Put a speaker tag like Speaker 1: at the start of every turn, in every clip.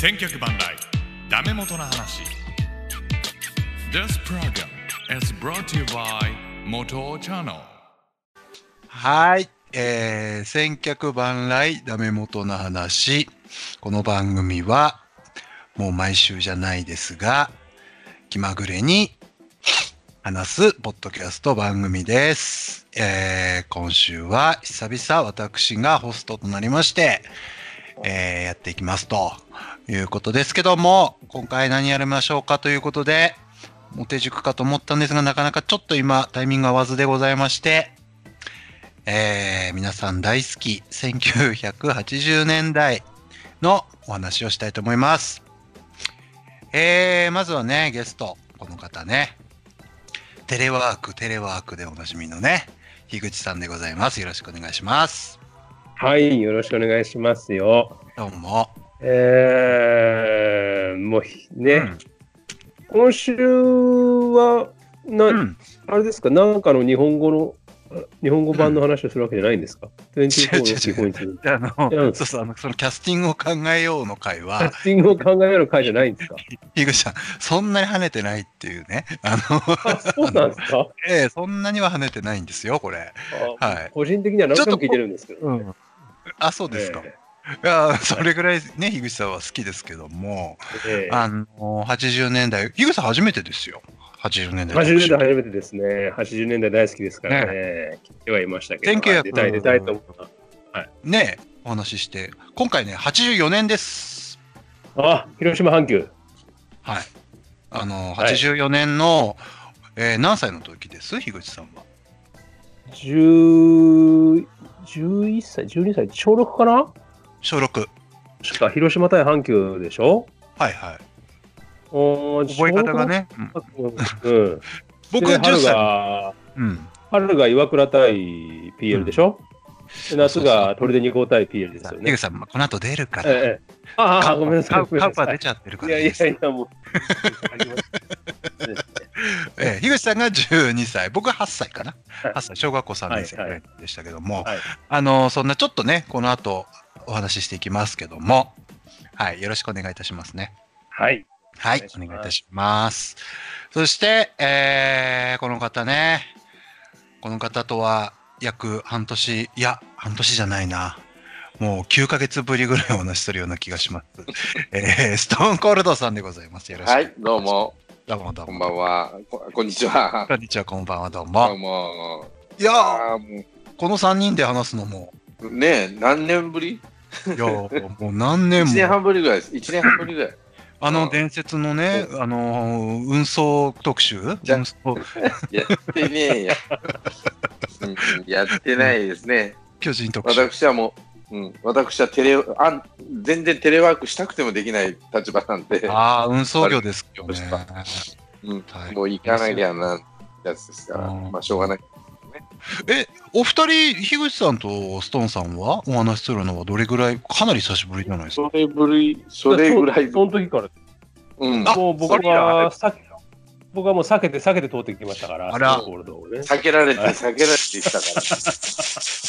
Speaker 1: 千客万来ダメ元な話 This program is brought to you by 元 Channel
Speaker 2: はい、えー、千客万来ダメ元の話この番組はもう毎週じゃないですが気まぐれに話すポッドキャスト番組です、えー、今週は久々私がホストとなりまして、えー、やっていきますということですけども今回何やりましょうかということでモテ塾かと思ったんですがなかなかちょっと今タイミング合わずでございましてえー皆さん大好き1980年代のお話をしたいと思います。えーまずはね、ゲスト、この方ね、テレワーク、テレワークでおなじみのね、樋口さんでございます。よろしくお願いします。
Speaker 3: はい、よろしくお願いしますよ。
Speaker 2: どうも。
Speaker 3: えー、もうひね、
Speaker 2: うん
Speaker 3: 今週はな、
Speaker 2: うん、
Speaker 3: あれですか、なんかの日本語の、あ日本語版の話をするわけじゃないんですか、
Speaker 2: 違う違う違う
Speaker 3: ?24 の基本にする。
Speaker 2: あ
Speaker 3: う
Speaker 2: の、
Speaker 3: ん
Speaker 2: そうそう、あの、そのキャスティングを考えようの会
Speaker 3: キャ
Speaker 2: は、
Speaker 3: スティングを考える会じゃない んですか
Speaker 2: 樋口さん、そんなに跳ねてないっていうね、あの、
Speaker 3: あ、そうなんですか
Speaker 2: えーそんなには跳ねてないんですよ、これ。
Speaker 3: あ
Speaker 2: はい。
Speaker 3: 個人的には何回も聞いてるんですけど。
Speaker 2: うん、あ、そうですか。
Speaker 3: え
Speaker 2: いやそれぐらいね、樋口さんは好きですけども、
Speaker 3: えええ
Speaker 2: あの80年代、樋口さん初めてですよ、80年代。
Speaker 3: 80年代初めてですね。80年代大好きですからね。聞いてはいましたけど。
Speaker 2: 1900
Speaker 3: はい出たい出たいと思った。
Speaker 2: ねお話しして、今回ね、84年です。
Speaker 3: あ、広島阪急。
Speaker 2: はい。あの
Speaker 3: はい
Speaker 2: 84年の、えー何歳の時です、樋口さんは。
Speaker 3: 10 11歳、12歳、小6かな
Speaker 2: 小6。
Speaker 3: しか、広島対阪急でしょ
Speaker 2: はいはい。
Speaker 3: おー
Speaker 2: 覚え方が。ね。うん
Speaker 3: 小6うん。
Speaker 2: 僕
Speaker 3: で
Speaker 2: 10
Speaker 3: 春
Speaker 2: 歳。
Speaker 3: が、
Speaker 2: うん。
Speaker 3: 春が岩倉対 PL でしょ、で夏が鳥で二号対 PL ですよ
Speaker 2: 樋
Speaker 3: ね
Speaker 2: 口。さん、まあこの後出るから。
Speaker 3: ええ。ああ、ごめんなさい。
Speaker 2: カウ
Speaker 3: ごめんな
Speaker 2: カウパ
Speaker 3: さ
Speaker 2: ー出
Speaker 3: い
Speaker 2: ちゃってるか
Speaker 3: い
Speaker 2: ら
Speaker 3: やい
Speaker 2: ね。
Speaker 3: やいや、もう。
Speaker 2: ええ、樋口さんが12歳、僕は8歳かな、
Speaker 3: はい
Speaker 2: 8歳、小学校3年生ぐらいでしたけども、
Speaker 3: はい
Speaker 2: あのそんなちょっとね、この後お話ししていきますけども、はい、よろしくお願いいたしますね。
Speaker 3: はい。
Speaker 2: はい、お
Speaker 3: お願いします
Speaker 2: 願いいたします。そして、えーこの方ね、この方とは約半年、いや、半年じゃないな。もう9ヶ月ぶりぐらいお話しするような気がします。 えーストーンコールドさんでございます。よろしく。
Speaker 4: はい、どう。も、
Speaker 2: どうもどう
Speaker 4: こ
Speaker 2: も。
Speaker 4: んばんは、ここんにちは
Speaker 2: こ。んにちは、こんばんは、どう
Speaker 4: どう
Speaker 2: も。
Speaker 4: も。
Speaker 2: いやー、
Speaker 4: あーも
Speaker 2: この3人で話すのも、
Speaker 4: うねえ、何年ぶり
Speaker 2: いや、もう何
Speaker 4: ?1
Speaker 2: 年
Speaker 4: 年
Speaker 2: も、
Speaker 4: 半ぶりぐらいです。1年半ぶりぐらい。
Speaker 2: あの伝説のね、あのー運送特集、
Speaker 4: じゃ
Speaker 2: 運送
Speaker 4: やってねえや。うんやってないですね。
Speaker 2: 巨人特集。
Speaker 4: 私はもう、うん、私はテレあん全然テレワークしたくてもできない立場なんで、
Speaker 2: ああ、運送業ですよね。
Speaker 4: うん
Speaker 2: はい
Speaker 4: もう行かなきゃなんやつですから、
Speaker 2: うん
Speaker 4: まあしょうがない。
Speaker 2: え、お二人、樋口さんとストーンさんはお話しするのはどれぐらい、かなり久しぶりじゃない ですか。
Speaker 4: それぶり、それ ぐらい、
Speaker 3: その時から
Speaker 4: うん、
Speaker 3: もう僕
Speaker 2: それはあれ
Speaker 3: は避け僕はもう避けて避けて通ってきましたから、
Speaker 2: あら
Speaker 3: スノーボールドをね
Speaker 4: 避けられて、避けられていったから。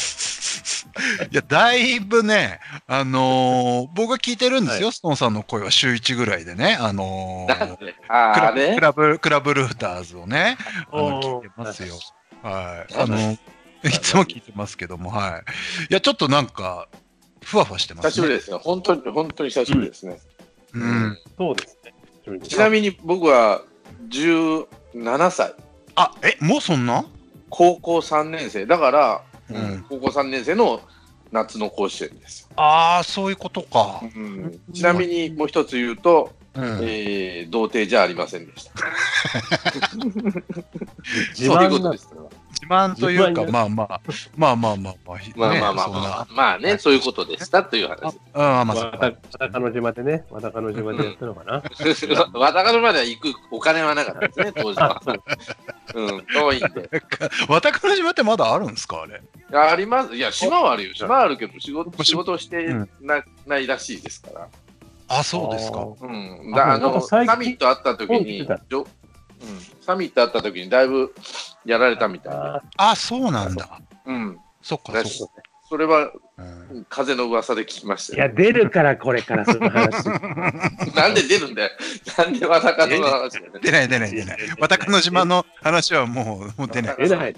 Speaker 2: いや、だいぶね、あのー僕が聞いてるんですよ、ストーンさんの声は週1ぐらいでね、あのー
Speaker 4: なんで あ
Speaker 2: ク
Speaker 4: ー
Speaker 2: ラ
Speaker 4: あれ
Speaker 2: クラブクラブルーターズをね、あの
Speaker 3: お
Speaker 2: 聞いて
Speaker 3: ー
Speaker 2: ますよ。はい。
Speaker 4: あ
Speaker 2: あの、いつも聞いてますけども、はい。いや、ちょっとなんか、ふわふわしてますね。
Speaker 4: 久しぶりですね。本当に、本当に久しぶりですね。
Speaker 2: うん。
Speaker 3: そうですね。
Speaker 4: ちなみに僕は17歳、
Speaker 2: あ、え、もうそんな
Speaker 4: 高校3年生。だから、
Speaker 2: うん
Speaker 4: 高校3年生の夏の甲子園です。
Speaker 2: ああ、そういうことか。
Speaker 4: ちなみにもう一つ言うと、
Speaker 2: うん。
Speaker 4: えー童貞じゃありませんでした。
Speaker 3: 自
Speaker 4: そうい
Speaker 3: 慢
Speaker 4: うこと
Speaker 3: な
Speaker 4: です。
Speaker 2: 自慢というか、
Speaker 3: 自慢
Speaker 2: まあまあ、まあまあまあまあ、
Speaker 4: まあ
Speaker 2: ね
Speaker 4: まあまあ
Speaker 2: そん
Speaker 4: ま
Speaker 2: な
Speaker 4: あ、まあね、そういうことでしたという話で
Speaker 2: あ、うん、まあ、そ
Speaker 3: わ
Speaker 2: う
Speaker 3: た
Speaker 2: か
Speaker 3: わたかの島でね、わたかの島でやったのかな。
Speaker 4: す。わたかのまでは行くお金はなかったですね、当時は。うん、遠いんで。
Speaker 2: 渡の島ってまだあるんですか、あれ。
Speaker 4: いやあります。いや、島はあるよ。島はあるけど、仕事仕事して
Speaker 2: うん
Speaker 4: なないらしいですから。
Speaker 2: あ、そうです
Speaker 3: あ
Speaker 2: か
Speaker 3: ー。。
Speaker 4: うん、
Speaker 3: あ
Speaker 4: だあ
Speaker 3: なん
Speaker 4: の
Speaker 3: か
Speaker 4: サ
Speaker 3: 最近
Speaker 4: ミットあった時
Speaker 3: 本
Speaker 4: に
Speaker 3: 出た
Speaker 4: じょ、うん、サミットあった時にだいぶやられたみたいな、
Speaker 3: あ
Speaker 2: あ、そうなんだ。
Speaker 4: うん、
Speaker 2: そっか、
Speaker 4: ら
Speaker 2: そ
Speaker 4: し
Speaker 2: っ
Speaker 4: い
Speaker 2: か。
Speaker 4: それは
Speaker 2: うん
Speaker 4: 風の噂で聞きまし
Speaker 3: い
Speaker 4: た
Speaker 3: や、
Speaker 4: よ。
Speaker 3: 出るから、これから、その話。
Speaker 4: なんで出るんだよ。 なんでまた風の話だよね。
Speaker 2: 出ない出ない出ない。渡の島の話はもうもう出ない。
Speaker 3: 出ない。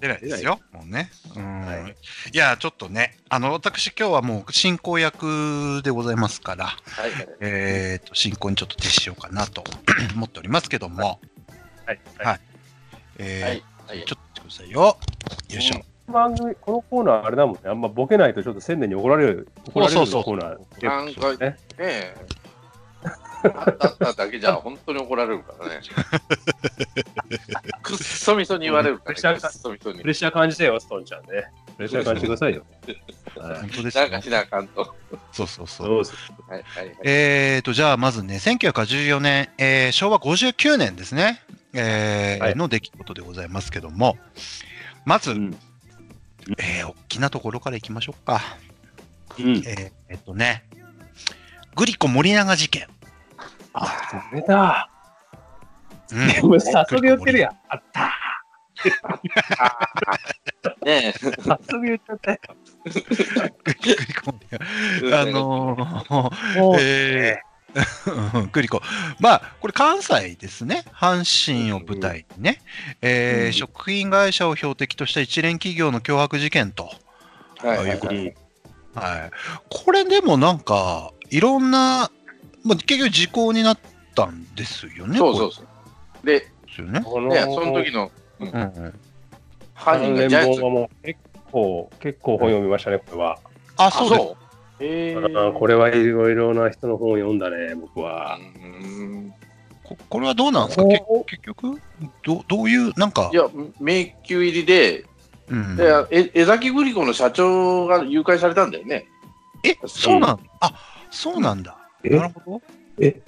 Speaker 2: 出ないですよ。もうね。うん
Speaker 3: はい
Speaker 2: い、や、ちょっとね、あの、私今日はもう進行役でございますから、
Speaker 4: はいはい。
Speaker 2: えっ、と、進行にちょっと徹しようかなと 思っておりますけども、
Speaker 3: はい。
Speaker 2: はいえー
Speaker 4: はいはい
Speaker 2: ちょっと待ってくださいよ。よいしょ。
Speaker 3: 番組、このコーナー、あれだもんね。あんまボケないと、ちょっと千年に怒られる。怒られるようなコーナー。
Speaker 4: なんか
Speaker 3: ね
Speaker 4: ねえ。あったあっただけじゃ本当に怒られるからね。くっそみそに言われるからね。くっそみそに
Speaker 3: プ。レッシャー感じてよ、ストンちゃんね。プレッシャー感じてくださいよ。はい
Speaker 2: 本当ですよ
Speaker 4: なんか。しなあかんと。
Speaker 2: そうそうそう。
Speaker 3: どうぞ。
Speaker 4: はいはいはい。
Speaker 2: えっ、と、じゃあまずね、1984年、えー昭和59年ですね、えー
Speaker 3: はい
Speaker 2: の出来事でございますけども、まず、
Speaker 3: うん
Speaker 2: えー大きなところからいきましょうか。
Speaker 3: うん。
Speaker 2: えーえっとね、グリコ森永事件。
Speaker 3: あ、出た。
Speaker 2: うん
Speaker 3: で も早速言ってるやん。あった。
Speaker 4: ねえ。
Speaker 3: 早速言っちゃったよ。
Speaker 2: グリコ森永あのー
Speaker 3: もう
Speaker 2: えーグリコ。まあ、これ関西ですね。阪神を舞台にね、えー
Speaker 3: うん
Speaker 2: 食品会社を標的とした一連企業の脅迫事件と。
Speaker 4: はいはい
Speaker 2: あ
Speaker 4: は
Speaker 2: よく
Speaker 4: い。
Speaker 2: はい、これでもなんか、いろんな、まあ、結局時効になったんですよね。
Speaker 4: そうそう
Speaker 2: こ
Speaker 4: そう。で、
Speaker 2: れですよね。
Speaker 3: こ
Speaker 4: ね、その時
Speaker 3: の
Speaker 4: の
Speaker 2: うんうん、
Speaker 4: 犯人がジャイアン
Speaker 3: 本
Speaker 4: ツ
Speaker 3: は。もう結構、結構本読みましたね、これは。
Speaker 2: あ、
Speaker 4: あ、
Speaker 2: そうです。
Speaker 4: そう。え
Speaker 3: あーこれはいろいろな人の本を読んだね、僕は。
Speaker 2: ここれはどうなんですか
Speaker 3: おー
Speaker 2: け結局ど、どういう、なんか
Speaker 4: い、や、迷宮入りで、
Speaker 2: うん
Speaker 4: でえ江崎グリコの社長が誘拐されたんだよね。
Speaker 2: え、そうなんあ、そうなんだ。
Speaker 3: え
Speaker 2: なるほど。
Speaker 3: え、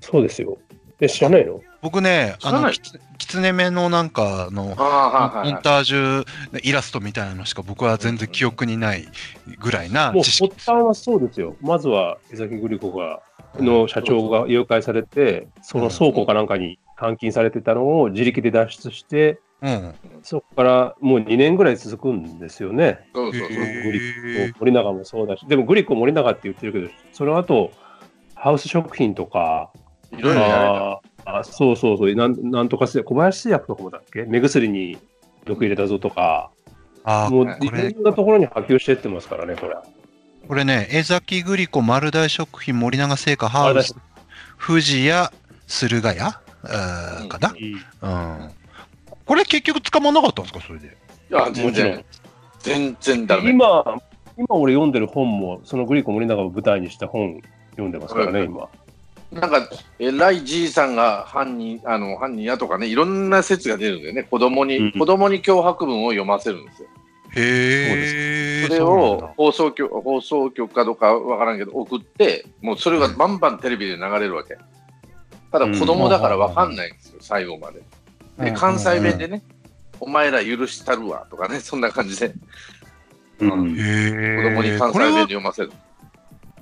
Speaker 3: そうですよ。え、知らないの
Speaker 2: 僕ね、あ
Speaker 4: 知らな
Speaker 2: の、
Speaker 4: い
Speaker 2: きつきつね目のなんかあの、
Speaker 4: ああ、は
Speaker 2: モ
Speaker 4: いは
Speaker 2: ン
Speaker 4: い。
Speaker 2: タージュイラストみたいなのしか僕は全然記憶にないぐらいな
Speaker 3: もう、
Speaker 2: 知識
Speaker 3: 発端はそうですよ。まずは、江崎グリコが、の社長が誘拐されて、その倉庫かなんかに監禁されてたのを自力で脱出して、
Speaker 2: うん。
Speaker 3: そこからもう2年ぐらい続くんですよね。
Speaker 4: そうそうそう。
Speaker 2: へー
Speaker 3: グリコ、森永もそうだし、でもグリコ、森永って言ってるけど、その後、ハウス食品とか、
Speaker 4: いろいろやられた。
Speaker 3: あーあそうそうそう、なんなんとか製薬、小林製薬とかもだっけ目薬に毒入れたぞとか、
Speaker 2: あ
Speaker 3: もう
Speaker 4: はい
Speaker 2: こ
Speaker 3: い
Speaker 2: れ
Speaker 3: ろんなところに波及してってますからね、これ。
Speaker 2: これね、江崎グリコ、丸大食品、森永製菓、ハウス
Speaker 3: 丸、
Speaker 2: 富士屋、駿河屋あーかな、うん。これ結局捕まんなかったんですか、それで。
Speaker 4: いや、全然、全然ダメ。
Speaker 3: 今、今俺読んでる本も、そのグリコ、森永を舞台にした本読んでますからね、
Speaker 4: うん
Speaker 3: 今。
Speaker 4: なんか、偉いじいさんが犯人、あの、犯人やとかね、いろんな説が出るんだよね。子供
Speaker 3: う
Speaker 4: に、
Speaker 3: ん
Speaker 4: 子供に脅迫文を読ませるんですよ。
Speaker 2: へえ。
Speaker 4: それ
Speaker 2: うなん
Speaker 4: を
Speaker 2: だ
Speaker 4: 放送局、放送局かどうかわからんけど、送って、もうそれがバンバンテレビで流れるわけ。ただ子供だからわかんないんですよ、最後まで。で、関西弁でね、お前ら許したるわとかね、そ んな感じで、
Speaker 3: うん
Speaker 2: へ
Speaker 4: 子
Speaker 2: ー
Speaker 4: 供に関西
Speaker 2: これ
Speaker 4: 弁
Speaker 2: は
Speaker 4: で読ませる。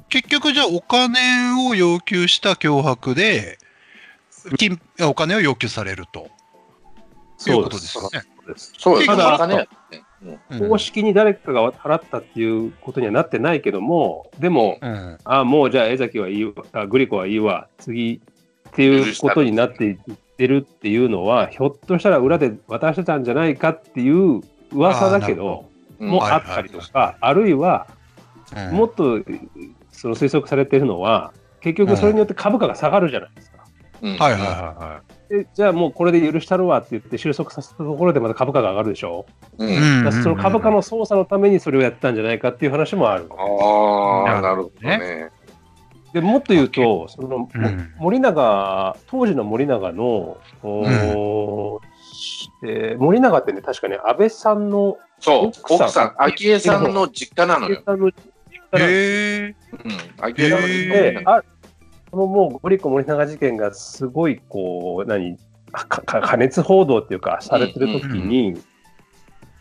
Speaker 2: 結局じゃあお金を要求した脅迫で金お金を要求されるということですよね。
Speaker 3: そうです
Speaker 4: そうよ、
Speaker 3: ただ
Speaker 4: お金やねうん
Speaker 2: うん
Speaker 3: 公式に誰かが払ったっていうことにはなってないけども、でも、
Speaker 2: うん
Speaker 3: あもうじゃあ江崎はいいわ、あグリコはいいわ、次っていうことになっていってるっていうのは、ひょっとしたら裏で渡してたんじゃないかっていう噂だけど、
Speaker 4: うん
Speaker 3: もう
Speaker 2: はい
Speaker 3: あったりとか、あるいは
Speaker 2: うん
Speaker 3: もっとその推測されてるのは、結局それによって株価が下がるじゃないですか。
Speaker 4: うん
Speaker 2: はいはいは
Speaker 3: でじゃあもうこれで許したるわって言って収束させたところでまた株価が上がるでしょ、
Speaker 4: う
Speaker 2: い
Speaker 4: ん
Speaker 2: はい。
Speaker 3: だからその株価の操作のためにそれをやったんじゃないかっていう話もある。
Speaker 4: ああ、なるほど
Speaker 2: な
Speaker 4: ね。
Speaker 3: でもっと言うと、その、
Speaker 2: うん
Speaker 3: 森永、当時の森永の、おーえー森永ってね、確かね、安倍さんの、
Speaker 4: そう、
Speaker 3: 奥
Speaker 4: 奥
Speaker 3: さん
Speaker 4: さん、昭恵さんの実家なの
Speaker 3: 安倍
Speaker 4: よ。
Speaker 3: さんの実家なんで
Speaker 2: へえ。
Speaker 4: うん昭
Speaker 2: ー
Speaker 4: 恵
Speaker 3: なの
Speaker 4: さんの
Speaker 3: で
Speaker 4: 実家なのよ
Speaker 3: あこのもう、ゴリコ森永事件がすごい、こう、何、かか加熱報道っていうか、されてる時に、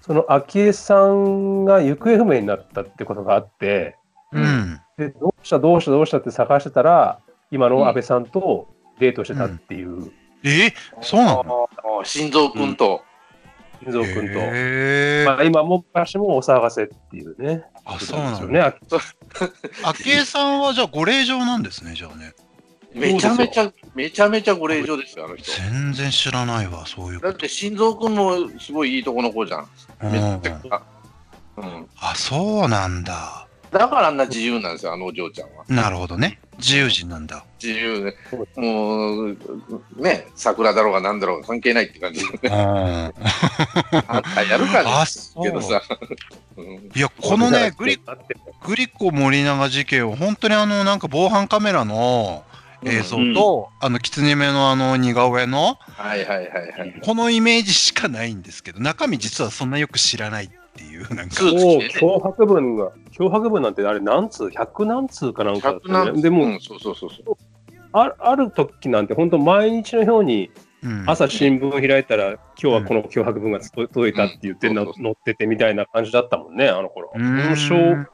Speaker 3: その昭恵さんが行方不明になったってことがあって、
Speaker 2: うん。
Speaker 3: でどうしたどうしたどうしたって探してたら今の安倍さんとデートしてたっていう、
Speaker 2: えそうなの
Speaker 4: あー心臓くんと、
Speaker 3: 金蔵君と。
Speaker 2: へー
Speaker 3: まあ、今も昔もお騒がせっていうね。
Speaker 2: あ、そうなんだ。
Speaker 3: よね。あ
Speaker 2: 昭恵さんはじゃあご令嬢なんですね、じゃあね。
Speaker 4: めちゃめちゃ、めちゃめちゃご令嬢ですよ、あの人。
Speaker 2: 全然知らないわ、そういう
Speaker 4: だ
Speaker 2: こ
Speaker 4: って、心臓くんもすごいいいとこの子じゃん。
Speaker 2: と。
Speaker 4: め
Speaker 2: うん
Speaker 4: っちゃ。うん。
Speaker 2: あ、そうなんだ。
Speaker 4: だからあんな自由なんですよ、あのお嬢ちゃんは。
Speaker 2: なるほどね。自由人なんだ。
Speaker 4: 自由で、もう、ね、桜だろうが何だろうが関係ないって感じ。
Speaker 2: うん。
Speaker 4: あんたやるかね。
Speaker 2: あ、そ
Speaker 4: けど
Speaker 2: う。
Speaker 4: さ。うん
Speaker 2: いや、このね、グリ
Speaker 3: だって
Speaker 2: グリコ森永事件を本当にあのなんか防犯カメラの映像と、あの狐目のあの似顔絵の
Speaker 4: はいはいはいはい。
Speaker 2: このイメージしかないんですけど中身実はそんなよく知らないっていうなんか
Speaker 4: スーツ着てね
Speaker 3: もう脅迫文が、脅迫文なんてあれ何通 ?100 何通かなんかだっ
Speaker 4: 100
Speaker 3: たよ
Speaker 4: 何
Speaker 3: ね。でも、
Speaker 4: うんそうそうそうそう。
Speaker 3: あるある時なんて本当毎日のように
Speaker 2: うん
Speaker 3: 朝新聞開いたら、今日はこの脅迫文が届いたって言ってな、
Speaker 4: うん
Speaker 3: 載っててみたいな感じだったもんね、あの頃。
Speaker 2: うーん
Speaker 3: 小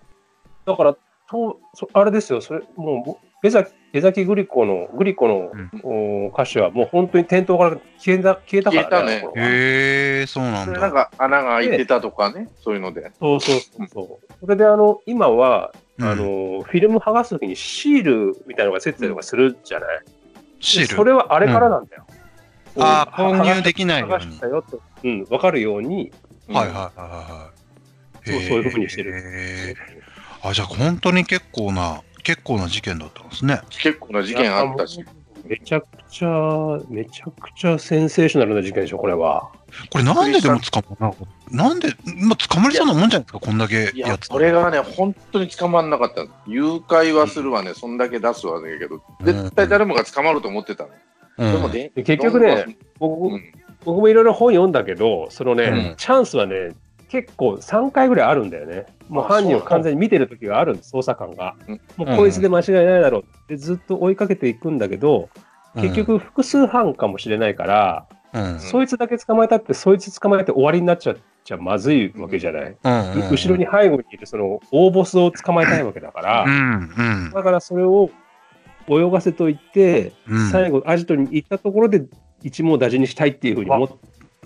Speaker 3: だからとそ、あれですよ、それもう江崎江崎グリコのグリコの、お歌詞はもう本当に店頭から消えた消えたからね。
Speaker 4: 消
Speaker 3: あの頃は
Speaker 2: へえそうなん
Speaker 4: それ
Speaker 2: だ
Speaker 4: なんか穴が開いてたとかね、そういうので。
Speaker 3: そうそうそうそう。それであの今は、
Speaker 2: うん
Speaker 3: あのフィルム剥がすときにシールみたいなのがついてたりとかするじゃない、
Speaker 2: シ
Speaker 3: そ
Speaker 2: ール
Speaker 3: れはあれからなんだよ。こう
Speaker 2: ああ購入できない
Speaker 3: 剥
Speaker 2: よ
Speaker 3: が
Speaker 2: う
Speaker 3: し
Speaker 2: に
Speaker 3: たよって、うん、分かるように、
Speaker 2: はいはいはいはい
Speaker 3: そ
Speaker 2: へ
Speaker 3: う
Speaker 2: ー
Speaker 3: そういうふうにしてる
Speaker 2: へーあじゃあ本当に結構な結構な事件だったんですね
Speaker 4: い。結構な事件あったし。
Speaker 3: めちゃくちゃ、めちゃくちゃセンセーショナルな事件でしょ、これは。
Speaker 2: これなんででも捕まらなかったなんで、まあ、捕まりそうなもんじゃないですかこんだけ
Speaker 4: い
Speaker 2: や
Speaker 4: や、
Speaker 2: つ
Speaker 4: これがね、本当に捕まんなかったの誘拐はするわね、そんだけ出すわねけど、絶対誰もが捕まると思ってたの。
Speaker 2: うん
Speaker 4: でもね、
Speaker 3: で結局ね、
Speaker 4: う
Speaker 3: 僕
Speaker 4: ん
Speaker 3: 僕もいろいろ本読んだけど、そのね、
Speaker 2: うん
Speaker 3: チャンスはね、結構3回ぐらいあるんだよね。もう
Speaker 4: あ
Speaker 3: 犯人を
Speaker 4: そうなの
Speaker 3: 完全に見てる時があるんです、捜査官が
Speaker 4: うん。
Speaker 3: もうこいつで間違いないだろうってずっと追いかけていくんだけど、結、局複数犯かもしれないから、
Speaker 2: うんうん
Speaker 3: そいつだけ捕まえたって、そいつ捕まえて終わりになっちゃっちゃまずいわけじゃない。
Speaker 2: うんうん
Speaker 3: 後ろに背後にいるその大ボスを捕まえたいわけだから。
Speaker 2: うんうん
Speaker 3: だからそれを泳がせといて、
Speaker 2: うん、
Speaker 3: 最後アジトに行ったところで一網打尽にしたいっていうふうに思って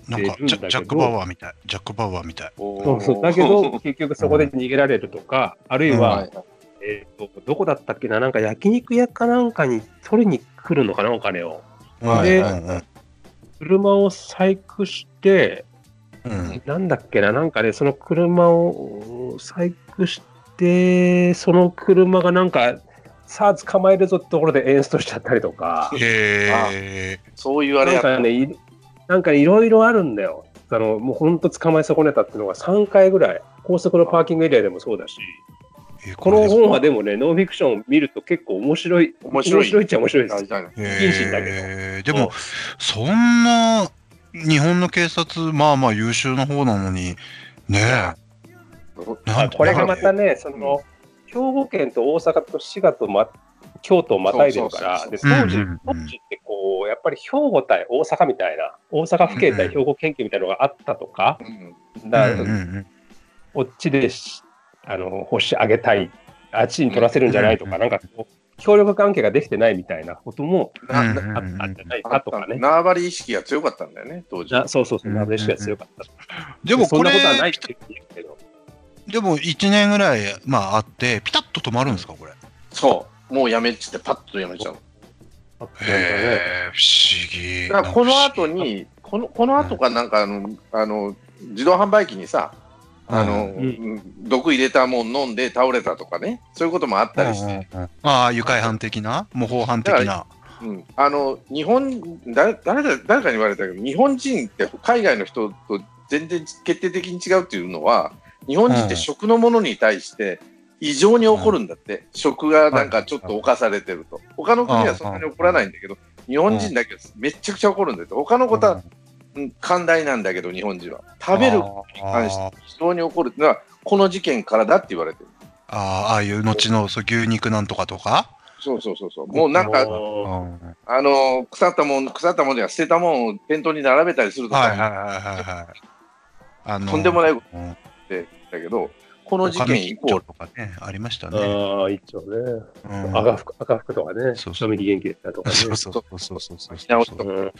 Speaker 2: なんかジャジャック・バウアーみたいジャック・バウアーみたい
Speaker 4: お
Speaker 3: そう
Speaker 4: ー
Speaker 3: そうだけど結局そこで逃げられるとか、あるいは、
Speaker 4: はい
Speaker 3: えー、とどこだったっけななんか焼肉屋かなんかに取りに来るのかなお金を
Speaker 2: はいはいはい
Speaker 3: 車を細工して
Speaker 2: うん
Speaker 3: なんだっけななんかねその車を細工してその車がなんかさあ捕まえるぞってところでエンストしちゃったりとか。
Speaker 2: へえ
Speaker 4: そういうあれ
Speaker 3: な
Speaker 4: や
Speaker 3: ん
Speaker 4: った
Speaker 3: かね、いなんかいろいろあるんだよ。あの、もうほんと捕まえ損ねたっていうのが3回ぐらい。高速のパーキングエリアでもそうだし、この本はでもね、ノンフィクションを見ると結構面白い、
Speaker 4: 面白い
Speaker 3: っちゃ面白いですよ。
Speaker 4: 感じ
Speaker 2: へー
Speaker 3: 不謹慎だけど
Speaker 2: でもそんな日本の警察まあまあ優秀な方なのにねえなんて
Speaker 3: これがまた
Speaker 2: ね
Speaker 3: ね、その、兵庫県と大阪と滋賀と、ま、京都をまたいでるから、
Speaker 4: そう
Speaker 3: で
Speaker 4: そう
Speaker 2: そう
Speaker 3: 当時、
Speaker 2: うんうんう
Speaker 3: 当
Speaker 2: ん
Speaker 3: 時ってこう、やっぱり兵庫対大阪みたいな、大阪府県
Speaker 2: う
Speaker 3: 対
Speaker 2: ん
Speaker 3: 兵庫県警みたいなのがあったとか、
Speaker 4: うん
Speaker 3: だから
Speaker 2: うんうん
Speaker 3: こっちでしあの星上げたい、あっちに取らせるんじゃないと
Speaker 2: うんう
Speaker 3: か、
Speaker 2: ん
Speaker 3: なんかこう、協力関係ができてないみたいなことも
Speaker 2: う
Speaker 4: なんな
Speaker 2: うん
Speaker 3: あったんじゃないかとかね。
Speaker 4: 縄張り意識が強かったんだよね、当時。
Speaker 3: なそうそうそう、
Speaker 2: うんうんうん
Speaker 3: ナブレシが強かった。
Speaker 2: でも
Speaker 3: そ
Speaker 2: こ
Speaker 3: んな
Speaker 2: れ
Speaker 3: ことはないって言うけど、
Speaker 2: でも1年ぐらいまああってピタッと止まるんですかこれ
Speaker 4: そう。もうやめっつって、パッとやめちゃうの。
Speaker 3: あったんだね
Speaker 2: へえ不思議
Speaker 4: だからこの後に、この、この後かなんか、あの、あの、自動販売機にさ、あの、
Speaker 3: うん
Speaker 4: うん毒入れたもん飲んで倒れたとかね、そういうこともあったりして、
Speaker 2: ああ愉快犯的な模倣犯的
Speaker 4: だか
Speaker 2: な
Speaker 4: うん、あの日本だ誰だ誰かに言われたけど日本人って海外の人と全然決定的に違うっていうのは日本人っ
Speaker 2: う
Speaker 4: て
Speaker 2: ん
Speaker 4: 食のものに対して異常に怒るんだって、食がなんかちょっと侵されてると他の国はそんなに怒らないんだけど日本人だけですめっちゃくちゃ怒るんだって他のことは、うん、寛大なんだけど日本人は食べる
Speaker 2: ことに
Speaker 4: 関して非常に怒るってのはこの事件からだって言われてる
Speaker 2: ああああいう後のそう牛肉なんとかとか、
Speaker 4: そうそうそうそうもうなんか
Speaker 2: うん、
Speaker 3: も
Speaker 2: はい
Speaker 4: あの腐ったもん腐ったもんじゃない捨てたもんを店頭に並べたりするとか、
Speaker 2: はいはいはいはいあの
Speaker 4: とんでも
Speaker 2: い
Speaker 4: ないことだけど、この事件以降、
Speaker 2: とかね、ありましたね。
Speaker 3: ああ、一応ね。
Speaker 2: うん
Speaker 3: 赤服赤服とかね、
Speaker 2: そうそう
Speaker 3: 飲み元気だとかね。
Speaker 2: そうそうそうそうそうそう
Speaker 4: 見直しと
Speaker 2: う
Speaker 4: か
Speaker 2: ん
Speaker 3: うん
Speaker 4: よく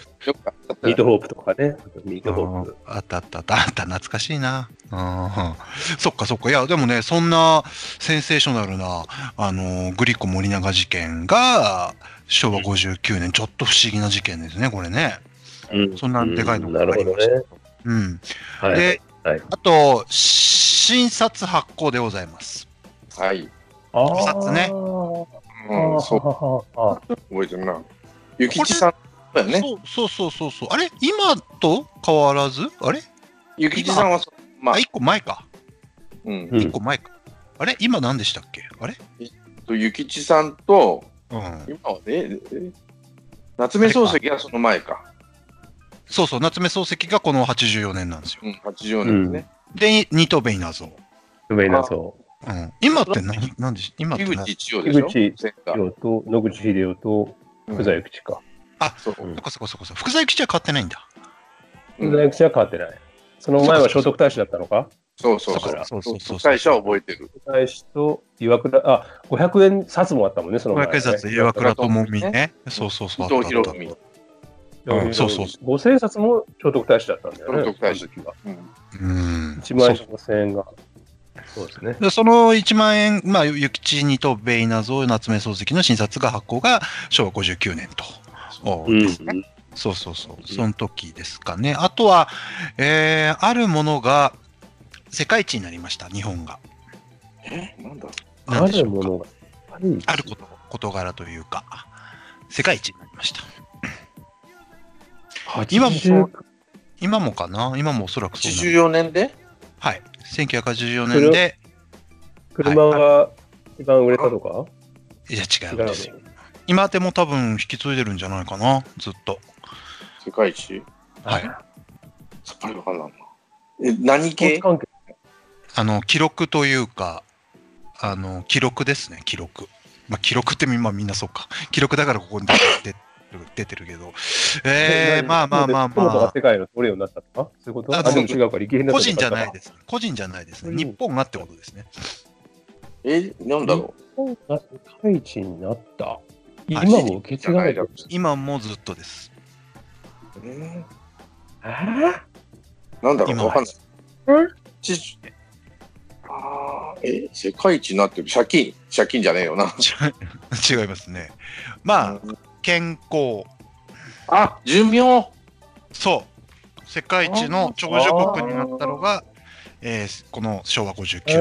Speaker 4: あった
Speaker 3: ミー
Speaker 4: ら
Speaker 3: トホープとかね。ミートホープ。
Speaker 2: あったあったあったあった懐かしいな。うんそっかそっかいやでもねそんなセンセーショナルなあのグリコ森永事件が昭和59年ちょっと不思議な事件ですねこれね。
Speaker 3: うん
Speaker 2: そんなでかいの
Speaker 3: な
Speaker 2: が
Speaker 3: る
Speaker 2: あり
Speaker 3: ほ
Speaker 2: ま
Speaker 3: ど
Speaker 2: した
Speaker 3: ね。
Speaker 2: うん。
Speaker 3: はい。
Speaker 2: で、
Speaker 3: はい
Speaker 2: あと新札発行でございます。
Speaker 4: はい。
Speaker 3: あー
Speaker 2: お札ね
Speaker 4: うん、そう、
Speaker 3: あー
Speaker 4: 覚えてるな。ゆきちさんだよね。
Speaker 2: そうそうそうそうそうあれ今と変わらずあれ
Speaker 4: ゆきちさんはそう、まあ
Speaker 2: あ、一個前か
Speaker 4: うん。
Speaker 3: うん
Speaker 2: 一個前か、あれ今何でしたっけあれ
Speaker 4: とゆきちさんと、
Speaker 2: うん
Speaker 4: 今はね、え夏目漱石がその前か。
Speaker 2: そうそう夏目漱石がこの84年なんですよ
Speaker 4: うん、80年ね。
Speaker 2: で二等ベイナーゾ
Speaker 3: 上野そ
Speaker 2: うん今って何何でし今って
Speaker 4: 樋
Speaker 2: 何
Speaker 4: 口一葉でしょ
Speaker 3: 樋口
Speaker 4: 前
Speaker 3: う。
Speaker 4: 回
Speaker 3: 秀夫と野口秀夫と
Speaker 4: うん
Speaker 3: 福沢諭吉か。
Speaker 4: そう
Speaker 3: うん
Speaker 2: そっかそっかそっかそっか福沢諭吉は変わってないんだ
Speaker 4: う
Speaker 3: 福
Speaker 4: ん
Speaker 3: 沢諭吉は変わってない。その前は聖徳太子だったのか
Speaker 4: そうそう
Speaker 2: っ
Speaker 4: そ
Speaker 2: か
Speaker 4: う。
Speaker 2: そうそうそう
Speaker 4: 最初は覚えてる。
Speaker 3: 大使と岩倉、あ、500円札もあったもんね、その前、
Speaker 2: 500
Speaker 3: ね。
Speaker 2: 円札岩倉智美ねそうそうそうあっ
Speaker 4: 伊
Speaker 2: たあ
Speaker 4: 藤
Speaker 2: っ
Speaker 4: 博
Speaker 2: た
Speaker 4: 文。
Speaker 2: うんそうそう
Speaker 3: 5000円札も聖徳太子だったんだよね。
Speaker 4: 聖徳太子
Speaker 3: その時は。
Speaker 4: うん
Speaker 2: うん
Speaker 3: 1万円
Speaker 2: そ
Speaker 3: と5000円が。そうですね
Speaker 2: う。でその1万円、まあ、諭吉二等ベイナーゾ夏目漱石の新札が発行が昭和59年と。お
Speaker 3: うん。
Speaker 2: そうそうそう、その時ですかね。あとは、えーあるものが世界一になりました、日本が。
Speaker 4: え、なんだ
Speaker 2: な
Speaker 3: あ
Speaker 2: んでし
Speaker 3: る
Speaker 2: ょう
Speaker 3: も
Speaker 2: か
Speaker 3: のがある
Speaker 2: あること事柄というか、世界一になりました。今もそう
Speaker 3: 80
Speaker 2: 今もかな今もおそらくそうなの
Speaker 4: 84年で
Speaker 2: はい。1984年で、
Speaker 3: 車が一番売れたとか、
Speaker 2: いや違うん
Speaker 3: 違うの
Speaker 2: ですよ。今でも多分引き継いでるんじゃないかな、ずっと。
Speaker 4: 世界一
Speaker 2: はい。
Speaker 4: さっぱりわかんないな。え、
Speaker 3: ス
Speaker 4: 何
Speaker 3: ポー
Speaker 4: 系
Speaker 3: ツ関係
Speaker 2: あの記録というか、あの記録ですね、記録。まあ、記録ってみ,、まあ、みんなそうか。記録だからここに出て出て出てるけど。え ー、まあまあまあ
Speaker 3: 日本が
Speaker 2: ま
Speaker 3: 世界のトレーになったとかそういうこと
Speaker 2: あ
Speaker 3: あ、でも
Speaker 2: そ
Speaker 3: 違うか、力変
Speaker 2: あ、
Speaker 3: だ
Speaker 2: 個人じゃない
Speaker 3: で
Speaker 2: です。個人じゃないです
Speaker 3: う
Speaker 2: ね。
Speaker 3: ん
Speaker 2: 日本がってことですね。
Speaker 4: え、なんだろ
Speaker 3: 世界一になった。今
Speaker 2: い
Speaker 3: も受け
Speaker 4: う
Speaker 3: 継がれてる。
Speaker 2: 今もずっとです。
Speaker 4: え
Speaker 3: えー
Speaker 4: ーなんだろ
Speaker 2: 今
Speaker 4: う
Speaker 2: は
Speaker 4: わかんない。ちあーえ、世界一になってる。借金借金じゃねえよな。
Speaker 2: 違いますね。まあ、健康。
Speaker 4: あ、寿命
Speaker 2: そう。世界一の長寿国になったのが、えーこの昭和59
Speaker 3: え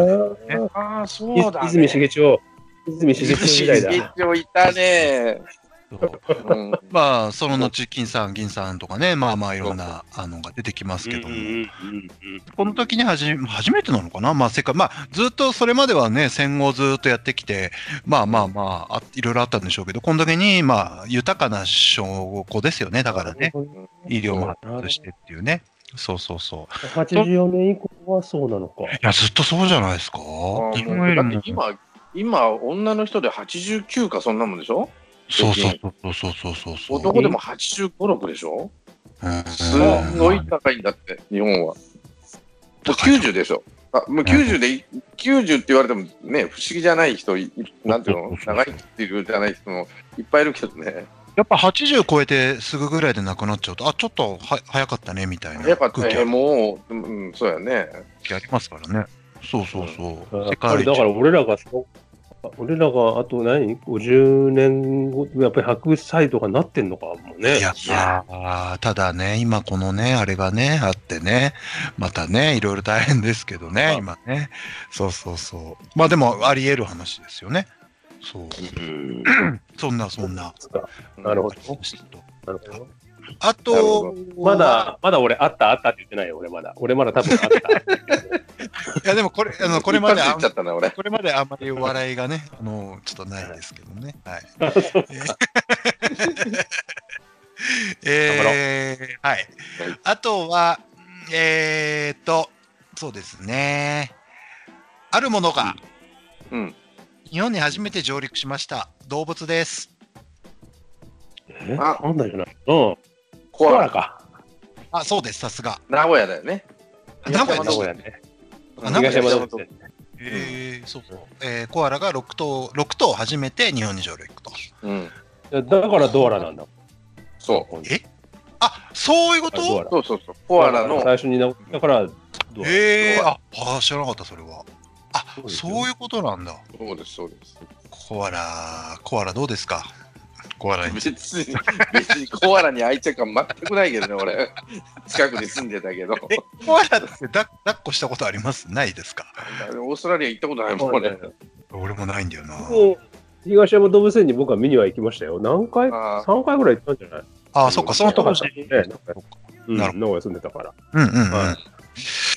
Speaker 2: 年。
Speaker 3: ー
Speaker 4: ああ、そ
Speaker 3: い泉茂長。泉茂長時代だ。
Speaker 2: 泉
Speaker 4: 一応いたね。
Speaker 2: そう
Speaker 4: うん
Speaker 2: まあ、その後、金さん、銀さんとかね、まあまあいろんなあのが出てきますけども。この時にはじ初めてなのかな、まあ、世界まあ、ずっとそれまではね戦後ずっとやってきて、まあまあまああ、いろいろあったんでしょうけど、この時に、まあ、豊かな証拠ですよね、だからね、医療も発達してっていうね、そうそうそう。
Speaker 3: 84年以降はそうなのか。
Speaker 2: いや、ずっとそうじゃないですか。
Speaker 4: あー
Speaker 2: 今
Speaker 4: もう
Speaker 2: より
Speaker 4: だ
Speaker 2: も
Speaker 4: って今、今、女の人で89か、そんなもんでしょ
Speaker 2: そうそうそうそうそうそうそう。
Speaker 4: 男でも85、6でしょ
Speaker 2: うん
Speaker 4: すごい高いんだって、日本は。もう90でしょ。あもう90で、90って言われてもね、不思議じゃない人、いなんていうの、長生きっていうじゃない人もいっぱいいるけどね、
Speaker 2: やっぱ80超えてすぐぐらいで亡くなっちゃうと、あ、ちょっとは早かったねみたいな
Speaker 4: 早か
Speaker 2: 空
Speaker 4: った
Speaker 2: 気
Speaker 4: ね、もう、うん、そうやね。
Speaker 2: ありますからね。そうそうそう。
Speaker 3: や
Speaker 2: 世
Speaker 3: っぱ
Speaker 2: 界
Speaker 3: り
Speaker 2: 一
Speaker 3: だから俺らがそう、俺らがあと何 ?50 年後、やっぱり100歳とかなってんのかもね。
Speaker 2: いや、まあ、ただね、今このね、あれがね、あってね、またね、いろいろ大変ですけど
Speaker 3: あ
Speaker 2: ね、今ね。そうそうそう。まあでも、あり得る話ですよね。そう。そんな、そんな。
Speaker 3: なるほど。なるほど
Speaker 2: あ
Speaker 4: なるほ
Speaker 2: と、
Speaker 3: まだ、まだ俺、あったあったって言ってないよ、俺まだ。俺まだ多分あった。
Speaker 2: いやでもこれ、あのこれまで
Speaker 4: 一
Speaker 2: あ
Speaker 4: 発言っちゃったな、俺。
Speaker 2: これまであんまりお笑いがね、あのちょっとないですけどね。はい。えーはい
Speaker 4: はい。
Speaker 2: あとは、えーっと、そうですね。あるものが
Speaker 4: うん。
Speaker 2: 日本に初めて上陸しました。動物です。
Speaker 3: え
Speaker 4: あ
Speaker 3: なんだよな。うん。コア
Speaker 4: コア
Speaker 3: ラ
Speaker 4: ラか。
Speaker 3: か。
Speaker 2: あ、そうです。さすが。
Speaker 4: 名古屋だよね。
Speaker 2: 名古屋
Speaker 3: 名
Speaker 2: でし
Speaker 3: 古
Speaker 2: た
Speaker 3: 屋ね。
Speaker 2: あ名古屋
Speaker 3: 東
Speaker 2: で
Speaker 3: 山
Speaker 2: し
Speaker 3: 動
Speaker 2: た
Speaker 3: 物園。
Speaker 2: えー、そうそう。えー、コアラが6頭、六頭を初めて日本に上陸と。
Speaker 4: うん。
Speaker 3: だからドアラなんだ。
Speaker 4: そ
Speaker 3: ここに
Speaker 2: えあ、そういうこ
Speaker 3: ドア
Speaker 2: と
Speaker 4: う。
Speaker 3: ラ。
Speaker 4: そうそうそう。コアラの、
Speaker 3: 最初にな、だからドアラ。
Speaker 2: えー、あ、あー知らなかった、それは。あ
Speaker 3: そう、ですよ
Speaker 2: そういうことなんだ。
Speaker 4: そうです、そうです。
Speaker 2: コアラ、コアラどうですかコアラに。
Speaker 4: 別に、別にコアラに愛着は全くないけどね、俺。近くに住んでたけど。
Speaker 2: え、コアラって抱っ抱っこしたことありますないですか
Speaker 4: オーストラリア行ったことないもん、俺。
Speaker 2: 俺もないんだよな。
Speaker 3: もう東山動物園に僕は見には行きましたよ。何回
Speaker 4: あー
Speaker 3: ?3 回ぐらい行ったんじゃない
Speaker 2: あー、そっか、そのとこ
Speaker 3: ね。うん、
Speaker 2: なるほ
Speaker 3: 名古屋住んでたから。
Speaker 2: うんうんうん、
Speaker 3: は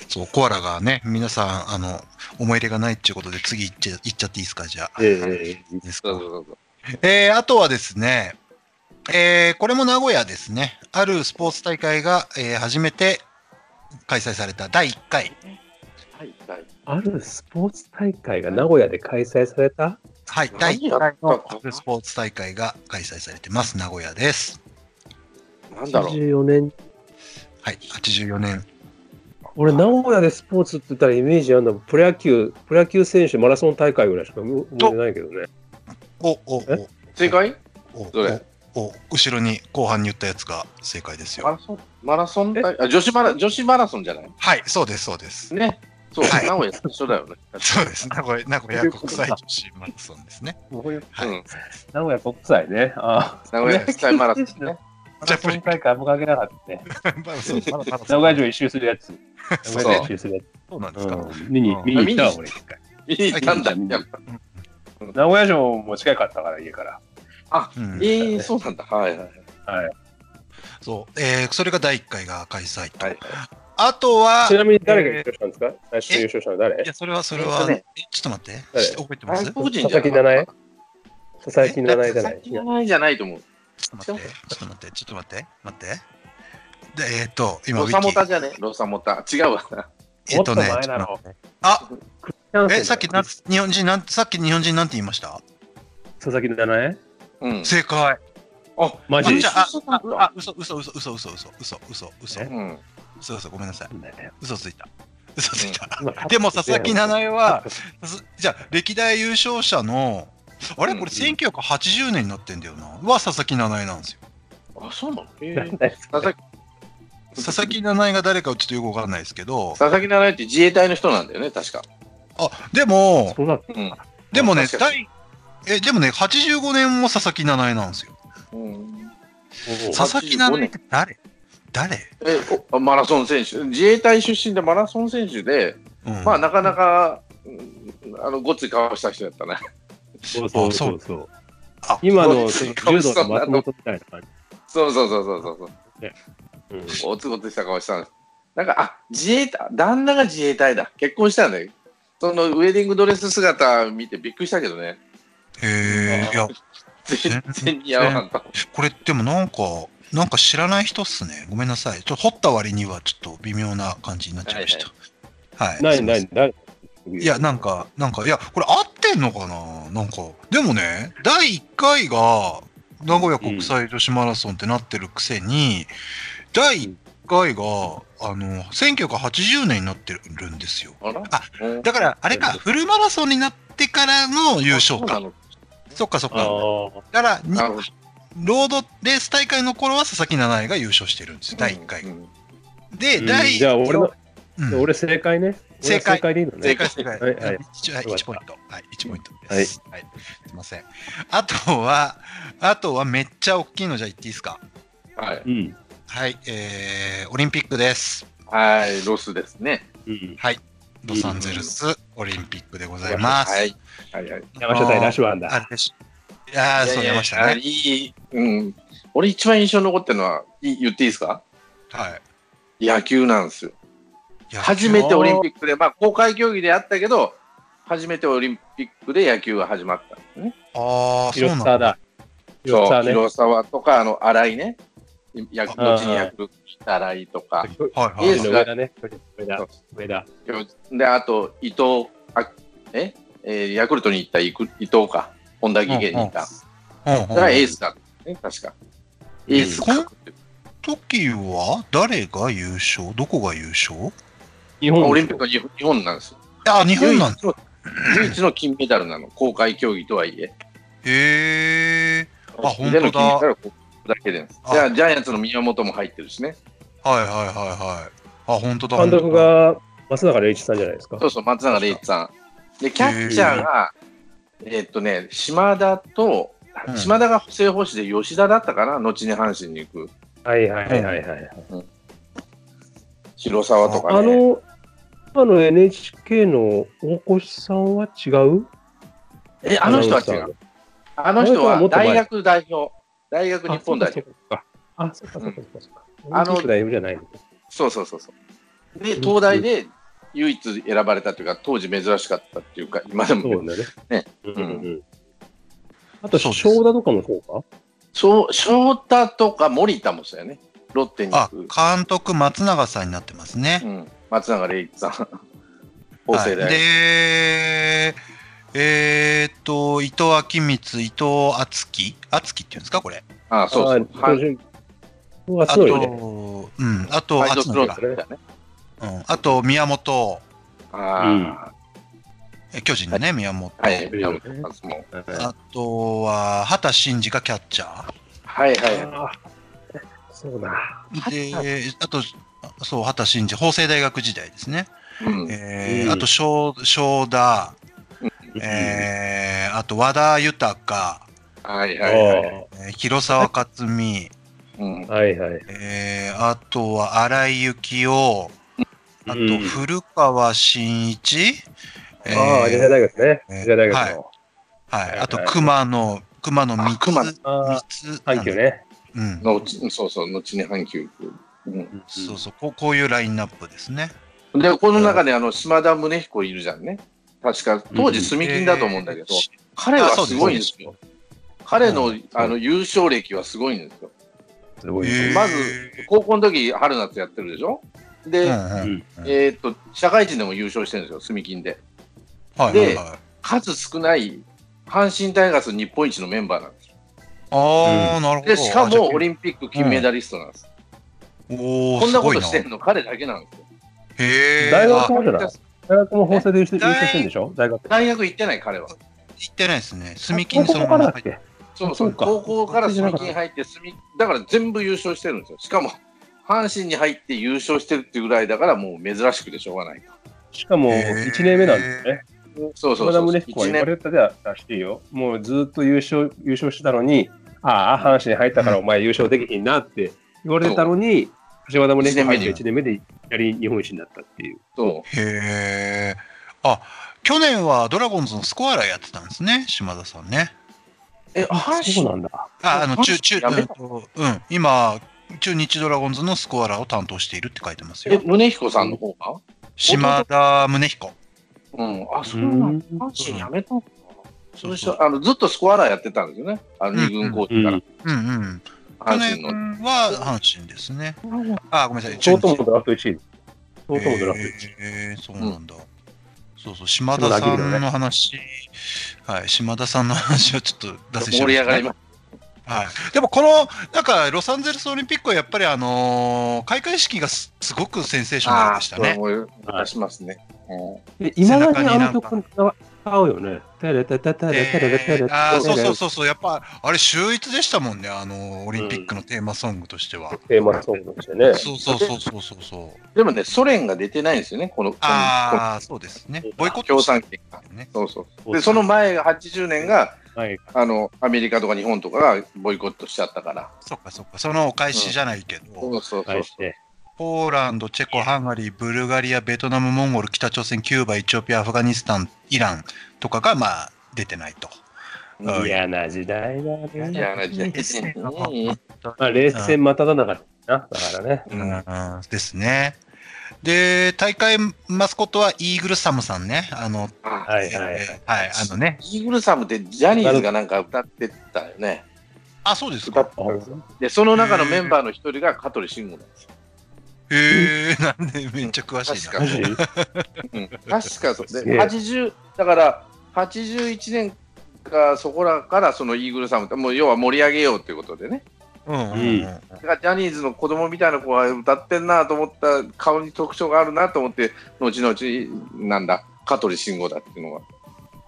Speaker 2: そう、コアラがね、皆さん、あの、思い入れがないっていうことで、次行っちゃ行っちゃっていいですか、じゃあ。
Speaker 3: ええええ
Speaker 2: ですか
Speaker 4: そうそうそうそう。
Speaker 2: えーあとはですね、えーこれも名古屋ですね、あるスポーツ大会が、えー初めて開催された第1回、
Speaker 4: はい、はい。
Speaker 3: あるスポーツ大会が名古屋で開催された
Speaker 2: はい、第1
Speaker 4: 何やった
Speaker 2: の
Speaker 4: か
Speaker 2: スポーツ大会が開催されてます、名古屋です。
Speaker 4: なんだろう。
Speaker 3: ?84 年。
Speaker 2: はい、84年。
Speaker 3: 俺、名古屋でスポーツって言ったらイメージあるのはプロ野球、プロ野球選手マラソン大会ぐらいしか思い出ないけどね。
Speaker 2: お、お、お
Speaker 3: え、
Speaker 4: 正解
Speaker 2: お、お
Speaker 4: どれ、
Speaker 2: お、後ろに後半に言ったやつが正解です
Speaker 4: マ
Speaker 2: よ。
Speaker 4: ラソンマラソン大あ女子マラ女子マラソンじゃない
Speaker 2: はい、そうです、そうです。
Speaker 4: ね。そう、
Speaker 2: はい
Speaker 4: 名古屋一緒だよね。
Speaker 2: そうです、名古屋名古屋国際女子マラソンですね。は
Speaker 4: う
Speaker 2: い
Speaker 4: ん。
Speaker 3: 名古屋国際ね。あ
Speaker 4: 名古屋国際マラソンね。
Speaker 3: マ
Speaker 2: ラソン
Speaker 3: 大会もかけなかったね。
Speaker 2: まあそうまだまだ
Speaker 3: 名古屋城一周するやつ。
Speaker 4: そう
Speaker 3: 名古屋城一周するや
Speaker 2: そうなんですか。
Speaker 3: つ。うん見に、見に行ったわ、俺。
Speaker 4: 見に行ったんだ、やっぱ。
Speaker 3: 名古屋城も近かったから、家から。
Speaker 2: うん
Speaker 4: えー、そうなんだ。はいはい
Speaker 3: はい。
Speaker 2: そう、えーそれが第1回が開催と。
Speaker 4: はい。
Speaker 2: あとは、
Speaker 3: ちなみに誰が優勝したんですか最初優勝したの誰
Speaker 2: いや、それは、それ
Speaker 4: えっ
Speaker 2: は、
Speaker 4: とね
Speaker 2: えちょっと待って、
Speaker 3: 誰
Speaker 2: し覚えてますち
Speaker 4: 外
Speaker 2: ょっ
Speaker 4: 国人
Speaker 3: 佐
Speaker 4: じ
Speaker 3: 々木
Speaker 4: ゃな
Speaker 3: 七重
Speaker 4: い
Speaker 3: 佐々木七重じゃない
Speaker 4: 佐々木七重じゃないと思う。
Speaker 2: と待って、ちょっと待って、ちょっと待って、待って。で、えっと、今、ウ
Speaker 4: ロ
Speaker 2: ィ
Speaker 4: サモ
Speaker 2: キ
Speaker 4: タじゃねロサモタ。違うわ。
Speaker 2: えっとね、
Speaker 3: もっと前だろ
Speaker 2: ちょっと待ってあ、
Speaker 3: 違う
Speaker 2: え、さっきなん、日本人、なん、さっき日本人なんて言いました
Speaker 3: 佐々木七重
Speaker 4: うん。
Speaker 2: 正解。
Speaker 4: あ、
Speaker 3: マジ
Speaker 2: あ、じゃあ、あ
Speaker 4: う、
Speaker 2: あ
Speaker 4: わ、
Speaker 2: 嘘、嘘、嘘、嘘、嘘、嘘、嘘、嘘、嘘、
Speaker 3: え
Speaker 4: うん。
Speaker 2: 嘘、嘘、ごめんなさい。
Speaker 3: なんだよ
Speaker 2: 嘘ついた。嘘ついた。
Speaker 3: 今勝っ
Speaker 2: でも、佐々木七重は、
Speaker 3: た
Speaker 2: すじゃあ歴代優勝者のあれこれ1980年になってんだよな、は佐々木七重なんですよ
Speaker 4: あ、そうなのえ
Speaker 3: な
Speaker 4: ー
Speaker 3: んだよ
Speaker 4: 佐々木
Speaker 2: 佐々木七重が誰かちょっとよくわかんないですけど
Speaker 4: 佐々木七重って自衛隊の人なんだよね、確か。
Speaker 2: あでも
Speaker 3: そうだっ
Speaker 4: うん。
Speaker 2: でもね
Speaker 4: 確か
Speaker 2: 第えでもね85年も佐々木七重なんですよ
Speaker 4: うん
Speaker 3: た
Speaker 2: 佐々木七重って誰誰、
Speaker 4: えおあマラソン選手、自衛隊出身でマラソン選手で、
Speaker 2: うん
Speaker 4: まあなかなか、うんあのごっつい顔した人だったね。
Speaker 3: そうそうそ
Speaker 2: あ
Speaker 3: うそう
Speaker 2: あ
Speaker 3: 今
Speaker 4: そ
Speaker 3: の
Speaker 4: う
Speaker 3: その柔道の松本みたいな感じ
Speaker 4: そうそうそうそうそう
Speaker 3: うん
Speaker 4: そう、ごつごつした顔したんです。なんか、あ自衛隊、旦那が自衛隊だ、結婚したんだよ。そのウェディングドレス姿見てびっくりしたけどね、
Speaker 2: へえいや
Speaker 4: 全然似合わんと。
Speaker 2: これでもなんかなんか知らない人っすねごめんなさいちょっと掘った割にはちょっと微妙な感じになっちゃいましたはい、
Speaker 3: ないないない
Speaker 2: いや、なんか、なんか、いや、これ合ってんのかななんか、でもね、第1回が名古屋国際女子マラソンってなってるくせに、第1回が、あの、1980年になってるんですよ。
Speaker 4: あら
Speaker 2: あ
Speaker 4: うん
Speaker 2: だから、あれか、フルマラソンになってからの優勝
Speaker 4: そうな
Speaker 2: か。
Speaker 4: の
Speaker 2: そっかそっ
Speaker 3: あ
Speaker 2: か。
Speaker 3: ー
Speaker 2: だからに
Speaker 4: なるほど
Speaker 2: ロードレース大会の頃は佐々木七重が優勝してるんですよ、第1回
Speaker 4: う。ん
Speaker 2: で、
Speaker 3: うん
Speaker 2: 第
Speaker 3: じゃあ俺の
Speaker 2: うん
Speaker 3: 俺正解ね
Speaker 2: 正
Speaker 3: 俺
Speaker 2: 解
Speaker 3: 正解でいいのね
Speaker 2: 正
Speaker 4: 正
Speaker 2: 解正
Speaker 4: 解
Speaker 2: 解。
Speaker 3: はいはい
Speaker 2: 一はい
Speaker 3: よかった
Speaker 2: 一ポイント。はい、一ポイントです。はい。すいません。あとは、あとはめっちゃ大きいのじゃ言っていいですか。
Speaker 4: はい、
Speaker 3: うん
Speaker 2: はい、えー、オリンピックです。
Speaker 4: はい、ロスですね。
Speaker 3: うん
Speaker 2: ロサンゼルスオリンピックでございます。
Speaker 4: はい、はい、はい。
Speaker 3: 山下対ラシュワンだ
Speaker 2: あれでしいやー、そう、山下
Speaker 4: あ
Speaker 2: ね。
Speaker 4: いい、うん。俺一番印象に残ってるのは、い言っていいですか
Speaker 2: はい。
Speaker 4: 野球なんですよ。
Speaker 2: いや
Speaker 4: 初めてオリンピックで、まあ公開競技であったけど、初めてオリンピックで野球が始まったんですね。
Speaker 2: ああ、そう
Speaker 3: 広
Speaker 2: なんだ。
Speaker 3: 沢だ広
Speaker 4: そ
Speaker 3: 沢
Speaker 4: う、
Speaker 3: ね
Speaker 4: 広沢とか、あの、新井ね。や後
Speaker 3: あ
Speaker 4: にヤクルト来た新井とか。
Speaker 2: はい
Speaker 4: イ
Speaker 2: は
Speaker 4: エ
Speaker 2: い
Speaker 4: ス
Speaker 2: はい。
Speaker 3: 上田ね上田
Speaker 4: そう
Speaker 3: 上田
Speaker 4: で、あと、伊藤、あええーヤクルトに行った伊伊藤か。本田技研に行った。
Speaker 2: うん
Speaker 4: それはエ
Speaker 2: う
Speaker 4: ー
Speaker 2: ん。
Speaker 4: スだったね、確か。
Speaker 3: うん
Speaker 4: エース格って
Speaker 2: 時は誰が優勝どこが優勝
Speaker 3: 日本
Speaker 4: オリンピックは日本日本なんですよ。
Speaker 2: あ、日本なんだ。
Speaker 4: 唯一の唯一の金メダルなの、公開競技とはいえ。
Speaker 2: へえ。あ本当だ
Speaker 4: での金メダルはここだけです。
Speaker 2: あ
Speaker 4: じゃあ、ジャイアンツの宮本も入ってるしね。
Speaker 2: はいはいはいはい。あ、本当だ。
Speaker 3: 監督
Speaker 2: 本
Speaker 3: が松永礼一さんじゃないですか
Speaker 4: そ。うそう、松永玲一さん。で、キャッチャーが、えーっとね、島田と、
Speaker 2: うん
Speaker 4: 島田が正捕手で吉田だったかな、後に阪神に行く。
Speaker 3: はいはいはいはい。
Speaker 4: 広沢とか
Speaker 3: あ
Speaker 4: ね。
Speaker 3: の、今の NHK の大越さんは違う
Speaker 4: え、あの人は違う。あの人は大学代表。大学日本代表。
Speaker 3: あ、そっかそっかそっかそっか。
Speaker 4: あの
Speaker 3: 大丈夫じゃないの
Speaker 4: そうそうそうそう。で、東大で唯一選ばれたというか、当時珍しかったっていうか、今で
Speaker 3: そう
Speaker 4: も。
Speaker 3: だね。
Speaker 4: ね
Speaker 3: うん
Speaker 4: う
Speaker 3: う
Speaker 4: ん
Speaker 3: ん。あと、
Speaker 2: そうです
Speaker 3: 正田とかもそうか
Speaker 4: そう、翔太とか森田もそうやね。ロッテに
Speaker 2: 当だ
Speaker 4: 行
Speaker 2: あ
Speaker 4: く。、
Speaker 2: 監督松永さんになってますね
Speaker 4: う。ん、松永玲一さん。法
Speaker 2: はい、
Speaker 4: 政大学。
Speaker 2: で、えー、っと、伊藤昭光、伊藤敦樹敦樹っていうんですか、これ。
Speaker 4: ああ、そうそう。
Speaker 3: あ
Speaker 4: は
Speaker 3: 当
Speaker 4: い
Speaker 3: 時
Speaker 2: あ
Speaker 3: はすごい
Speaker 2: と、
Speaker 3: ね。
Speaker 2: うん、あと、
Speaker 4: ハイ
Speaker 2: あ
Speaker 4: ドクロー
Speaker 2: が
Speaker 4: ズ、だね。
Speaker 2: うん、あと、宮本、
Speaker 4: あ
Speaker 2: え巨人のね、宮本。
Speaker 4: あ、はい、
Speaker 3: うん
Speaker 4: 山本さんも
Speaker 2: あとは、畑慎二がキャッチャー。
Speaker 4: はいは
Speaker 3: あーそうだ。
Speaker 2: で、あと、そう、畑慎二、法政大学時代ですね。
Speaker 4: い。うん、
Speaker 2: えー
Speaker 3: うん
Speaker 2: あと正正田、
Speaker 3: え
Speaker 2: えーあと和田豊、
Speaker 4: はい
Speaker 3: あ
Speaker 4: はいはい。
Speaker 2: えー広沢克実、
Speaker 4: うん
Speaker 3: あ、はいはい。
Speaker 2: えーあとは荒井幸雄、あ
Speaker 3: う
Speaker 2: と
Speaker 3: ん
Speaker 2: 古川真一、えー
Speaker 3: ああ、アジア大学ね。
Speaker 2: えー
Speaker 3: アジア大学の。
Speaker 2: はい、あと
Speaker 3: はいはい
Speaker 2: 熊野、熊野
Speaker 4: あ熊野
Speaker 2: 三つ、
Speaker 3: あ
Speaker 2: 三つ
Speaker 3: あ、阪急ね。
Speaker 2: うん、
Speaker 4: のうちそうそう、後に阪急行く。うん
Speaker 2: そうそうこう、こういうラインナップですね。
Speaker 4: で、この中であの島田宗彦いるじゃんね。確か、当時、住金だと思うんだけど、
Speaker 2: えー
Speaker 4: 彼はすごいんですよ。彼の,、
Speaker 2: うん
Speaker 4: あの優勝歴はすごいんですよ。
Speaker 3: すごい
Speaker 2: えー
Speaker 3: ね。
Speaker 4: まず高校の時春夏やってるでしょで、
Speaker 2: うんうん
Speaker 4: えーっと社会人でも優勝してるんですよ、住金で。
Speaker 2: はいはいはい。
Speaker 4: 数少ない阪神タイガース日本一のメンバーなんですよ。
Speaker 2: ああ、なるほど。
Speaker 4: で、しか
Speaker 2: あじゃあ
Speaker 4: もオリンピック金メダリストなんです。
Speaker 2: おお、
Speaker 4: こんなこと
Speaker 2: す
Speaker 4: し
Speaker 2: ご
Speaker 4: て
Speaker 2: い
Speaker 4: るの彼だけなんですよ。
Speaker 2: なへえ。
Speaker 3: 大
Speaker 2: あ
Speaker 3: 学もじゃない大学も法政で優勝優勝してるんでしょ大学。
Speaker 4: 大学行ってない彼は。
Speaker 2: 行ってないですね。住
Speaker 3: 高
Speaker 2: 金そ
Speaker 3: 校
Speaker 2: の
Speaker 3: か
Speaker 2: ま
Speaker 3: らだ
Speaker 2: ま入
Speaker 3: っ
Speaker 2: って。
Speaker 3: け
Speaker 4: そうそう、
Speaker 3: そうか
Speaker 4: 高校から住金入って住、だから全部優勝してるんですよ。しかも、阪神に入って優勝してるっていうぐらいだから、もう珍しくでしょうがないと。
Speaker 3: しかも1年目なんですね。
Speaker 4: そうそ
Speaker 3: 島
Speaker 4: うそ
Speaker 3: 田
Speaker 4: う。
Speaker 3: 宗彦は
Speaker 4: 一
Speaker 3: 言わ
Speaker 4: 年
Speaker 3: れたではらしいよ。もうずっと優勝優勝してたのに、ああ、阪神に入ったからお前優勝できひんなって言われてたのに、島田宗彦入って1年目でいきなり日本一になったっていう。
Speaker 4: と、
Speaker 2: へえ。あ、去年はドラゴンズのスコアラーやってたんですね、島田さんね。
Speaker 4: え、阪
Speaker 3: そう
Speaker 4: 神
Speaker 3: なんだ。
Speaker 2: あ、あの、中、
Speaker 4: あ
Speaker 2: 中、
Speaker 4: やめた
Speaker 2: うんうん、今、中日ドラゴンズのスコアラーを担当しているって書いてます
Speaker 4: え、
Speaker 2: よ。
Speaker 4: 宗彦さんの方か
Speaker 2: 島田宗彦。
Speaker 4: うん、あ、そうなんだ。
Speaker 3: うん
Speaker 4: 阪神やめたのかそ
Speaker 2: そう
Speaker 4: の
Speaker 2: そう
Speaker 4: 人あのずっとスコアラーやってたんですよね、あ
Speaker 2: う
Speaker 4: の
Speaker 2: ん
Speaker 4: 二軍コーチから、
Speaker 2: うんうん。去
Speaker 4: 阪神
Speaker 2: 年
Speaker 4: の。
Speaker 2: は阪神ですね。あ、ごめんなさい。
Speaker 3: ショートも
Speaker 2: 中日
Speaker 3: ドラフト1位。ショートもドラフト1位。
Speaker 2: へえ、そうなんだ。そうそう、島田さんの話、はい、島田さんの話をちょっと出せし
Speaker 4: 盛り上がりま
Speaker 2: はい、でもこのなんかロサンゼルスオリンピックはやっぱりあのー開会式がすすごくセンセーショナルでし
Speaker 4: す。
Speaker 2: た
Speaker 4: これ
Speaker 2: ね。
Speaker 4: もう出しますね。うん
Speaker 3: で、いまだにあの曲が合うよね。テレテテテレテレテ
Speaker 2: え
Speaker 3: レ
Speaker 2: ー、あーそうそうそうそうやっぱあれ秀逸でしたもんねあのーオリンピックのテーマソングとしては。
Speaker 3: テーマソングとしてね。
Speaker 2: そうそうそうそうそうそう。
Speaker 4: でもね、ソ連が出てないんですよね、この、この
Speaker 2: ああそうですね。ボイコット
Speaker 4: 共
Speaker 2: した
Speaker 4: 産
Speaker 2: ん
Speaker 4: 圏
Speaker 2: だ。
Speaker 4: が
Speaker 2: よね。
Speaker 4: そうそう。で、その前が80年が、
Speaker 3: はい。
Speaker 4: あの、アメリカとか日本とかがボイコットしちゃったから。
Speaker 2: そっかそっかそのお返しじゃないけど、
Speaker 4: そうそうそう
Speaker 3: 返。して。
Speaker 2: ポーランドチェコハンガリーブルガリアベトナムモンゴル北朝鮮キューバエチオピアアフガニスタンイランとかがまあ出てないと。うん
Speaker 3: 嫌な時代だね。
Speaker 4: いや、なじゃうん
Speaker 3: まあ、冷戦まただ中だな。だからね。
Speaker 2: うんですね。で、大会マスコットはイーグルサムさんね。あの、
Speaker 4: あ
Speaker 3: はいはいはい。
Speaker 2: えーはい、あのね。
Speaker 4: イーグルサムってジャニーズがなんか歌ってたよね。
Speaker 2: あ、そうです
Speaker 4: 歌
Speaker 2: か
Speaker 4: っ。で、その中のメンバーの一人が香取慎吾なんですよ。
Speaker 2: へえ、 なんでめっちゃ詳しい
Speaker 4: 確
Speaker 2: な。
Speaker 4: か
Speaker 3: マ。ジ
Speaker 4: うん確か そう
Speaker 3: すげえ
Speaker 4: で、80、だから、81年かそこらから、そのイーグルサムって、もう要は盛り上げようということでね。
Speaker 2: うんうん
Speaker 3: う
Speaker 2: うん。
Speaker 4: だからジャニーズの子供みたいな子が歌ってんなと思った顔に特徴があるなと思って後々なんだ香取慎吾だっていうのが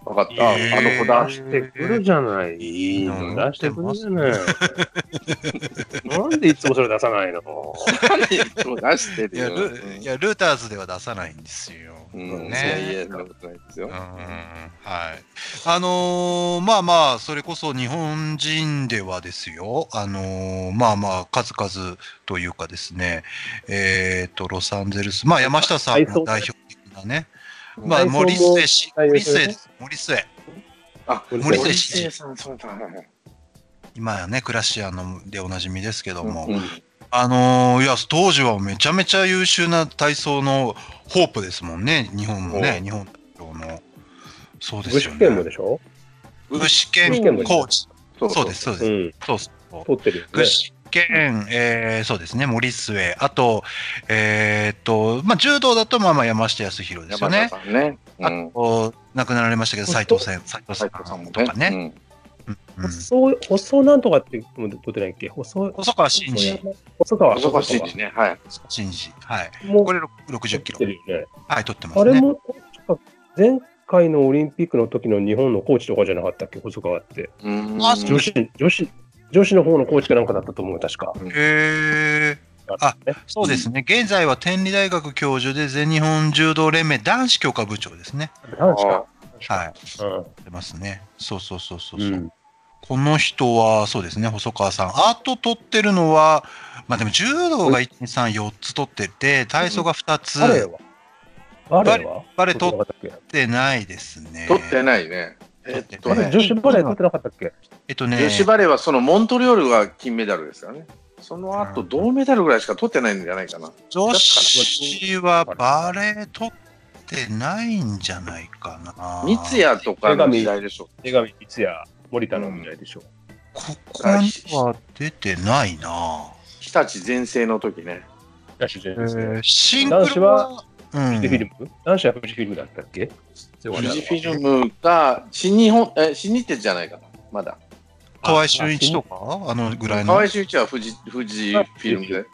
Speaker 4: 分かった。ああ
Speaker 2: えー
Speaker 4: の子だ
Speaker 3: 出。してくるじゃない。いい
Speaker 2: うん
Speaker 3: の出してくるじゃ ない。なんでいつもそれ出さないの
Speaker 4: 何いつも出して
Speaker 2: い
Speaker 4: る
Speaker 2: や
Speaker 4: よ。
Speaker 2: ルいやルーターズでは出さないんですよ。
Speaker 4: うん、いやい
Speaker 2: ね
Speaker 4: や、そんなことないですよ
Speaker 2: うん。はい。あのーまあまあ、それこそ日本人ではですよ、あのーまあまあ、数々というかですね、えっ、と、ロサンゼルス、まあ山下さんが代表的なね、まあ、
Speaker 3: 体操も
Speaker 2: 森末氏、
Speaker 3: 代
Speaker 2: 森
Speaker 3: 表
Speaker 2: 末
Speaker 3: で
Speaker 2: ですす、森末。
Speaker 4: あ、
Speaker 2: 森末
Speaker 4: 末
Speaker 2: 氏、
Speaker 4: さん、そうだ。
Speaker 2: 今やね、クラシアのでおなじみですけども、
Speaker 4: うん
Speaker 2: あのーいや、当時はめちゃめちゃ優秀な体操のホープですもんね、日本もね、
Speaker 4: お
Speaker 2: 日本代表の。そうですよ
Speaker 3: 具志
Speaker 2: ね。
Speaker 3: 堅もでしょ
Speaker 2: 具志堅
Speaker 3: 具志堅も
Speaker 2: コーチ。
Speaker 4: そ
Speaker 2: そうです、。そう
Speaker 3: う
Speaker 2: です。
Speaker 3: ん。
Speaker 2: そうそう。
Speaker 3: 取ってるよね
Speaker 2: 具。志堅、えーそうですね、森末、あと、えーっと、まあ、柔道だと、まあまあ、山下康弘ですよ
Speaker 4: 山
Speaker 2: ね
Speaker 4: 田。さんね。う
Speaker 2: あ
Speaker 4: ん。
Speaker 2: と、亡くなられましたけど、
Speaker 3: ほ
Speaker 2: 斉
Speaker 3: んと
Speaker 2: 藤さん、斉藤さ
Speaker 4: 斉藤さん
Speaker 2: ん
Speaker 4: も
Speaker 2: とかね。
Speaker 4: ね。
Speaker 2: うんうん
Speaker 3: 細い、細なんとかっても取ってないっけ細い。
Speaker 2: 細川真司、
Speaker 3: 細
Speaker 4: う
Speaker 3: 川
Speaker 4: ん。そこは真司ね。はい。
Speaker 2: 真司、はい。
Speaker 3: も
Speaker 2: これ60キロ
Speaker 3: 取。ってるよね。
Speaker 2: はい、取ってま
Speaker 3: あ
Speaker 2: す
Speaker 3: れ
Speaker 2: ね。
Speaker 3: も、確か前回のオリンピックの時の日本のコーチとかじゃなかったっけ細川って。
Speaker 4: うん
Speaker 2: あそう
Speaker 3: 女子、女子、女子の方のコーチかなんかだったと思う、確か。
Speaker 2: へー。あそうですね、現在は天理大学教授で全日本柔道連盟男子強化部長ですね。
Speaker 3: 何しか。
Speaker 2: はい、
Speaker 3: うん
Speaker 2: 出ますね。そうそうそうそう
Speaker 3: う
Speaker 2: そう、
Speaker 3: ん。
Speaker 2: この人は、そうですね、細川さん。あと取ってるのは、まあでも柔道が1、2、3、4つ取ってて、体操が2つ、
Speaker 3: バレエはバレエは
Speaker 2: バレエ取
Speaker 3: 取
Speaker 2: っ
Speaker 3: ってなかったっ
Speaker 2: ってないですね。
Speaker 4: 取ってないね。えっ
Speaker 3: け
Speaker 4: と
Speaker 3: あ
Speaker 2: 取っ
Speaker 4: ね
Speaker 3: れ、女子バレエ取ってなかったっけ
Speaker 2: えっとね、
Speaker 4: 女子バレーはそのモントリオールが金メダルですからね。その後、銅メダルぐらいしか取ってないんじゃないかな。
Speaker 2: 女子はバレー取ってないんじゃないかな。
Speaker 4: 三谷とかの時代でしょ。
Speaker 3: 江上光也、森田のみたいでしょ。
Speaker 2: ここには出てないな。
Speaker 4: 日立全盛の時ね。
Speaker 3: 野手全
Speaker 2: えー
Speaker 3: 然。
Speaker 2: シンクロは、うん
Speaker 3: 富士フィルム男子は富士フィルムだったっけ
Speaker 4: 富士フィルムが新日本、え、新日鉄じゃないかな。まだ。
Speaker 2: 河合俊一とか、あのぐらいの。
Speaker 4: 河
Speaker 2: う
Speaker 4: 合
Speaker 2: ん。
Speaker 4: 俊一は富士フィルムで。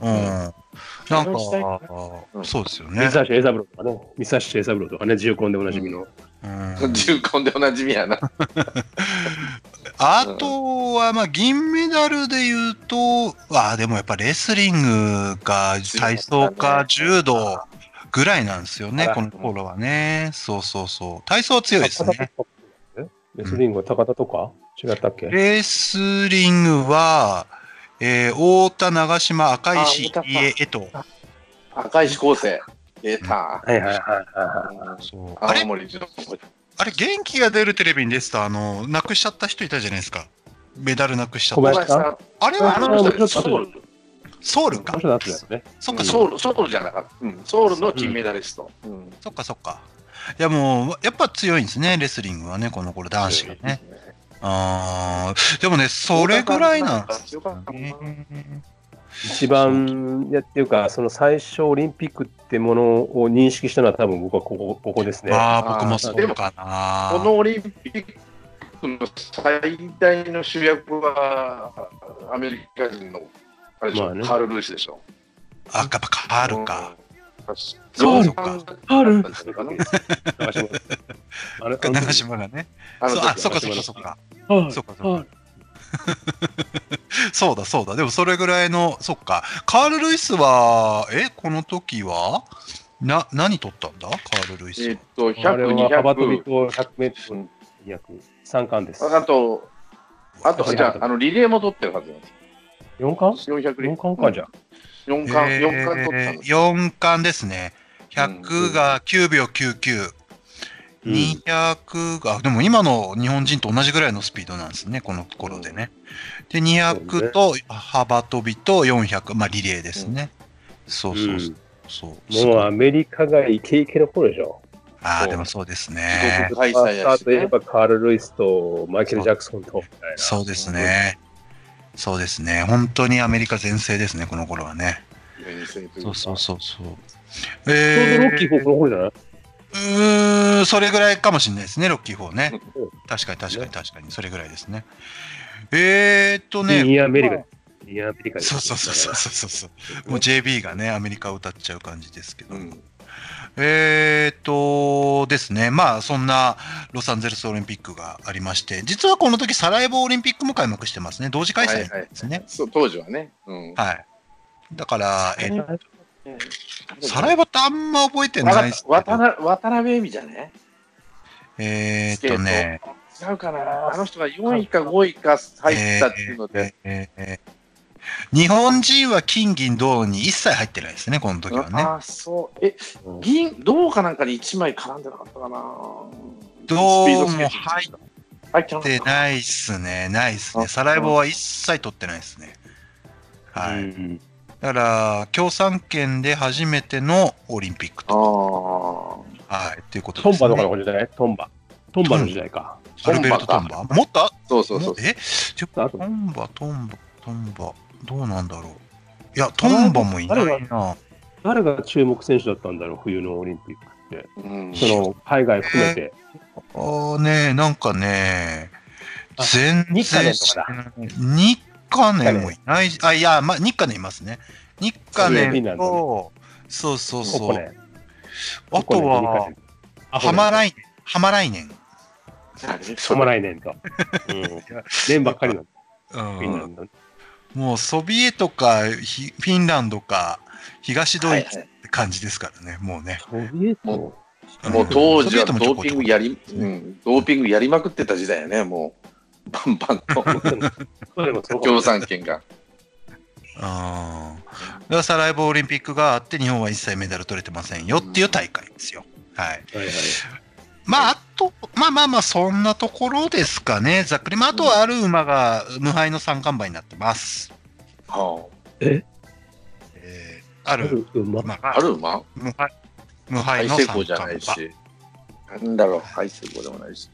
Speaker 2: なん
Speaker 4: あの時代か
Speaker 2: か、
Speaker 4: うん
Speaker 2: そうですよね
Speaker 3: 三。橋栄三郎とかね、三橋栄三郎とかね、重婚でおなじみの。
Speaker 2: うん
Speaker 4: 重婚でおなじみやな。
Speaker 2: あとは、まあ、銀メダルで言うと、ああ、でもやっぱレスリングか、体操か、柔
Speaker 4: 強かったね
Speaker 2: 道ぐらいなんですよね、
Speaker 3: あ
Speaker 2: この頃はね。そうそうそう。体操は強いですね。
Speaker 3: レスリングは高田とか違ったっけ
Speaker 2: レスリングは、えー、太田、長島、赤石、
Speaker 4: あ太田か
Speaker 2: 入江、江と。
Speaker 4: 赤石高生。出た。
Speaker 3: はいはいはいは
Speaker 2: そうあれ
Speaker 4: 青森の子
Speaker 2: あれ、元気が出るテレビに出てた、あの、なくしちゃった人いたじゃないですか。メダルなくしちゃ
Speaker 3: 小
Speaker 2: っ
Speaker 3: 林
Speaker 2: た。
Speaker 4: さん。
Speaker 2: あれ
Speaker 4: あ
Speaker 2: は、あ
Speaker 4: の
Speaker 2: の、
Speaker 4: 人ソウル。
Speaker 2: ソウル
Speaker 3: い。も
Speaker 2: か
Speaker 3: う。ちょっと後だよね。
Speaker 2: そっ
Speaker 4: うん
Speaker 2: か、
Speaker 4: ソ
Speaker 2: ソウ
Speaker 4: ウル、ソウルじゃなかった。うんソウルの金メダリスト。うん
Speaker 2: そっか、そっか。いや、もう、やっぱ強いんですね、レスリングはね、この頃、男子がね。あーでもね、それぐらいなんです
Speaker 4: よかったもんな
Speaker 2: ね。
Speaker 3: 一番、いやっていうか、その最初オリンピックってものを認識したのは多分僕はここここですね。
Speaker 2: ああ、僕
Speaker 4: あ
Speaker 2: も
Speaker 4: ー
Speaker 2: そうかな。
Speaker 4: このオリンピックの最大の主役はアメリカ人のあれでしょ、
Speaker 3: まあね
Speaker 4: カール・ルイスでしょ。
Speaker 2: あ、やっぱカールか。
Speaker 4: うん。
Speaker 2: そうか
Speaker 3: カ ール
Speaker 4: だったんじゃないかな
Speaker 3: 長島あれ
Speaker 2: 長島がね。
Speaker 4: あの
Speaker 2: そう
Speaker 4: 時
Speaker 2: あ、
Speaker 4: は
Speaker 2: そっか、そっか、そっか。そっか、そっか。 そうだ、そうだ。でも、それぐらいの、そっか。カール・ルイスは、え、この時はな、何取ったんだカール・ルイ
Speaker 4: え
Speaker 2: ス
Speaker 4: ーっと、
Speaker 3: あれ
Speaker 4: 100、
Speaker 3: は幅跳び
Speaker 4: 200、
Speaker 3: と100メート
Speaker 4: う
Speaker 3: ル
Speaker 4: ん
Speaker 3: 200、3冠です。
Speaker 4: あと、あと、
Speaker 3: そう
Speaker 4: じゃあ、あのリレーも取ってるはずなんで
Speaker 3: 4冠
Speaker 4: す。400リレ
Speaker 3: ?4
Speaker 4: ー。
Speaker 3: 冠かじゃあ。
Speaker 4: 4
Speaker 2: え
Speaker 4: 冠、
Speaker 2: ー
Speaker 4: 四冠取ったんです。
Speaker 2: 四冠ですね。100が9秒99。
Speaker 3: うん
Speaker 2: 200が、でも今の日本人と同じぐらいのスピードなんですね、この頃でね。で、
Speaker 3: そうね
Speaker 2: 200と幅跳びと400、まあリレーですね。そうそうそうそう。
Speaker 3: もうアメリカがイケイケの頃でしょ。
Speaker 2: ああ、でもそうです
Speaker 4: 自
Speaker 2: ね。
Speaker 3: ス
Speaker 4: 国開
Speaker 3: タ
Speaker 4: 催や
Speaker 3: ー
Speaker 4: し
Speaker 3: といえ
Speaker 4: ね。
Speaker 3: ばカール・ルイスとマイケル・ジャクソンとみたいな。
Speaker 2: そうですね。そうですね。本当にアメリカ全盛ですね、この頃はね。そうそうそうそう。
Speaker 3: ちょう
Speaker 2: え
Speaker 3: どロッキー・フォークの頃じゃないう
Speaker 2: ーん、それぐらいかもしれないですね、ロッキー4ね
Speaker 3: うん。
Speaker 2: 確かに確かに確かに、それぐらいですね。えー、っとね、
Speaker 3: ニーアメリカ。ニーアメリカです
Speaker 2: そうそうそうそうそうそう、もう JB がね、アメリカを歌っちゃう感じですけど、
Speaker 4: うん
Speaker 2: えーっとですね、まあそんなロサンゼルスオリンピックがありまして、実はこの時サラエボオリンピックも開幕してますね、同時開催ですね。
Speaker 4: そう当時はね。うん、
Speaker 2: はい、だから、え
Speaker 4: うん
Speaker 2: サラエボってあんま覚えて
Speaker 4: わか
Speaker 2: ない
Speaker 4: っ
Speaker 2: です
Speaker 4: た
Speaker 2: けど
Speaker 4: 渡辺渡辺恵美じゃね
Speaker 2: え
Speaker 4: スケ
Speaker 2: ー
Speaker 4: ー
Speaker 2: っ
Speaker 4: ト
Speaker 2: とね、
Speaker 4: 違うかなあの人が4位か5位か入ったっていうので、
Speaker 2: えーえー日本人は金、銀、銅に一切入ってないですね、この時はね。
Speaker 4: ああそうえ
Speaker 3: うん
Speaker 4: 銀銅かなんかに1枚絡んでなかったかな
Speaker 2: 銅
Speaker 4: スピードスケート
Speaker 2: も入っ
Speaker 4: 入ってなか
Speaker 2: で、
Speaker 4: った
Speaker 2: ないっすね、ないっすね。
Speaker 4: あ
Speaker 2: サラエボは一切取ってないですね。はい。
Speaker 3: うん
Speaker 2: だから、共産圏で初初めてのオリンピック
Speaker 4: あ
Speaker 2: と。
Speaker 4: ー
Speaker 2: はい。ということ
Speaker 3: ト
Speaker 2: で
Speaker 3: ン
Speaker 2: す、ね。
Speaker 3: バの頃じゃないトンバ。トンバの時代か。
Speaker 2: アルベルト・トンバ。もっとあ
Speaker 4: そうそうそう
Speaker 2: もえちょ
Speaker 3: あと
Speaker 2: トンバ、トンバ、トンバ。どうなんだろう。いや、トンバもいな
Speaker 3: あれはい
Speaker 2: な。
Speaker 3: 誰が注目選手だったんだろう、冬のオリンピックって。
Speaker 4: うん
Speaker 3: その海外含めて。
Speaker 2: あーねなんかね
Speaker 3: あ、
Speaker 2: 全然
Speaker 3: 日韓連とか
Speaker 2: 日韓連もいないし、あ、いや、まあ、日韓連いますね。日韓
Speaker 3: そうフィンラ
Speaker 2: 連
Speaker 3: ンド
Speaker 2: と、そうそう
Speaker 3: ここ
Speaker 2: そう。
Speaker 3: ね。
Speaker 2: あとは、
Speaker 3: あ
Speaker 2: ハマラ
Speaker 3: イ
Speaker 2: イネン、ハマライネン。
Speaker 3: ハ
Speaker 4: そ
Speaker 3: マ
Speaker 4: の
Speaker 3: ライネンと。 うん。連ばっかりなんだ
Speaker 2: う
Speaker 3: フィンラ
Speaker 2: ん、
Speaker 3: ンド。
Speaker 2: もうソビエトかひフィンランドか東ド
Speaker 4: は
Speaker 2: イ
Speaker 4: い
Speaker 2: ツって感じですからね、もうね。
Speaker 3: ソビエト
Speaker 4: ももう当時はドーピングや
Speaker 2: り
Speaker 4: り、うん、ドーピングやりまくってた時代やね、もう、バンバンと、
Speaker 3: それもそう
Speaker 4: 共産圏が。
Speaker 2: あーだからサラエボオリンピックがあって日本は一切メダル取れてませんよっていう大会ですよ。はい
Speaker 3: はいはい
Speaker 2: まあ、あと、まあまあまあ、そんなところですかね。ざっくり。まあ、あとはある馬が無敗の三冠馬になってます。
Speaker 4: は
Speaker 2: えーあ
Speaker 3: あ
Speaker 2: る
Speaker 3: る馬
Speaker 2: 馬
Speaker 4: あ、
Speaker 2: が
Speaker 4: ある馬
Speaker 2: 無敗無
Speaker 4: ハ
Speaker 2: 敗
Speaker 4: イ
Speaker 2: の
Speaker 4: セ
Speaker 2: 三
Speaker 4: コじゃな
Speaker 2: 冠
Speaker 4: い
Speaker 2: 馬。
Speaker 4: し、なんだろう、ハイセコでもないし。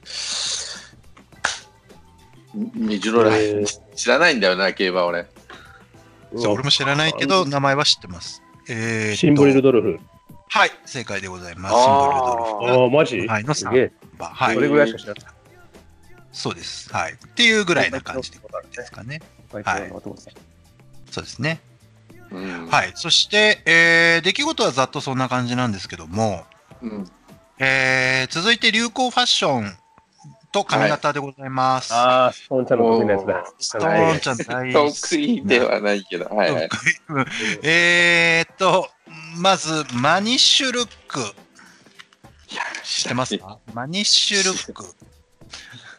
Speaker 4: ミジュロライ
Speaker 3: え
Speaker 4: 知らないんだよな、競馬俺。
Speaker 3: ー
Speaker 2: そう俺も知らないけど、名前は知ってます。えーっと
Speaker 3: シンボリルドルフ。
Speaker 2: はい、正解でございます。シンボリルドルフ
Speaker 4: あー
Speaker 3: ああ、マジ
Speaker 2: はいの
Speaker 3: すげえ。
Speaker 2: 馬。は
Speaker 3: そ
Speaker 2: い
Speaker 4: 俺
Speaker 3: れぐらいしか知らない。
Speaker 2: そうです。はい。っていうぐらいな感じですかね。はいそうですね。
Speaker 4: うん
Speaker 2: はい。そして、えー出来事はざっとそんな感じなんですけども、
Speaker 4: うん
Speaker 2: えー続いて流行ファッションと髪型でございます。
Speaker 3: ああ、ストーンちゃんの得意なやつだ。
Speaker 2: ストーンちゃん大好
Speaker 4: 得意ではないけど、はいはい。
Speaker 2: えーっと、まず、マニッシュルック。知ってますかマニッシュルック。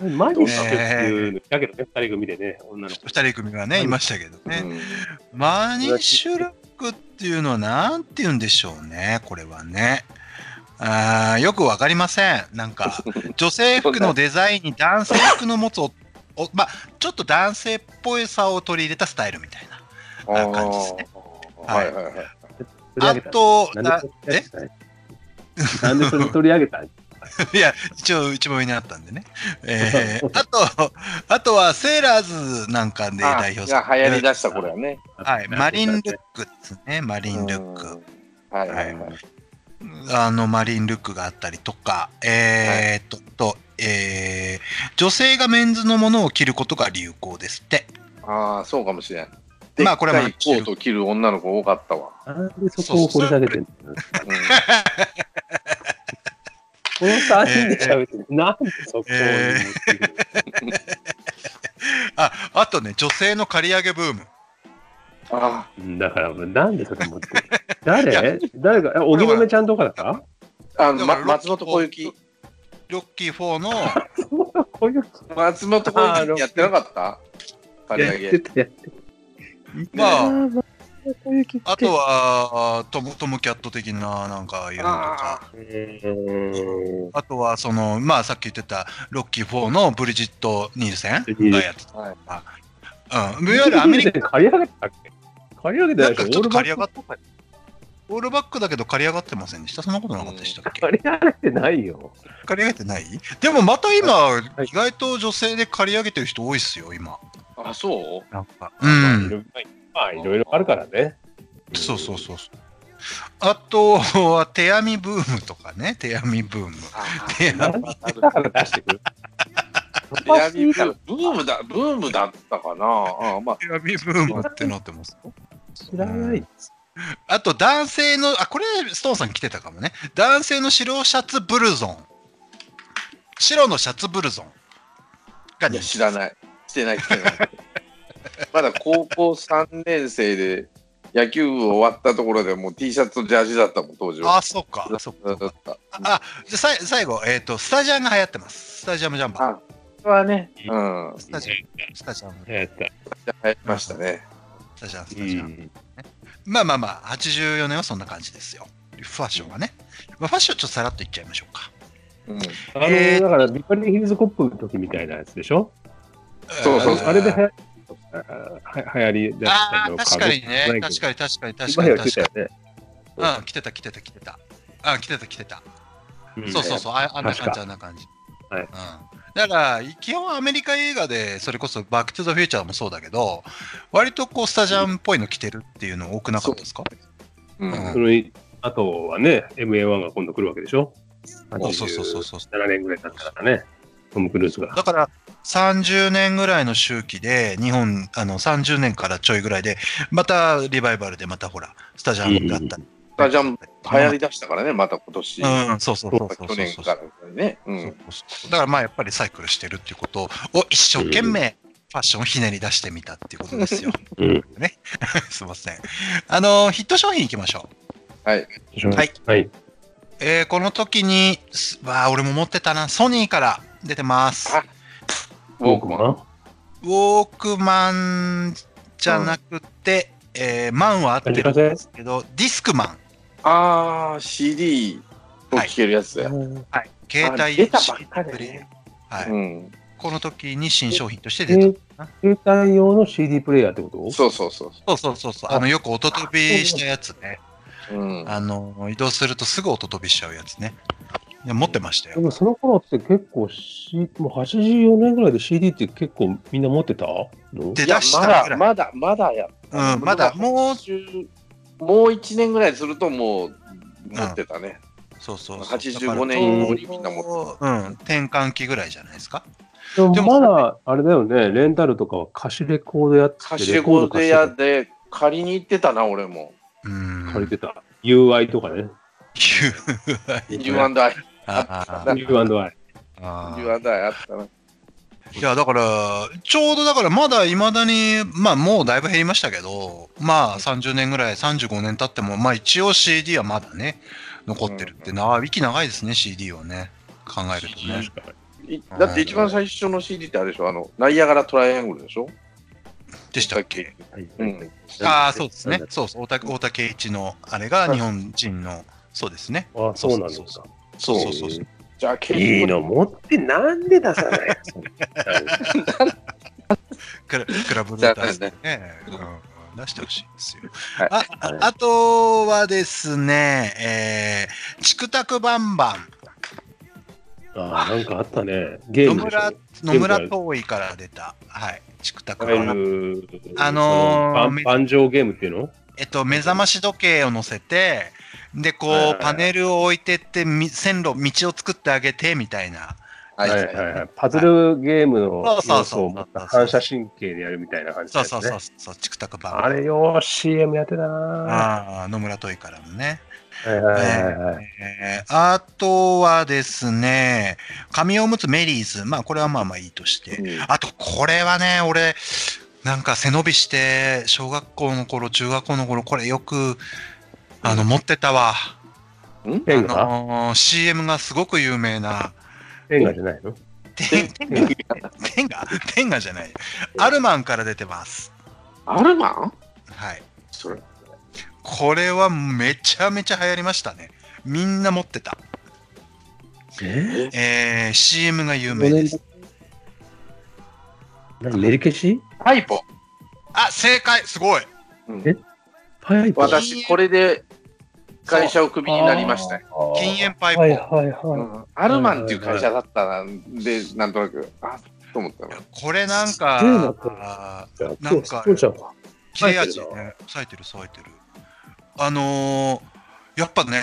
Speaker 3: 毎日っていう、だけどね、二人組でね、女の子。
Speaker 2: 二人組がね、いましたけどね。
Speaker 4: うん
Speaker 2: マニッシュルックっていうのはなんて言うんでしょうね、これはね。あーよくわかりません。なん か、女性服のデザインに男性服の持つお、おまあ、ちょっと男性っぽいさを取り入れたスタイルみたいな。な感じですね
Speaker 4: あーはいはいはい。
Speaker 2: あと、
Speaker 3: なん
Speaker 2: な
Speaker 3: で取り上げたなんでそれ取り上げた
Speaker 2: いや、一応一番上にあったんでね。え ーあと、あとはセーラーズなんかで代表する。
Speaker 4: あ流行り出したこれはね。
Speaker 2: はい、マリンルックですね、マリンルック。
Speaker 4: うん。はいはいはい。
Speaker 2: あのマリンルックがあったりとか、えーっと、とえー女性がメンズのものを着ることが流行ですって。
Speaker 4: ああ、そうかもしれん。
Speaker 2: まあこれも
Speaker 4: でっかいコート着る女の子多かったわ。
Speaker 3: なんでそこを掘り下げてんの
Speaker 4: うん
Speaker 3: この3人で喋ってる、なんでそこを持ってくる
Speaker 2: あ、あとね、女性の刈り上げブーム。
Speaker 4: あ
Speaker 3: うんだから、なんでそれ持ってくる
Speaker 2: いや
Speaker 3: 誰誰が、え荻野目ちゃんとかだった
Speaker 4: あ、あの、ま
Speaker 2: だから
Speaker 4: 松本小雪。
Speaker 2: ロッキー4の、
Speaker 3: こういう
Speaker 4: 松本小雪やってなかった刈り
Speaker 3: やって
Speaker 4: 上げ。
Speaker 3: たやって
Speaker 2: まあ、
Speaker 3: あこういう
Speaker 2: あとはトムトムキャット的ななんかいうのとか。
Speaker 4: あ
Speaker 3: う
Speaker 2: あとは、その、まあ、さっき言ってた、ロッキー4のブリジット・ニールセンがやって
Speaker 4: あ、はい。
Speaker 2: た。うん。いわゆるアメリカ、
Speaker 3: カ。刈り上げてたっけ刈り上げて
Speaker 2: な
Speaker 3: なんいで
Speaker 2: か
Speaker 3: し
Speaker 2: ちょっと刈り上
Speaker 3: オール
Speaker 2: が
Speaker 3: バッ
Speaker 2: っオールバックだけど刈り上がってませんでした。そんなことなかったでしたっ
Speaker 3: ク
Speaker 2: け
Speaker 3: 刈り上げてないよ。
Speaker 2: 刈り上げてないでもまた今、
Speaker 3: い
Speaker 2: 意外と女性で刈り上げてる人多いっすよ、今。
Speaker 4: あ、そう
Speaker 2: なんか。うん。
Speaker 3: まあ、いろいろあるからね。
Speaker 2: そうそうそうそう。あと は、手編みブームとかね、手編みブーム。
Speaker 4: あ
Speaker 2: 手編み
Speaker 3: なんだから出してくる。
Speaker 4: ーやりたブームだ、ブームだったかな。あーまあ、
Speaker 2: 手編みブームってなってます。
Speaker 3: 知らないです
Speaker 2: あと男性の、あ、これ、ストーンさん来てたかもね。男性の白シャツブルゾン。白のシャツブルゾン。が
Speaker 4: い
Speaker 2: 人
Speaker 4: や、
Speaker 2: 気
Speaker 4: 知らない。してない、してない。 まだ高校3年生で野球部終わったところでもう T シャツとジャージだったもん、当時は。
Speaker 2: あ、そうか。そう
Speaker 4: だ
Speaker 2: か。じゃ
Speaker 4: った。
Speaker 2: あさい最後、えっ、と、スタジアムが流行ってます。スタジアムジャンバー。
Speaker 4: あ、それはね、うん、
Speaker 2: スタジアム、スタジアム、
Speaker 3: やった。
Speaker 4: 流行りましたね。
Speaker 2: スタジアム、ス
Speaker 3: う
Speaker 2: タジアム。
Speaker 3: ん。
Speaker 2: まあまあまあ、84年はそんな感じですよ。ファッションはね。まあ、ファッションちょっとさらっといっちゃいましょうか。
Speaker 4: うん、
Speaker 3: あの、
Speaker 2: えー
Speaker 3: だから、ビバリーヒルズコップの時みたいなやつでしょ
Speaker 4: そうそう
Speaker 3: あれで流行は流行りだった
Speaker 2: あ
Speaker 3: の
Speaker 2: あ、確かにね。確か
Speaker 3: に。
Speaker 2: に確かに確
Speaker 3: 今
Speaker 2: か
Speaker 3: や
Speaker 2: に
Speaker 3: って
Speaker 2: 確
Speaker 3: た
Speaker 2: か
Speaker 3: よね。
Speaker 2: に。うん、来てた来てた来てた。あ来てた来てた。
Speaker 3: ん
Speaker 2: そうそうそう、ああんな
Speaker 3: 確
Speaker 2: 感
Speaker 3: か
Speaker 2: じ、あんな感じ。
Speaker 3: はい
Speaker 2: うん、だから、基本アメリカ映画で、それこそバック・トゥ・ザ・フューチャーもそうだけど、割とこうスタジアムっぽいの着てるっていうの多くなかったですか
Speaker 4: うん、
Speaker 2: うん
Speaker 4: う
Speaker 3: そのあとはね、MA1 が今度来るわけでしょ
Speaker 2: そうそうそうそうそう。
Speaker 3: 7年ぐらい経ったからね、トム・クルーズが。
Speaker 2: だから30年ぐらいの周期で、日本、あの30年からちょいぐらいで、またリバイバルで、またほら、スタジアムだったり。
Speaker 4: スタジアム流行りだしたからね、また今年、
Speaker 2: うん、そうそうそうそうそう。
Speaker 4: 去年からね。う、
Speaker 2: そうんそうだからまあやっぱりサイクルしてるっていうことを一生懸命ファッションをひねり出してみたっていうことですよ。
Speaker 3: うん。
Speaker 2: すいません。あのヒット商品いきましょう。
Speaker 4: はい。
Speaker 2: はい。
Speaker 3: はい。
Speaker 2: えーこの時に、すわあ、俺も持ってたな、ソニーから出てます。
Speaker 4: あウォークマン。
Speaker 3: ン
Speaker 2: ウォークマンじゃなくて、えーマンは合ってるんですけど、ディスクマン。
Speaker 4: ああ、CD を聴けるやつだよ。
Speaker 2: はい、携帯
Speaker 4: あ出たばっかり
Speaker 2: プ
Speaker 4: だ
Speaker 2: レイ
Speaker 4: ね
Speaker 2: はい
Speaker 4: うん、
Speaker 2: この時に新商品として出た。
Speaker 3: 携帯用の CD プレイヤーってこと
Speaker 4: そうそうそう
Speaker 2: そうそうそうそう。あのよく音飛びしたやつね。
Speaker 4: そう。うん、
Speaker 2: あの移動するとすぐ音飛びしちゃうやつね。いや持ってました
Speaker 3: で
Speaker 2: よ。
Speaker 3: もその頃って結構、C、もう84年ぐらいで CD って結構みんな持ってたの
Speaker 2: 出
Speaker 4: いや
Speaker 2: だした
Speaker 4: ま
Speaker 2: ぐら
Speaker 4: だ
Speaker 2: い。
Speaker 4: まだまだや
Speaker 2: うん、まだもう、
Speaker 4: 10もう1年ぐらいするともう持ってたね、
Speaker 2: そうそうそう。
Speaker 4: 85
Speaker 2: だ
Speaker 4: 年
Speaker 2: から
Speaker 4: にみんな持
Speaker 2: うん、転換期ぐらいじゃないですか。
Speaker 3: でも
Speaker 2: でも
Speaker 3: まだあれだよね、レンタルとかは貸しレコードやってて、
Speaker 4: 貸しレコード屋
Speaker 3: レコード
Speaker 4: で借りに行ってたな俺も
Speaker 2: うん。
Speaker 3: 貸し借りてた。UI とかね。
Speaker 4: U&I
Speaker 2: あー
Speaker 3: U&I。
Speaker 2: あー
Speaker 4: U&I あったない
Speaker 2: やだからちょうどだからまだいまだにまあもうだいぶ減りましたけどまあ30年ぐらい35年経ってもまあ一応 CD はまだね残ってるってな息長いですね CD をね考えるとね
Speaker 3: 確か
Speaker 4: いだって一番最初の CD ってあれでしょあのナイアガラトライアングルでしょ
Speaker 2: でしたっけ
Speaker 3: に
Speaker 4: うん
Speaker 2: ああそうですねそうそう太田太田圭一のあれが日本人のそうですね
Speaker 3: あ、そうなんですか。
Speaker 2: そうそうそうそう
Speaker 4: じゃあ
Speaker 3: え
Speaker 4: 結
Speaker 3: ー
Speaker 4: 構
Speaker 3: いいの持ってなんで出さない の
Speaker 2: クラクラブルーターズねうん出してほしいですよ、
Speaker 4: い
Speaker 2: あああとはですねえー、チクタクバンバン
Speaker 3: あーなんかあったね。ゲー
Speaker 2: 野
Speaker 3: ムでしょ
Speaker 2: 村野村遠いから出た、はい、チクタク
Speaker 3: いわ
Speaker 2: の、
Speaker 3: ゆる
Speaker 2: あのー
Speaker 3: そ盤盤上ゲームっていうの
Speaker 2: えっと、目覚まし時計を乗せて、で、こう、
Speaker 3: はいはいはい
Speaker 2: パネルを置いてって、み線路、道を作ってあげてみたいな、
Speaker 4: はい
Speaker 3: は
Speaker 4: はいい
Speaker 3: はいはい。パズルゲーム
Speaker 2: そ
Speaker 3: の
Speaker 2: うそうそ
Speaker 3: 要
Speaker 2: う
Speaker 3: 素を持った反射神経でやるみたいな感じ
Speaker 2: そ
Speaker 3: で
Speaker 2: う
Speaker 3: す
Speaker 2: そ
Speaker 3: ね
Speaker 2: うそう、そうチクタクバンバ
Speaker 3: あ
Speaker 2: ン。
Speaker 3: れよ、CM やってたな
Speaker 2: あー野村遠いからのね。
Speaker 3: ぁ。はいはいはいはい。
Speaker 2: えーあとはですね、紙おむつメリーズ、まあ、これはまあまあいいとして、あとこれはね、俺、なんか背伸びして、小学校の頃、中学校の頃、これよく、あの、持ってたわ。
Speaker 3: ペン
Speaker 2: あ
Speaker 3: ガ
Speaker 2: のー CM がすごく有名な、
Speaker 3: ペンガじゃないの
Speaker 2: テンガ、テンガ、テンガじゃない。アルマンから出てます。
Speaker 4: アルマン
Speaker 2: はい。
Speaker 4: それ
Speaker 2: これはめちゃめちゃ流行りましたね。みんな持ってた。
Speaker 3: え
Speaker 2: えー、CM が有名です。
Speaker 3: 何練り消し
Speaker 4: タイポ
Speaker 2: あ、正解すごい
Speaker 4: うん
Speaker 3: えパイプ
Speaker 4: 私これで会社をクビになりましたね
Speaker 2: 禁煙パイプ。
Speaker 3: はいいはいは
Speaker 4: うんアルマンっていう会社だったなんでなんとなくあと思ったの
Speaker 2: やこれなんか
Speaker 3: すげえなこれ、
Speaker 2: あー
Speaker 3: い。なん
Speaker 2: なんか
Speaker 3: か、そうじゃんか。
Speaker 2: 切れ味
Speaker 3: 冴えてる
Speaker 2: ね、冴えてる、冴えてる。あのー、やっぱね、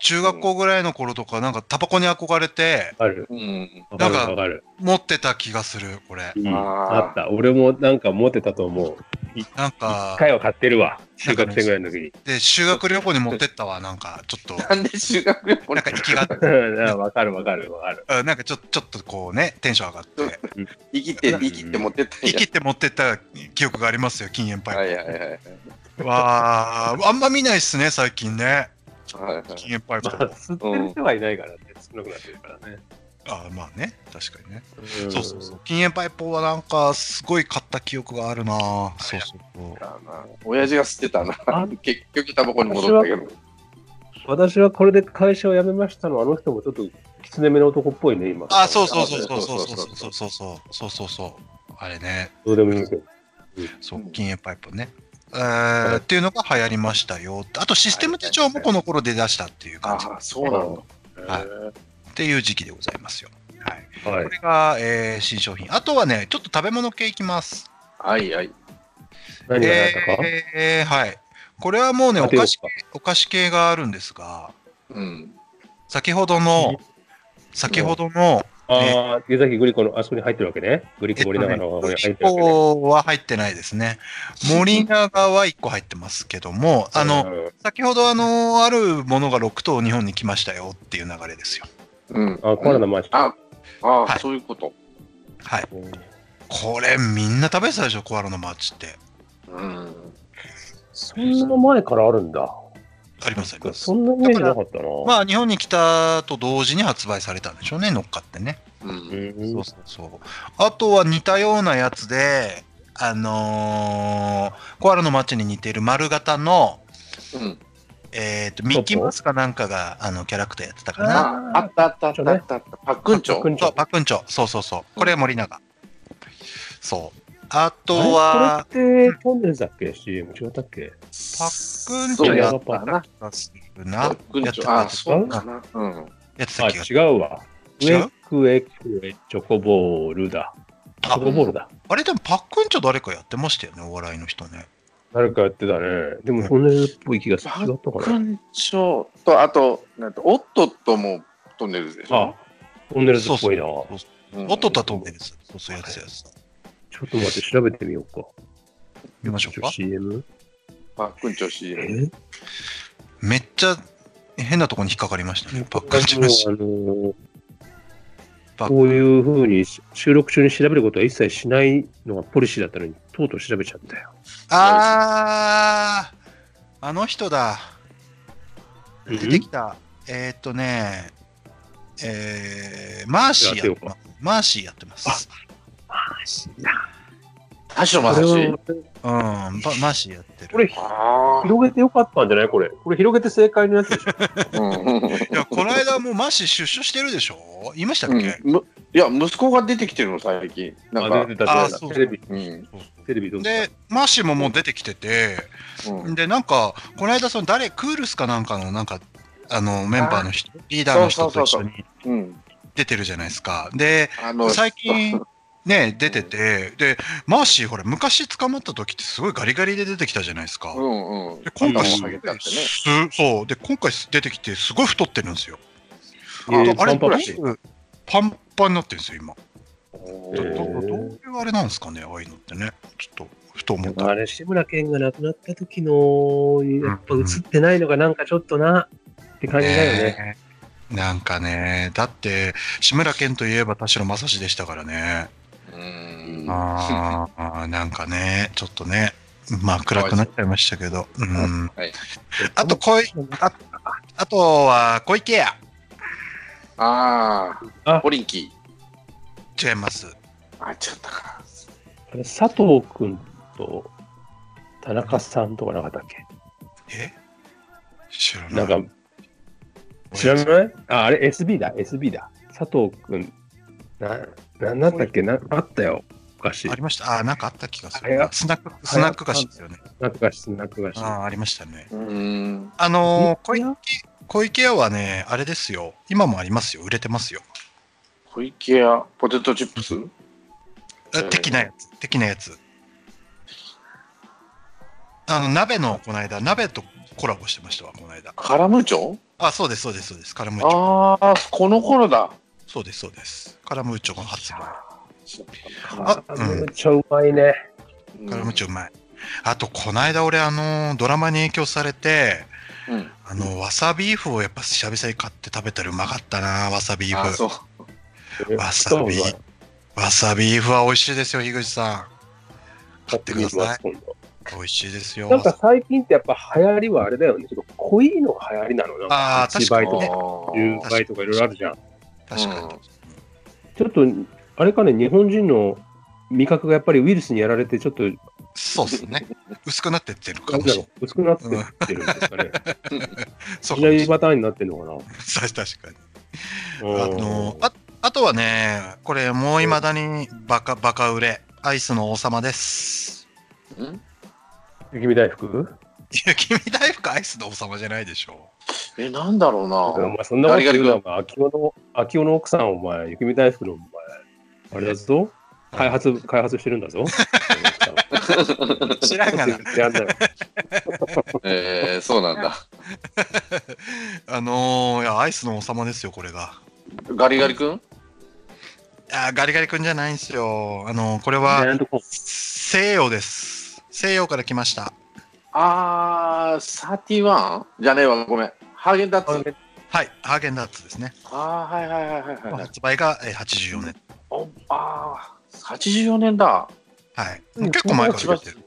Speaker 2: 中学校ぐらいの頃とか、なんかタバコに憧れて、
Speaker 3: ある。
Speaker 4: うん
Speaker 3: わかる
Speaker 2: なんか
Speaker 3: わかる。
Speaker 2: 持ってた気がする、これ。
Speaker 3: うん
Speaker 4: あー
Speaker 3: あった。俺もなんか持ってたと思う。
Speaker 2: なんか
Speaker 3: 1、回は買ってるわ。中学生ぐらいの 時に。
Speaker 2: で、修学旅行に持ってったわ、なんか、ちょっと、
Speaker 4: なんで修学旅行
Speaker 2: な
Speaker 4: に
Speaker 2: んか息が、
Speaker 3: うんわかるわかるわかる。
Speaker 2: うんなんかちょちょっとこうね、テンション上がって、
Speaker 4: 生きて、生きて持ってったん
Speaker 2: 生
Speaker 4: や
Speaker 2: きて持ってった記憶がありますよ、禁煙パイプ。
Speaker 4: はいはいはいはい。
Speaker 2: わあ、あんま見ないっすね、最近ね。
Speaker 4: はいはい
Speaker 2: 禁煙パイプ
Speaker 3: ま
Speaker 2: と
Speaker 3: あ、
Speaker 2: か。
Speaker 3: 吸ってる人はいないからね。少なくなってるからね。
Speaker 2: あーまあね、確かにね。
Speaker 3: ん
Speaker 2: そうそうそう。。禁煙パイプはなんか、すごい買った記憶があるなそうそうそう。
Speaker 4: だな親父が吸ってたな
Speaker 3: あ。
Speaker 4: 結局タバコに戻ったけど。
Speaker 3: 私はこれで会社を辞めましたの、あの人もちょっときつねめの男っぽいね、今。
Speaker 2: あ、そう
Speaker 3: そ
Speaker 2: そうそうそうそうそうそうそうそうそうそうそう。あれね、
Speaker 3: う。どうでもいいけど。
Speaker 2: そうう、
Speaker 4: ん
Speaker 2: 禁煙パイプね。えー、っていうのが流行りましたよ。あとシステム手帳もこの頃で出したっていう
Speaker 4: あ
Speaker 2: 感じ
Speaker 4: あ、そうなんだ。
Speaker 2: っていう時期でございますよ。はい、
Speaker 3: は
Speaker 2: これが、えー新商品。あとはね、ちょっと食べ物系いきます。
Speaker 4: はいはい。
Speaker 3: 何があったか、
Speaker 2: えーはい。これはもうね、お
Speaker 3: 当てよ
Speaker 2: 菓
Speaker 3: う
Speaker 2: 子
Speaker 3: か、
Speaker 2: お菓子系があるんですが、
Speaker 4: うん。
Speaker 2: 先ほどの、先ほどの、
Speaker 3: ああ、湯崎グリコのあそこに入ってるわけね。グリコ森永の方に入ってるわけね。
Speaker 2: ここは入ってないですね。森永は1個入ってますけども、あの、
Speaker 3: うん、
Speaker 2: 先ほどあの、あるものが6頭日本に来ましたよっていう流れですよ。
Speaker 4: うん。
Speaker 3: あ、コアラのマーチ。
Speaker 4: ああ
Speaker 2: は
Speaker 4: あ、
Speaker 2: い
Speaker 4: そういうこと。
Speaker 2: はい。
Speaker 3: うん
Speaker 2: これみんな食べてたでしょ、コアラのマーチって。
Speaker 4: うん。
Speaker 3: そんな前からあるんだ。
Speaker 2: ありますあります
Speaker 3: そ。んなイメージなかったな。
Speaker 2: まあ、日本に来たと同時に発売されたんでしょうね、乗っかってね。
Speaker 4: う。
Speaker 3: うんん
Speaker 2: そうそうそう。あとは似たようなやつで、あのーコアラの街に似てる丸型の、
Speaker 4: うん。
Speaker 2: えー、とミッキーマウスかなんかがあのキャラクターやってたかな。
Speaker 4: ああったあったあったあったあった。パックンチョ。
Speaker 2: そう、パクンチョ。そうそうそう。これは森永。そう。あと
Speaker 3: あ
Speaker 2: は、
Speaker 3: れこれって、トンネルズだっけ ?CM 違ったっけ
Speaker 2: パクンチ
Speaker 4: そ
Speaker 2: ョや
Speaker 4: うや
Speaker 2: っ
Speaker 4: ったな。
Speaker 2: たする
Speaker 4: パ
Speaker 2: な
Speaker 4: ッ。クン
Speaker 2: やって
Speaker 4: チョ。
Speaker 2: た
Speaker 4: あ、そうかな。うん。
Speaker 2: やって
Speaker 3: あ、
Speaker 2: た気が
Speaker 3: 違うわ。ウ
Speaker 2: 違
Speaker 3: ェ
Speaker 2: う
Speaker 3: クエクエチョコボールだ。チ
Speaker 2: あ
Speaker 3: ョコボールだ。
Speaker 2: あれでもパクンチョ誰かやってましたよね、お笑いの人ね。
Speaker 3: 誰かやってたね。でも、トンネルズっぽい気がする。違った
Speaker 4: パッ
Speaker 3: か
Speaker 4: ク
Speaker 3: な
Speaker 4: ンチョと、あと、なんと、オットットも飛んでるでし
Speaker 3: あ
Speaker 4: ょ。、
Speaker 3: トンネルズっぽいな。
Speaker 2: そう
Speaker 3: ち
Speaker 4: うん
Speaker 2: おっとったと思うんです。そうそう、やってたやつ。
Speaker 3: ょっと待って、調べてみようか。
Speaker 2: 見ましょうか
Speaker 3: CM?
Speaker 4: パックンチョ
Speaker 3: え
Speaker 4: CM。
Speaker 2: めっちゃ変なとこに引っかかりましたね。パックンチョの CM
Speaker 3: あの
Speaker 2: パック
Speaker 3: こういうふうに収録中に調べることは一切しないのがポリシーだったのに、とうとう調べちゃったよ。
Speaker 2: あー、あの人だ。
Speaker 3: 出
Speaker 2: 出てきた。えーっとね、えー、マーシーやってます。マーシーやってます。
Speaker 4: 多少の
Speaker 3: これ
Speaker 4: 話
Speaker 3: は。
Speaker 2: うん、ママーシーやって
Speaker 3: こ
Speaker 2: る。
Speaker 3: れ、
Speaker 4: あ
Speaker 3: 広げてよかったんじゃないこれ。これ広げて正解のやつでしょ。
Speaker 4: あ。うん。
Speaker 2: いや、この間もうマーシー出所してるでしょ言いましたっ
Speaker 4: うん
Speaker 2: け、
Speaker 4: むいや、息子が出てきてるの、最近。なんか、
Speaker 3: 出て
Speaker 2: あ
Speaker 3: た、出
Speaker 2: そう
Speaker 3: てた。テレビ、
Speaker 4: うん。
Speaker 3: テレビどう
Speaker 2: で、マーシーももう出てきてて、
Speaker 4: うん
Speaker 2: で、なんか、この間、その誰、クールスかなんかの、なんか、あの、メンバーの人、リーダーの人と一緒に
Speaker 4: うん。
Speaker 2: 出てるじゃないですか。で、
Speaker 4: あの、
Speaker 2: 最近ね出ててでマーシーほら昔捕まった時ってすごいガリガリで出てきたじゃないですか、
Speaker 4: うんうん
Speaker 2: で。今回
Speaker 4: うん
Speaker 2: すごい
Speaker 4: 下げたってね
Speaker 2: すそうで今回出てきてすごい太ってるんですよ
Speaker 3: あ
Speaker 2: あれ
Speaker 3: パンパンだし
Speaker 2: 僕パンパンになってるんですよ今
Speaker 4: お
Speaker 3: へ
Speaker 2: どど
Speaker 3: ー
Speaker 4: ー
Speaker 2: どういうあれなんですかねああいうのってねちょっとふと思っ
Speaker 3: で
Speaker 2: た
Speaker 3: もあれ、志村けんが亡くなった時の、やっぱ映ってないのがなんかちょっとな、って感じだよね。
Speaker 2: ねなんかねだって志村けんといえば田代正史でしたからね
Speaker 4: うん
Speaker 2: あーあーなんかねちょっとねまあ暗くなっちゃいましたけどうん
Speaker 4: はい
Speaker 2: あとこういああとは小池屋
Speaker 4: ああ、
Speaker 3: あ
Speaker 4: ポリンキ
Speaker 2: 違います
Speaker 4: ー。あ、ちょっとか。
Speaker 3: あれ、佐藤くんと田中さんとかなかったっけ
Speaker 2: え知らな
Speaker 3: ないんか、知らないあ、あれ SB だ、SB だ。佐藤くん、な、なんだったっけな、あったよ、昔
Speaker 2: あ。りましたあーなんかあった気がす
Speaker 3: あれ
Speaker 2: る
Speaker 3: が
Speaker 2: スナックスナック菓子ですよね
Speaker 3: なんとかし、なんとかし。
Speaker 2: あーありましたね
Speaker 4: うん。
Speaker 2: あのー小池
Speaker 3: や
Speaker 2: 小池屋はねあれですよ今もありますよ売れてますよ
Speaker 4: 小池屋、ポテトチップス
Speaker 2: え
Speaker 4: うん
Speaker 2: 的なやつ的なやつあの鍋のこの間鍋とコラボしてましたわこの間
Speaker 4: カラムーチョ
Speaker 2: あそうですそうですそうですカラムーチョ
Speaker 4: ああ、この頃だ。
Speaker 2: そうですそうですカラムーチョの発売
Speaker 3: あ、めっちゃうまいね。
Speaker 4: うん
Speaker 2: カラムーチョうまい、あと、この間俺、あの、ドラマに影響されて、
Speaker 4: うん。
Speaker 2: あの、わさビーフをやっぱ久々に買って食べたらうまかったな、わさビー
Speaker 4: あ、
Speaker 2: フ。
Speaker 4: そう。
Speaker 2: わさび。わさビーフは美味しいですよ、樋口さん。買ってください。
Speaker 3: 今度
Speaker 2: 美味しいですよ。
Speaker 3: なんか最近ってやっぱ流行りはあれだよね。ちょっと濃いのが流行りなのよ。
Speaker 2: あー
Speaker 3: 8倍
Speaker 2: 確か
Speaker 3: とか
Speaker 2: に
Speaker 3: 10
Speaker 4: あ
Speaker 3: 倍とかいろいろあるじゃん。
Speaker 2: 確かに。
Speaker 3: ちょっと、あれかね、日本人の味覚がやっぱりウイルスにやられて、ちょっと、
Speaker 2: そうですね。薄くなってってるか
Speaker 3: なん
Speaker 2: も
Speaker 3: だ
Speaker 2: し
Speaker 3: ろ
Speaker 2: れ
Speaker 3: う、薄くなってってるんですかね。
Speaker 2: ない。そうかもし
Speaker 3: 左
Speaker 2: れない。
Speaker 3: パターンになってるのかな。
Speaker 2: 確かに。あ
Speaker 3: うん
Speaker 2: の、ああとはね、これ、もういまだにバカ、バカ売れ。アイスの王様です。
Speaker 4: うん
Speaker 5: 雪見大福
Speaker 2: いや、君大福アイスの王様じゃないでしょ
Speaker 4: え、なんだろう
Speaker 3: お
Speaker 4: な。
Speaker 3: 前そんなこと言うな、お前秋夫の、秋夫の奥さん、お前、雪見大福の、お前、あれだぞ、開発、開発してる んだぞ。
Speaker 2: う。知らん がな。
Speaker 3: やんない
Speaker 4: えー、そうなんだ。
Speaker 2: あのー、いや、アイスの王様ですよ、これが。
Speaker 4: ガリガリ君
Speaker 2: あーガリガリ君じゃないんですよ。あのー、これ
Speaker 3: な
Speaker 2: は
Speaker 3: んとこ
Speaker 2: 西洋です。西洋から来ました。
Speaker 4: あー、サティワンじゃねえわ、ごめん。ハーゲンダッツ。
Speaker 2: はい、ハーゲンダッツですね。
Speaker 4: あー、はいはいはいはいはい。
Speaker 2: 発売がえー84年。
Speaker 4: おあー、84年だ。
Speaker 2: はい。もう結構前から出てる。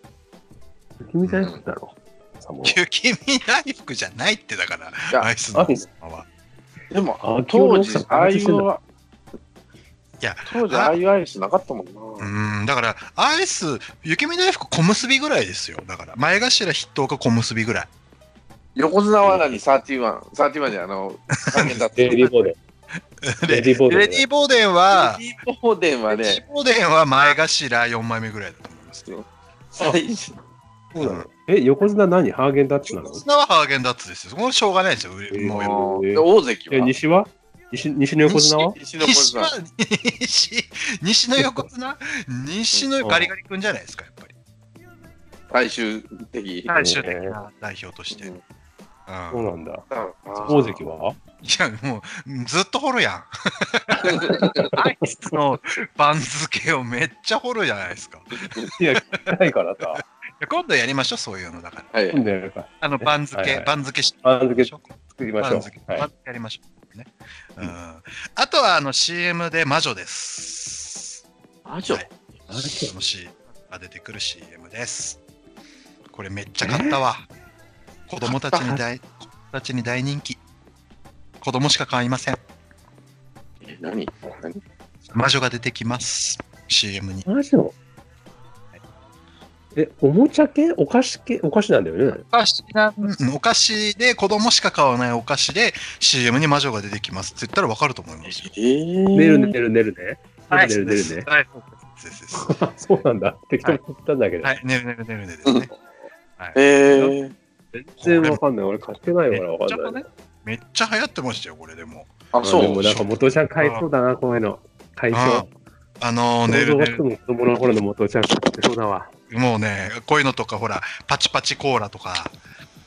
Speaker 3: 雪見大福だろ。さも
Speaker 2: 雪見大福じゃないってだから
Speaker 4: い、や
Speaker 2: アイスの王様は。
Speaker 4: でも
Speaker 3: あ、
Speaker 4: 当
Speaker 3: 今日
Speaker 4: 時
Speaker 3: の奥、さん
Speaker 4: ああい
Speaker 3: 開発してん
Speaker 4: う
Speaker 3: だ、
Speaker 2: いや
Speaker 4: 当時、ああいうアイスなかったもん
Speaker 2: う
Speaker 4: な。
Speaker 2: ーん、だから、アイス、雪見大福小結びぐらいですよ。だから、前頭筆頭か小結びぐらい。
Speaker 4: 横綱は何 ?31。31で、あの、ハーゲンダッツ。
Speaker 3: レディーボーデン。レ
Speaker 2: レ
Speaker 3: ディーボーデン。
Speaker 2: レディー・ボーデンは、
Speaker 4: キーボーデンは
Speaker 2: レディ
Speaker 4: ね、
Speaker 2: ー・ボーデンは前頭4枚目ぐらいだと思います。
Speaker 4: 最初
Speaker 3: そうなのえ、横綱何ハーゲンダッツなの
Speaker 2: 砂はハーゲンダッツですよ。そこはしょうがないですよ。売れもうよ
Speaker 4: ので大関
Speaker 3: え、
Speaker 4: は
Speaker 3: 西は西西の横綱は
Speaker 4: 西の
Speaker 2: 西
Speaker 4: 小
Speaker 2: は
Speaker 4: さん。
Speaker 2: 西西の横綱西のガリガリ君じゃないですか、やっぱり。
Speaker 4: 最終的。
Speaker 3: い
Speaker 2: 最終的な代表として。うん
Speaker 3: そうなんだ。大
Speaker 4: 大
Speaker 3: 関は
Speaker 2: いや、もう、ずっと掘るやん。アイスの番付をめっちゃ掘るじゃないですか。い
Speaker 3: いや、ないからさ。
Speaker 2: や今度やりましょう、そういうのだから。
Speaker 4: はい
Speaker 3: なんだよ。
Speaker 2: あの、番付、
Speaker 3: はいはい
Speaker 2: 番付し
Speaker 3: 番付
Speaker 2: ょう。
Speaker 3: 作りましょ
Speaker 2: 番
Speaker 3: う
Speaker 2: 付、。
Speaker 3: はい
Speaker 2: 番付やりましょう。ね。うん。あとは、あの、CM で魔女です。
Speaker 4: 魔女
Speaker 2: はい楽しいが出てくる CM です。これめっちゃ買ったわ。子供たちに大子供たちに大人気。子供しか買いません。
Speaker 4: え何何
Speaker 2: 魔女が出てきます。CM に。
Speaker 3: マジのえ、おもちゃ系お菓子系お菓子なんだよね。
Speaker 2: お菓子なお菓子で子供しか買わないお菓子で CM に魔女が出てきますって言ったらわかると思いますよ。
Speaker 4: えー
Speaker 3: 寝る寝る寝るね。寝る寝る寝るね。
Speaker 2: はい、ですです
Speaker 3: あ そうなんだ。適当に言ったんだけど。
Speaker 2: はい、寝る寝る寝る寝るです ね。
Speaker 4: えー
Speaker 3: 全然わかんない。俺買ってないからわ
Speaker 2: ちょ
Speaker 3: か
Speaker 2: っと
Speaker 3: んな
Speaker 2: ね
Speaker 3: い。
Speaker 2: めっちゃ流行ってましたよ、これでも。
Speaker 4: あ、そ
Speaker 3: でも
Speaker 4: う。
Speaker 3: なんか元尾ちゃん買いそうだな、こういうの。買いそう。
Speaker 2: あのー、寝る
Speaker 3: 想像
Speaker 2: 寝
Speaker 3: が
Speaker 2: る
Speaker 3: つくもん子供の頃の元尾ちゃん買ってそうだわ。
Speaker 2: もうね、こういうのとか、ほら、パチパチコーラとか、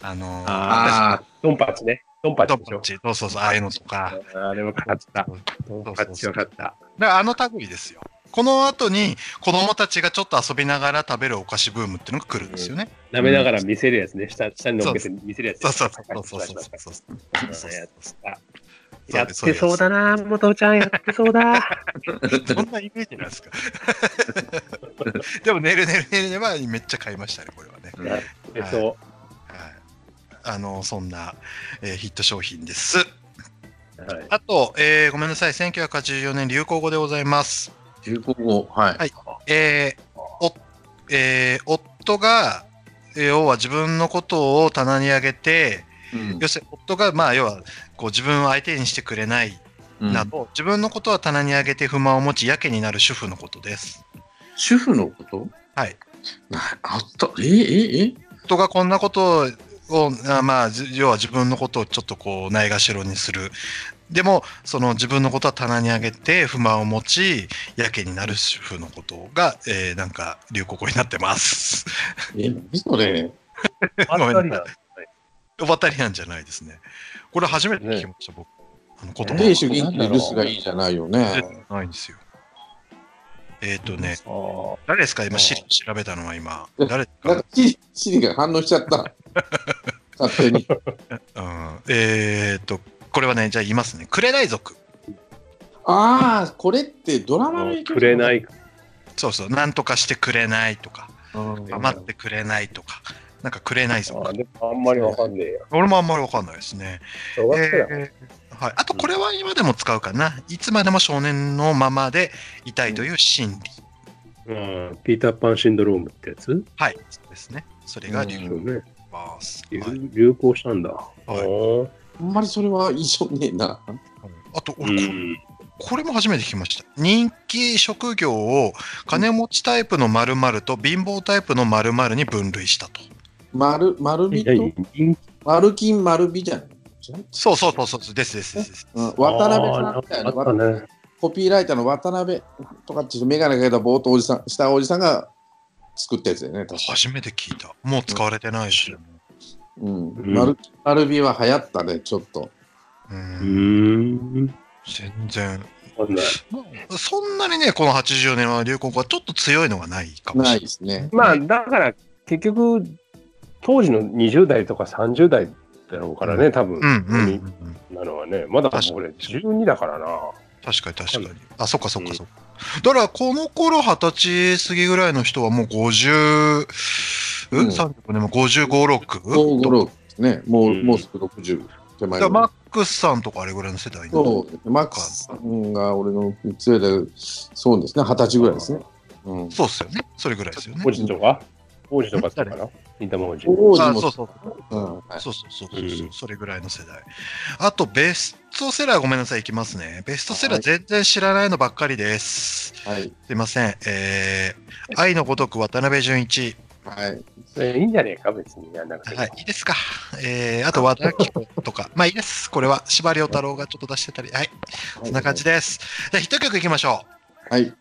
Speaker 2: あのー、
Speaker 3: ああ、ドンパチね。ドンパ
Speaker 2: ド
Speaker 3: チでし
Speaker 2: ッ
Speaker 3: ょ。
Speaker 2: チ、そうそうそう、ああいうのとか、
Speaker 3: あれは買った
Speaker 2: そう。
Speaker 3: ドンパチは買った。
Speaker 2: だからあの類ですよ。この後に子供たちがちょっと遊びながら食べるお菓子ブームっていうのが来るんですよね。
Speaker 3: 舐めながら見せるやつね。下下に乗っけて見せるやつ。
Speaker 2: そうそうそうそうそうそうそうそうそう
Speaker 3: やった。
Speaker 2: そう
Speaker 3: やってそう
Speaker 2: だ
Speaker 3: だな、元ちゃんやってそうだ。
Speaker 2: そんなイメージなんですか。 でも寝る寝る寝る寝るはめっちゃ買いましたね、これはね。
Speaker 3: えそ
Speaker 2: はい、あのそんな、えーヒット商品です。
Speaker 3: う。はい。
Speaker 2: あと、えーごめんなさい、1984年流行語でございます。
Speaker 4: 流行語、はい。
Speaker 2: えーおえー夫が、えー要は自分のことを棚に上げて、
Speaker 4: うん
Speaker 2: 要するに夫が、まあ、要はこう自分を相手にしてくれないなど、自分のことは棚に上げて不満を持ち、やけになる主婦のことです。
Speaker 4: 主婦のこと
Speaker 2: はい。
Speaker 4: なあった。えええ
Speaker 2: 夫がこんなことを、あまあ、じ要は自分のことをちょっとこう、ないがしろにする。でも、その自分のことは棚に上げて不満を持ち、やけになる主婦のことが、えーなんか流行語になってます。
Speaker 4: え何それ
Speaker 2: ごめんなさい
Speaker 3: ばっか
Speaker 2: オバタリアンじゃないですね。これ初めて聞きました、僕。あの言葉
Speaker 4: 亭主銀に留守がいいじゃないよね。
Speaker 2: ないんですよ。えっ、とね、
Speaker 3: あー
Speaker 2: 誰ですか今、シリ調べたのは今。
Speaker 4: え
Speaker 2: 誰です
Speaker 4: なん
Speaker 2: か
Speaker 4: かシシリが反応しちゃった。勝手に。
Speaker 2: うん、えっ、と、これはね、じゃあ言いますね。紅族。
Speaker 4: ああ、これってドラ
Speaker 3: あ
Speaker 4: マの
Speaker 3: の。くれ
Speaker 4: い。
Speaker 3: ない。
Speaker 2: そうそう、なんとかしてくれないとか、余ってくれないとか、なんかくれない
Speaker 3: あ
Speaker 2: 族
Speaker 3: ー。でもあんまりわかんねえや。
Speaker 2: 俺もあんまりわかんないですね。
Speaker 3: 小学生だもん
Speaker 2: えーはい、あと、これは今でも使うかな。いつまでも少年のままでいたいという心理。
Speaker 3: うんピーターパンシンドロームってやつ
Speaker 2: はい、そうですね。それが流
Speaker 3: そ
Speaker 2: 行
Speaker 3: うね。
Speaker 2: ます。
Speaker 3: 流
Speaker 2: はい
Speaker 3: 流行したんだ。は
Speaker 2: は
Speaker 4: あんまりそれは印象ねえな。
Speaker 2: あと、
Speaker 3: う
Speaker 2: 俺、こ
Speaker 3: ん。
Speaker 2: これも初めて聞きました。人気職業を金持ちタイプの〇〇と貧乏タイプの〇〇に分類したと。
Speaker 4: 丸、丸
Speaker 3: い
Speaker 4: 美
Speaker 3: や
Speaker 4: と、
Speaker 3: 人気
Speaker 4: 丸金丸美じゃない。
Speaker 2: そうそうそうそう、ですですですです。
Speaker 4: うん、渡辺
Speaker 3: あ
Speaker 4: さん
Speaker 3: ー
Speaker 4: みたい
Speaker 3: あ
Speaker 4: な
Speaker 3: ったね。
Speaker 4: コピーライターの渡辺とかっていう眼鏡かけたボートおじさん、したおじさんが作ったやつだよね、確か
Speaker 2: 初めて聞いた。もう使われてないし。
Speaker 4: うん。
Speaker 3: ん
Speaker 4: 丸金丸美は流行ったね、ちょっと。
Speaker 2: う、
Speaker 3: うんーん。
Speaker 2: 全然。
Speaker 3: わかんない
Speaker 2: そんなにね、この80年は流行語はちょっと強いのがないかもしれ
Speaker 4: ない
Speaker 2: ない。
Speaker 4: ですね。
Speaker 3: まあだから結局当時の20代とか30代だろうからね多分、
Speaker 2: うんうんうんうん。
Speaker 3: なのはねまだ俺12だからな
Speaker 2: 確かに確かに。あ、そっかそっかそっか。だから、この頃二十歳過ぎぐらいの人はもう50、う
Speaker 4: うん
Speaker 2: ん、35年も55、
Speaker 4: もう
Speaker 2: 6?
Speaker 4: 五六ですね。もう、
Speaker 3: うん
Speaker 4: もうすぐ60手前
Speaker 2: だからマ
Speaker 4: ま
Speaker 2: ックスさんとかあれぐらいの世代になる
Speaker 4: そうですねマックスさんが俺の強いだそうですね、二十歳ぐらいですね。うん。
Speaker 2: そうっすよね。それぐらいですよね。
Speaker 3: 王子とか王子とかだから三玉王子
Speaker 4: 王子
Speaker 2: あ
Speaker 4: も
Speaker 2: そうそう
Speaker 4: うんはい
Speaker 2: そうそうそうそうそう
Speaker 3: うん
Speaker 2: それぐらいの世代。あと、ベストセラーごめんなさい、いきますね。ベストセラー全然知らないのばっかりです。
Speaker 4: はい。
Speaker 2: すいません。えー、愛のごとく渡辺淳一。
Speaker 4: はい。
Speaker 3: えいいんじゃねえか別にやんなくても
Speaker 2: はい、いいですか。えー、あと和田アキ子とか。まあいいです。これは、司馬遼太郎がちょっと出してたり。はい、そんな感じです。じゃあ、ヒット曲いきましょ
Speaker 4: はい。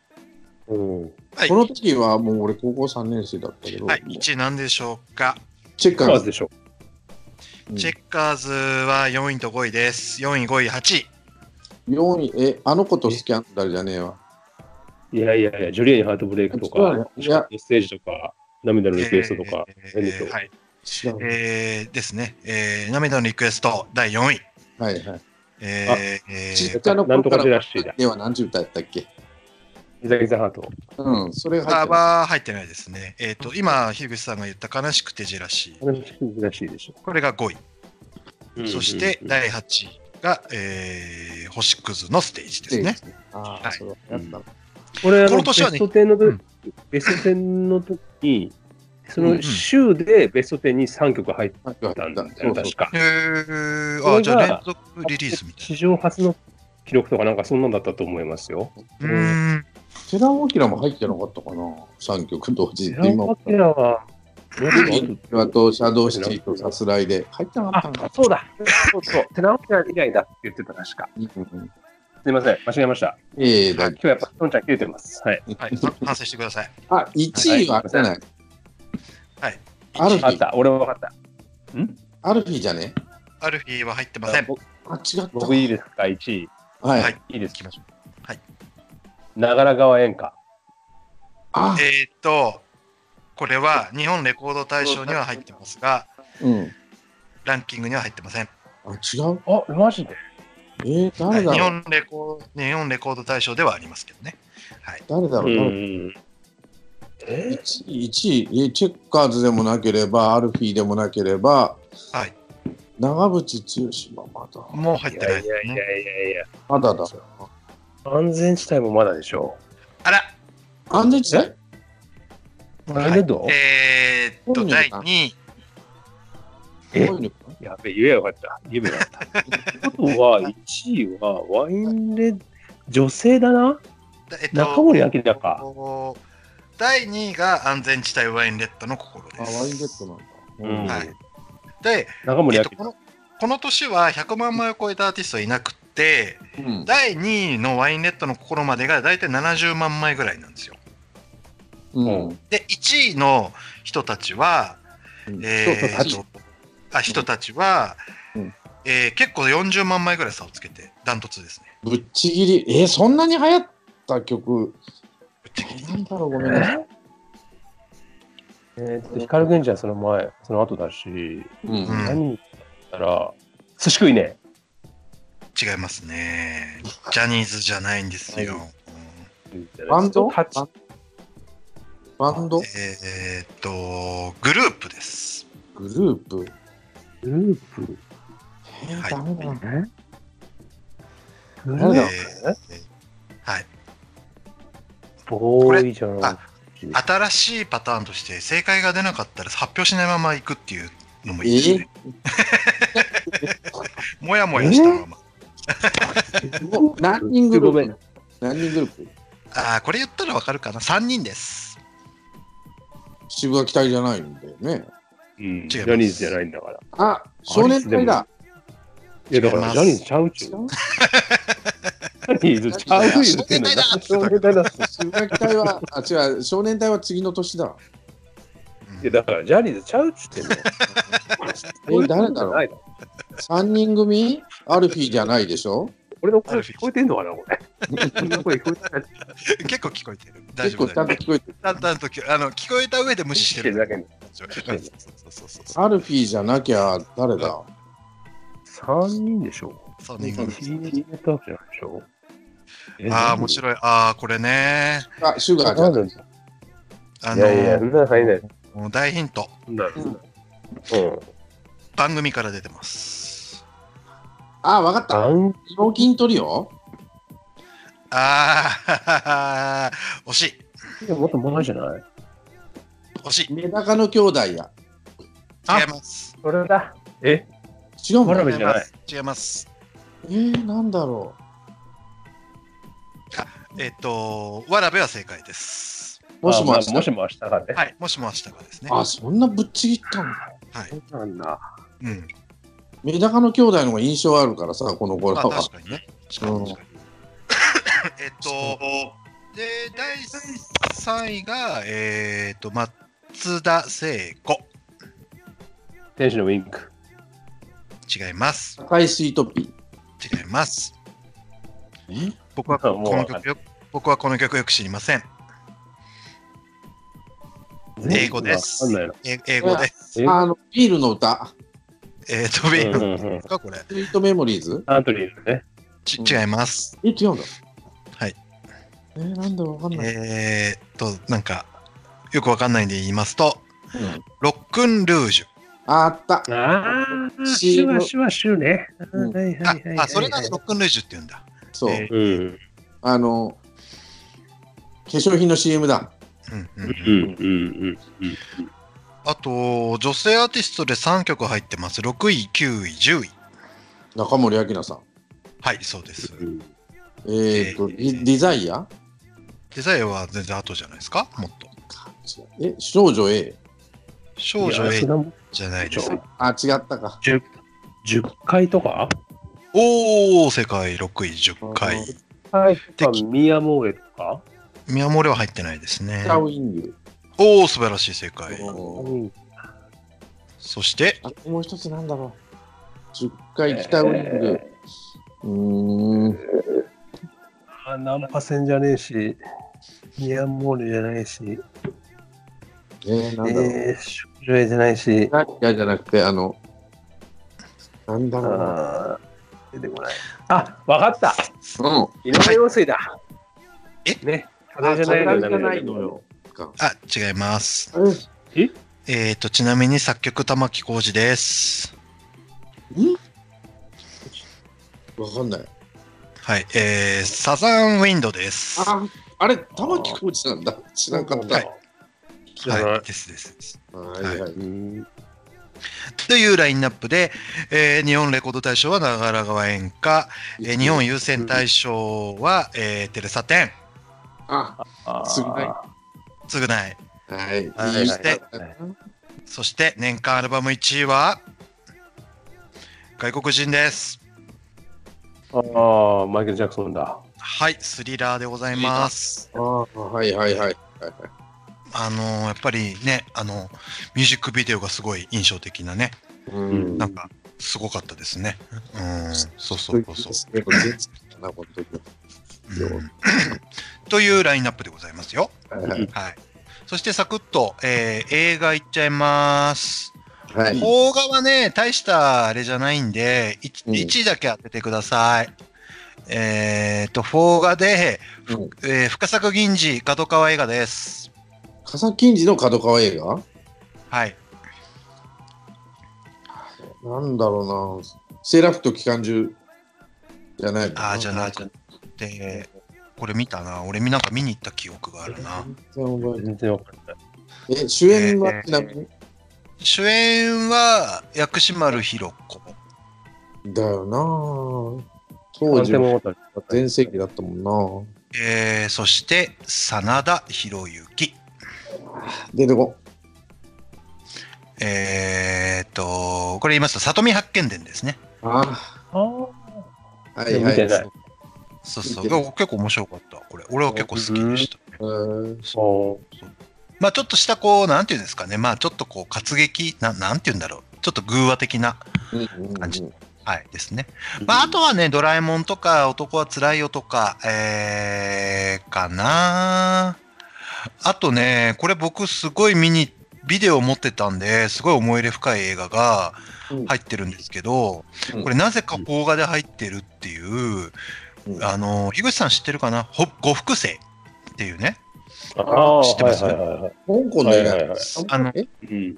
Speaker 3: うん
Speaker 2: はい
Speaker 4: この時はもう俺高校三年生だったけど、
Speaker 2: う。はい、1位何でしょうか。
Speaker 4: チェッカ
Speaker 3: そ
Speaker 4: ー
Speaker 3: う
Speaker 4: ズ。
Speaker 3: でしょ
Speaker 4: うん
Speaker 2: チェッカーズは4位と5位です。4位、5位、8位。
Speaker 4: 4位、え、あの子とスキャンダルじゃねえわ。
Speaker 3: いやいやいやジュリアにハートブレイクと
Speaker 4: そうだ
Speaker 3: か
Speaker 4: ねいや
Speaker 3: メッセージとか涙のリクエストとか、
Speaker 2: えー
Speaker 3: 何でしょう
Speaker 2: はい。
Speaker 4: 違う。
Speaker 2: えー、ですね。えー、涙のリクエスト第4位。
Speaker 4: はいはい。
Speaker 3: あ
Speaker 2: えー、え
Speaker 4: ち
Speaker 2: ー
Speaker 4: っちゃな
Speaker 3: なん
Speaker 4: 頃
Speaker 3: と
Speaker 4: か
Speaker 3: かジェ
Speaker 4: ら
Speaker 3: ラシーだ
Speaker 4: では何十歌やったっけ
Speaker 3: ギザギザハート
Speaker 4: うん、それが入
Speaker 2: あ
Speaker 4: ってま
Speaker 2: は入ってないですね。えっ、と、今、樋口さんが言った悲しくてジェラシー。
Speaker 3: あれもギザシーでし
Speaker 2: これが5位。
Speaker 3: ょ
Speaker 2: そして、第8位が、えー、星屑のステージですすね。
Speaker 4: あ
Speaker 2: は
Speaker 4: あ、
Speaker 2: い
Speaker 4: それはやったの。
Speaker 3: これあ
Speaker 2: この
Speaker 3: のベ
Speaker 2: 年はね
Speaker 3: スト10の時、
Speaker 2: うん
Speaker 3: ベスト10の時に、そ
Speaker 4: うんう
Speaker 3: の
Speaker 4: ん
Speaker 3: 週でベスト10に3曲入っ
Speaker 4: あそう
Speaker 3: たんだ
Speaker 4: だ
Speaker 3: よ、
Speaker 4: そうそう
Speaker 3: 確か。
Speaker 2: えー、
Speaker 3: これ
Speaker 2: あ
Speaker 3: が
Speaker 2: じゃあ連続リリースみたい
Speaker 3: 史上初の記録とかなんかそんなんだったと思いますよ。
Speaker 2: な。うーん。
Speaker 4: 寺尾明も入ってなかったかな、三曲同時
Speaker 3: 寺
Speaker 4: で。今
Speaker 3: 尾、明は、
Speaker 4: 今とシャドウシティとさすらいで入ってなか
Speaker 3: あ
Speaker 4: ったか、
Speaker 3: そうだ。そうそう。寺尾明以外だって言ってた、確か。
Speaker 4: な。うん
Speaker 3: すいません、間違えました。
Speaker 4: ええ、だ
Speaker 3: 今日やっぱ、トンちゃん切れてます。はい。
Speaker 2: はい、 反反省してください。
Speaker 4: あ、1位はあれじゃない。
Speaker 2: はい。
Speaker 4: アルフ
Speaker 3: あっ
Speaker 4: ィー、
Speaker 3: た、俺は分かった。
Speaker 4: アルフィーじゃね
Speaker 2: アルフィーは入ってません。
Speaker 3: 僕
Speaker 4: あ、違った。
Speaker 3: 僕いいですか、1位。
Speaker 4: は。
Speaker 2: はいい、
Speaker 3: いいで
Speaker 2: 行
Speaker 3: す
Speaker 2: き
Speaker 3: か。
Speaker 2: ましょう。
Speaker 3: 長良川演歌。
Speaker 4: あ、
Speaker 2: えっ、と、これは日本レコード大賞には入ってますが、
Speaker 4: うん。
Speaker 2: ランキングには入ってません。
Speaker 4: あ、違う。
Speaker 3: あ、マジで
Speaker 4: えー、
Speaker 2: は
Speaker 4: 誰
Speaker 2: い
Speaker 4: だ
Speaker 2: 日
Speaker 4: ろう
Speaker 2: 本レコード日本レコード大賞ではありますけどね。はい、
Speaker 4: 誰だ
Speaker 3: う。
Speaker 4: ろう誰だろうん
Speaker 3: え
Speaker 4: 1位、一位えチェッカーズでもなければ、アルフィーでもなければ、
Speaker 2: はい、
Speaker 4: 長渕剛もまだ。
Speaker 2: もう入っ
Speaker 3: い
Speaker 2: てな
Speaker 3: や
Speaker 2: い
Speaker 3: い
Speaker 2: です
Speaker 3: やいや
Speaker 2: ね。
Speaker 3: いやいや。
Speaker 4: まだだ。
Speaker 3: 安全地帯もまだでしょ
Speaker 2: あら、
Speaker 4: 安全地帯
Speaker 3: う。
Speaker 2: い
Speaker 3: あれど
Speaker 2: えー、っと、
Speaker 4: 本人か
Speaker 2: 第2位、
Speaker 3: え
Speaker 4: こういうのかな
Speaker 3: やべえ、言えばよかった。言えばよかった。あとは、1位はワインレッド、女性だな
Speaker 2: えっと
Speaker 3: 中森明菜か。
Speaker 2: 第2位が安全地帯ワインレッドの心
Speaker 4: あ、
Speaker 2: で
Speaker 4: ワ
Speaker 2: す。
Speaker 4: インレッドなんだ。
Speaker 3: うん
Speaker 2: はいで、
Speaker 3: 中森
Speaker 2: えっ
Speaker 3: 明
Speaker 2: と、このこの年は100万枚を超えたアーティストはいなくて、
Speaker 4: うん
Speaker 2: 第2位のワインレッドの心までが大体70万枚ぐらいなんですよ。
Speaker 4: うん。
Speaker 2: で、1位の人たちは、
Speaker 4: うん
Speaker 2: え
Speaker 3: 人たち
Speaker 2: ーっとあ人たちは、
Speaker 4: うん
Speaker 2: えー結構40万枚ぐらい差をつけて、ダントツですね。
Speaker 4: ぶっちぎり。えーそんなに流行った曲、
Speaker 2: ぶっちぎ
Speaker 6: なんだろう、ごめんなさい。
Speaker 7: えーっと、光源氏はその前、その後だし、
Speaker 6: うん
Speaker 2: うん
Speaker 7: 何だったら、寿司食いね。
Speaker 2: 違いますね。ジャニーズじゃないんですよ。
Speaker 6: バンド
Speaker 7: タッチ
Speaker 6: バンド
Speaker 2: えーっと、グループです。
Speaker 6: グループ
Speaker 3: グループ
Speaker 6: えー
Speaker 2: はい
Speaker 6: ダメだな
Speaker 7: 誰だ
Speaker 2: えーはい。
Speaker 7: ボーイじゃない
Speaker 2: あ。新しいパターンとして正解が出なかったら発表しないまま行くっていうのもいいですね。 もやもやしたまま。
Speaker 6: もう何人グループ何人グループ
Speaker 2: ああ、これ言ったらわかるかな。3人です。
Speaker 4: 渋谷期待じゃないんだよね。
Speaker 3: うんジ
Speaker 2: 違います
Speaker 3: ャニーズじゃないんだから。
Speaker 4: あ、少年隊だ。
Speaker 3: いや、だから、ジャニーズちゃうちゅう。ジャニーズちゃうよ言ってんのに。
Speaker 2: 少年
Speaker 3: 隊だ
Speaker 4: 渋谷期待は、あ、違う、少年隊は次の年だ。
Speaker 2: うん
Speaker 3: いや、だから、ジャニーズちゃうっつってんの。
Speaker 4: え、誰だろう
Speaker 3: う。
Speaker 4: ?3 人組アルフィーじゃないでしょ
Speaker 3: 俺の声聞こえてんのかな、これ。俺の声聞こえてない。
Speaker 2: 結構聞こえてる。大
Speaker 4: 結
Speaker 2: 丈夫大
Speaker 4: 構ちゃんと
Speaker 2: 丈
Speaker 4: 聞こえてる。
Speaker 2: 夫。だんときあの聞こえた上で無視してる。
Speaker 3: だけに。
Speaker 2: そう
Speaker 3: てる
Speaker 2: そうそうそう。
Speaker 4: アルフィーじゃなきゃ誰だ
Speaker 3: 3人でしょ。
Speaker 2: 3
Speaker 3: 入
Speaker 2: 人組ですね。
Speaker 3: れたじゃないでしょ。
Speaker 2: ああ、面白い。ああ、これね。
Speaker 4: あ、シュガーじゃない。
Speaker 2: あ
Speaker 3: い
Speaker 2: の
Speaker 3: やいや、そんな入んない。
Speaker 2: もう大ヒント。
Speaker 3: そんな
Speaker 4: うん
Speaker 3: うん。
Speaker 2: 番組から出てます。
Speaker 4: あ、わかった。
Speaker 3: あん、
Speaker 4: 脳筋トリオ
Speaker 2: ああ、 惜しい。
Speaker 3: もっと前じゃない
Speaker 2: 惜しい。違い
Speaker 4: メダカの兄弟や。
Speaker 2: ます。
Speaker 7: それだ。
Speaker 3: え
Speaker 4: 違
Speaker 3: 真
Speaker 4: うの
Speaker 3: 鍋じゃない。
Speaker 2: 違います。
Speaker 4: えー、なんだろ
Speaker 2: えっと、わらべは正解です。
Speaker 4: う。もしも
Speaker 3: あま
Speaker 4: 明
Speaker 3: あも
Speaker 4: 日。
Speaker 3: しも明日がね。
Speaker 2: はい。もしも明日がですね。
Speaker 4: あ、そんなぶっちぎったの
Speaker 3: そうなんだ。
Speaker 2: うん。
Speaker 4: メダカの兄弟の方が印象あるからさ、この頃
Speaker 2: まあ、
Speaker 4: は
Speaker 2: 確。かにね。確かに確かに えっと、で、第3位が、えっと、松田聖子。
Speaker 3: 天使のウィンク。
Speaker 2: 違います。
Speaker 4: 赤いスイートピー。
Speaker 2: 違います。
Speaker 4: え
Speaker 2: 僕は
Speaker 3: あ
Speaker 2: こ
Speaker 3: もう
Speaker 2: の
Speaker 3: わか
Speaker 2: 曲よ、僕はこの曲よく知りません。英語です
Speaker 3: わかんないな。
Speaker 2: え英語で。
Speaker 3: え
Speaker 4: あの、ビールの歌。
Speaker 2: えっと、ビー
Speaker 3: う
Speaker 2: ル
Speaker 3: んうんうん
Speaker 2: ですか、これ。
Speaker 4: スイートメモリーズ
Speaker 3: アントニーのね。
Speaker 2: ち違います。
Speaker 4: え、違うんだ。
Speaker 2: はい。
Speaker 4: えー、なんだわかんない。
Speaker 2: えっと、なんか、よくわかんないんで言いますと、
Speaker 4: うん
Speaker 2: ロックンルージュ。
Speaker 4: ああった。
Speaker 3: ああ、シュ
Speaker 4: CM
Speaker 3: ワシュワシュね。
Speaker 4: うん
Speaker 3: はいはいはいはい
Speaker 2: あ、あそれがロックンルージュって言うんだ。
Speaker 4: そう。
Speaker 2: え
Speaker 3: うん。
Speaker 4: あの、化粧品の CM だ。
Speaker 2: うんうんう
Speaker 3: うんんうん
Speaker 2: あと、女性アーティストで3曲入ってます。6位、9位、10位。
Speaker 4: 中森明菜さん。
Speaker 2: はい、そうです。
Speaker 3: うん。
Speaker 4: えー、っと、
Speaker 3: えー
Speaker 4: ディデザイア
Speaker 2: デザインは全然後じゃないですかもっと。
Speaker 4: 違うえ、少女 A。
Speaker 2: 少
Speaker 3: い
Speaker 2: 女
Speaker 3: や
Speaker 2: A
Speaker 3: それも
Speaker 2: じゃないです。
Speaker 4: あ、違ったか。
Speaker 3: 10 10回とか
Speaker 2: おー、世界6位、10回。
Speaker 3: はい。ミヤモーレとか
Speaker 2: 宮森は入ってないですね
Speaker 4: シ。ャウイング。
Speaker 2: おー、素晴らしい正解。
Speaker 4: おー
Speaker 2: そして、
Speaker 4: あともう一つなんだろう。10回北ウイング。うーん。
Speaker 3: あナンパ戦じゃねえし、ミヤモーレじゃないし、
Speaker 4: えー、なんだろう。
Speaker 3: えー、少女 A じゃないし、
Speaker 4: デザイアじゃなくて、あの、なんだろうな。
Speaker 3: あー出てこない。あ、わかった
Speaker 4: うん。
Speaker 3: 井上陽水だ。
Speaker 2: え
Speaker 3: ね。課
Speaker 4: あ、
Speaker 3: 題じゃないのよ
Speaker 4: じゃないのよ。
Speaker 2: あ、違います。
Speaker 4: うん
Speaker 2: えーと、ちなみに作曲玉置浩二です。
Speaker 4: わかんない。
Speaker 2: はい、えー、サザンウィンドです。は
Speaker 4: あ、あれ、玉置浩二なんだ。知らんかった。
Speaker 2: はい
Speaker 3: 知らない
Speaker 2: い、ですですです。
Speaker 4: はいはい。
Speaker 3: うん
Speaker 2: というラインナップで、えー日本レコード大賞は長良川演歌、えー日本優先大賞は、えーテレサテン、
Speaker 4: あ、
Speaker 3: あー
Speaker 4: すごい
Speaker 2: つぐない、
Speaker 4: はい。
Speaker 2: はい
Speaker 4: いいね
Speaker 2: そして年間アルバム1位は外国人です。
Speaker 3: ああ、マイケル・ジャクソンだ。
Speaker 2: はい、スリラーでございます。
Speaker 4: あーはいはいはい。
Speaker 2: あのーやっぱりね、あのミュージックビデオがすごい印象的なね、
Speaker 4: うん。
Speaker 2: なんかすごかったですね。うん、そう
Speaker 4: そ
Speaker 2: そうう
Speaker 4: いうこ
Speaker 2: そう
Speaker 4: と
Speaker 2: そう
Speaker 4: で。すね。これ全然だな、本当に。
Speaker 8: よ。
Speaker 2: というラインナップでございますよ。
Speaker 8: はい
Speaker 2: はい。そしてサクッと、えー映画いっちゃいます。
Speaker 8: はい。
Speaker 2: 邦画はね、大したあれじゃないんで、
Speaker 8: うん
Speaker 2: 1, 位だけ当ててください。えっと、邦画で、ふ
Speaker 8: うん
Speaker 2: えー深作銀次、角川映画です。
Speaker 8: 笠金次の角川映画
Speaker 2: はい。
Speaker 8: なんだろうな。セーラー服と機関銃じゃない
Speaker 2: ああ、じゃなくて、これ見たな。俺なんか見に行った記憶があるな。
Speaker 8: 全然覚えて
Speaker 3: 全然わかんない。
Speaker 8: ないえ、主演はちなみに、
Speaker 2: 主演は、薬師丸ひろ子。
Speaker 8: だよなぁ当
Speaker 3: なん
Speaker 8: 時
Speaker 3: でも思った
Speaker 8: 全盛期だったもんな
Speaker 2: えー、そして、真田広之。
Speaker 8: ぁ出てこ。
Speaker 2: えー、っと、これ言いますと、里見八犬伝ですね。
Speaker 8: あ
Speaker 3: あ
Speaker 8: あ、はいはい。
Speaker 3: 見てない
Speaker 8: そう
Speaker 2: そうそう。
Speaker 8: 見てる
Speaker 2: 結構面白かった。これ、俺は結構好きでした。
Speaker 8: えー
Speaker 3: あ、お
Speaker 2: まあちょっとしたこう、なんていうんですかね。まあちょっとこう、活劇、ななんていうんだろう。ちょっと偶話的な、
Speaker 8: うんうんうん
Speaker 2: 感じはい、ですね。まああとはね、ドラえもんとか、男はつらいよとか、えー、かなあとね、これ僕すごい見に、ビデオ持ってたんで、すごい思い入れ深い映画が
Speaker 8: うん
Speaker 2: 入ってるんですけど、
Speaker 8: うん
Speaker 2: これなぜか邦画で入ってるっていう、
Speaker 8: うん
Speaker 2: あの、樋口さん知ってるかなほ呉服生っていうね。
Speaker 3: あ、ああ、
Speaker 2: 知ってます
Speaker 3: はいはいはいはい。
Speaker 8: 香港の映画
Speaker 3: はいはいはい
Speaker 2: あの
Speaker 8: え
Speaker 9: うん。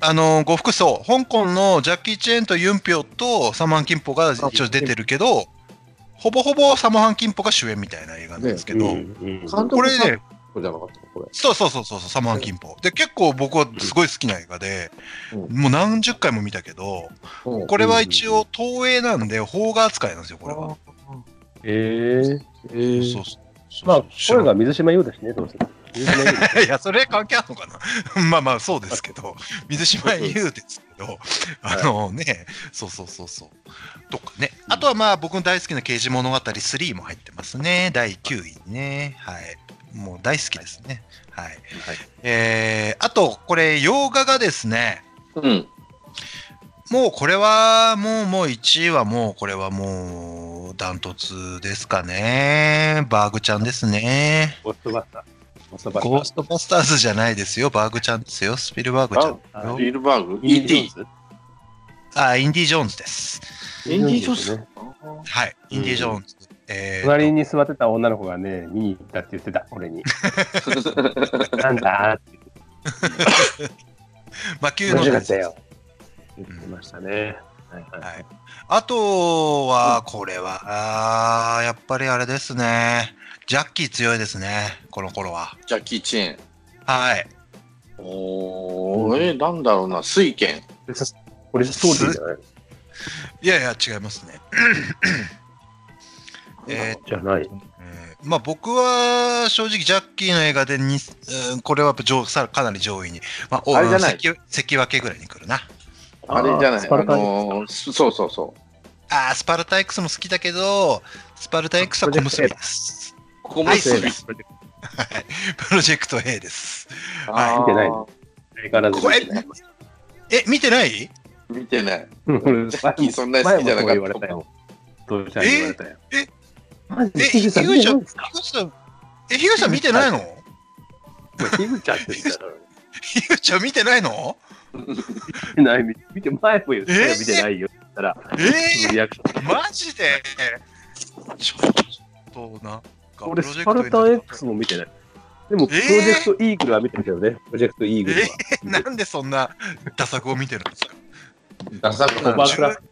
Speaker 2: あの呉服装、香港のジャッキー・チェーンとユンピョとサモハン・キンポが一応出てるけど、ほぼほぼサモハン・キンポが主演みたいな映画なんですけ
Speaker 9: うん
Speaker 2: ど、
Speaker 9: うん
Speaker 8: 監
Speaker 2: こ
Speaker 8: 督
Speaker 2: れ
Speaker 8: さん
Speaker 2: ね、
Speaker 8: じゃなかったのこれ。
Speaker 2: そうそうそうそう、サモハン・キンポ。で、結構僕はすごい好きな映画で、
Speaker 8: う
Speaker 2: もう何十回も見たけど、
Speaker 8: うん
Speaker 2: これは一応東映なんで、邦画扱いなんですよ、これは。
Speaker 3: ええ
Speaker 8: えー
Speaker 2: そうそうそう
Speaker 3: まあ、
Speaker 2: そう
Speaker 3: 声が水島優ですね、どうせ。水島優です
Speaker 2: いや、それ関係あるのかな まあまあ、そうですけど、水島優ですけ ど、あのね、そうそうそうそう。とかね。あとはまあ、僕の大好きな刑事物語3も入ってますね。第9位ね。はい。もう大好きですね。はい。えー、あと、これ、洋画がですね、
Speaker 4: うん。
Speaker 2: もうこれは、もうもう1位はもう、これはもう、ダントツですかね。バーグちゃんですね。
Speaker 9: ゴーストバスター。ゴーストバ
Speaker 2: ゴー
Speaker 9: ス
Speaker 2: ストバスターズじゃないですよ。バーグちゃんですよ。スピルバーグちゃん。
Speaker 9: タ
Speaker 4: ビ
Speaker 9: ー。
Speaker 4: ールバーグ、
Speaker 9: インディ・ジョ
Speaker 4: ET
Speaker 9: ーン。ズ
Speaker 2: あ、インディ・ジョーンズです。
Speaker 4: インディ・ジョーンズ
Speaker 3: ね
Speaker 2: はい。インディ・ジョーンズ。えー
Speaker 3: 隣に座ってた女の子がね、見に行ったって言ってた、俺に。なんだーって
Speaker 2: 魔球
Speaker 3: 面
Speaker 2: の
Speaker 3: 白か
Speaker 2: で
Speaker 3: っ
Speaker 2: す
Speaker 3: た。よ。言ってましたね。はいはい
Speaker 2: はい、あとは、これは、あーやっぱりあれですね。ジャッキー強いですね。この頃は。
Speaker 4: ジャッキー・チェーン。
Speaker 2: はい。
Speaker 4: おー、えー、なんだろうな、水拳。
Speaker 3: これストーリーじゃない
Speaker 2: いやいや、違いますね。えー
Speaker 3: じゃない。
Speaker 2: えーまあ僕は正直ジャッキーの映画でに、うんこれはやっぱ上さかなり上位に、まあ、お
Speaker 4: あれじゃない
Speaker 2: 関関脇ぐらいに来るな
Speaker 4: あれじゃない、
Speaker 3: スパ
Speaker 4: あ
Speaker 3: ルタ
Speaker 4: のー、すそうそうそう。
Speaker 2: あースパルタ X も好きだけどスパルタ X は小結びです
Speaker 4: ここも
Speaker 2: はい、
Speaker 4: セ
Speaker 2: そう
Speaker 4: ー
Speaker 2: で
Speaker 4: ブ
Speaker 2: す。はいプロジェクト A です。
Speaker 4: あー
Speaker 3: 見てない相変わらず。
Speaker 2: 怖いえ、見てない
Speaker 4: 見てない。
Speaker 3: 俺
Speaker 4: ジャッキーそんなに好きじゃなか
Speaker 3: 前もそう言われ
Speaker 4: ったた。
Speaker 3: よ。どうしたら言われたよ。
Speaker 2: ええ
Speaker 3: マジ
Speaker 2: え、
Speaker 3: で
Speaker 2: ひぐ
Speaker 3: 樋口
Speaker 2: ち
Speaker 3: さ
Speaker 2: さん、ひぐち
Speaker 3: ん見てないんですか
Speaker 2: さん、え、ひぐちさん見てないの
Speaker 3: 樋口ちゃんって言ったら
Speaker 2: ひぐちゃん見てないの
Speaker 3: 見てない、見て、前も言ったよ、見てないよって言ったら、
Speaker 2: え
Speaker 3: リアクショ
Speaker 2: ー、
Speaker 3: ン。
Speaker 2: マジでちょっと、なんか、
Speaker 3: 俺、スパルタ X も見てない。でも、プロジェクトイーグルは見てるけどね、プロジェクトイーグルは。
Speaker 2: えなんでそんな打作を見てるんですか
Speaker 8: ダサく
Speaker 3: オ
Speaker 8: な
Speaker 3: バークラフト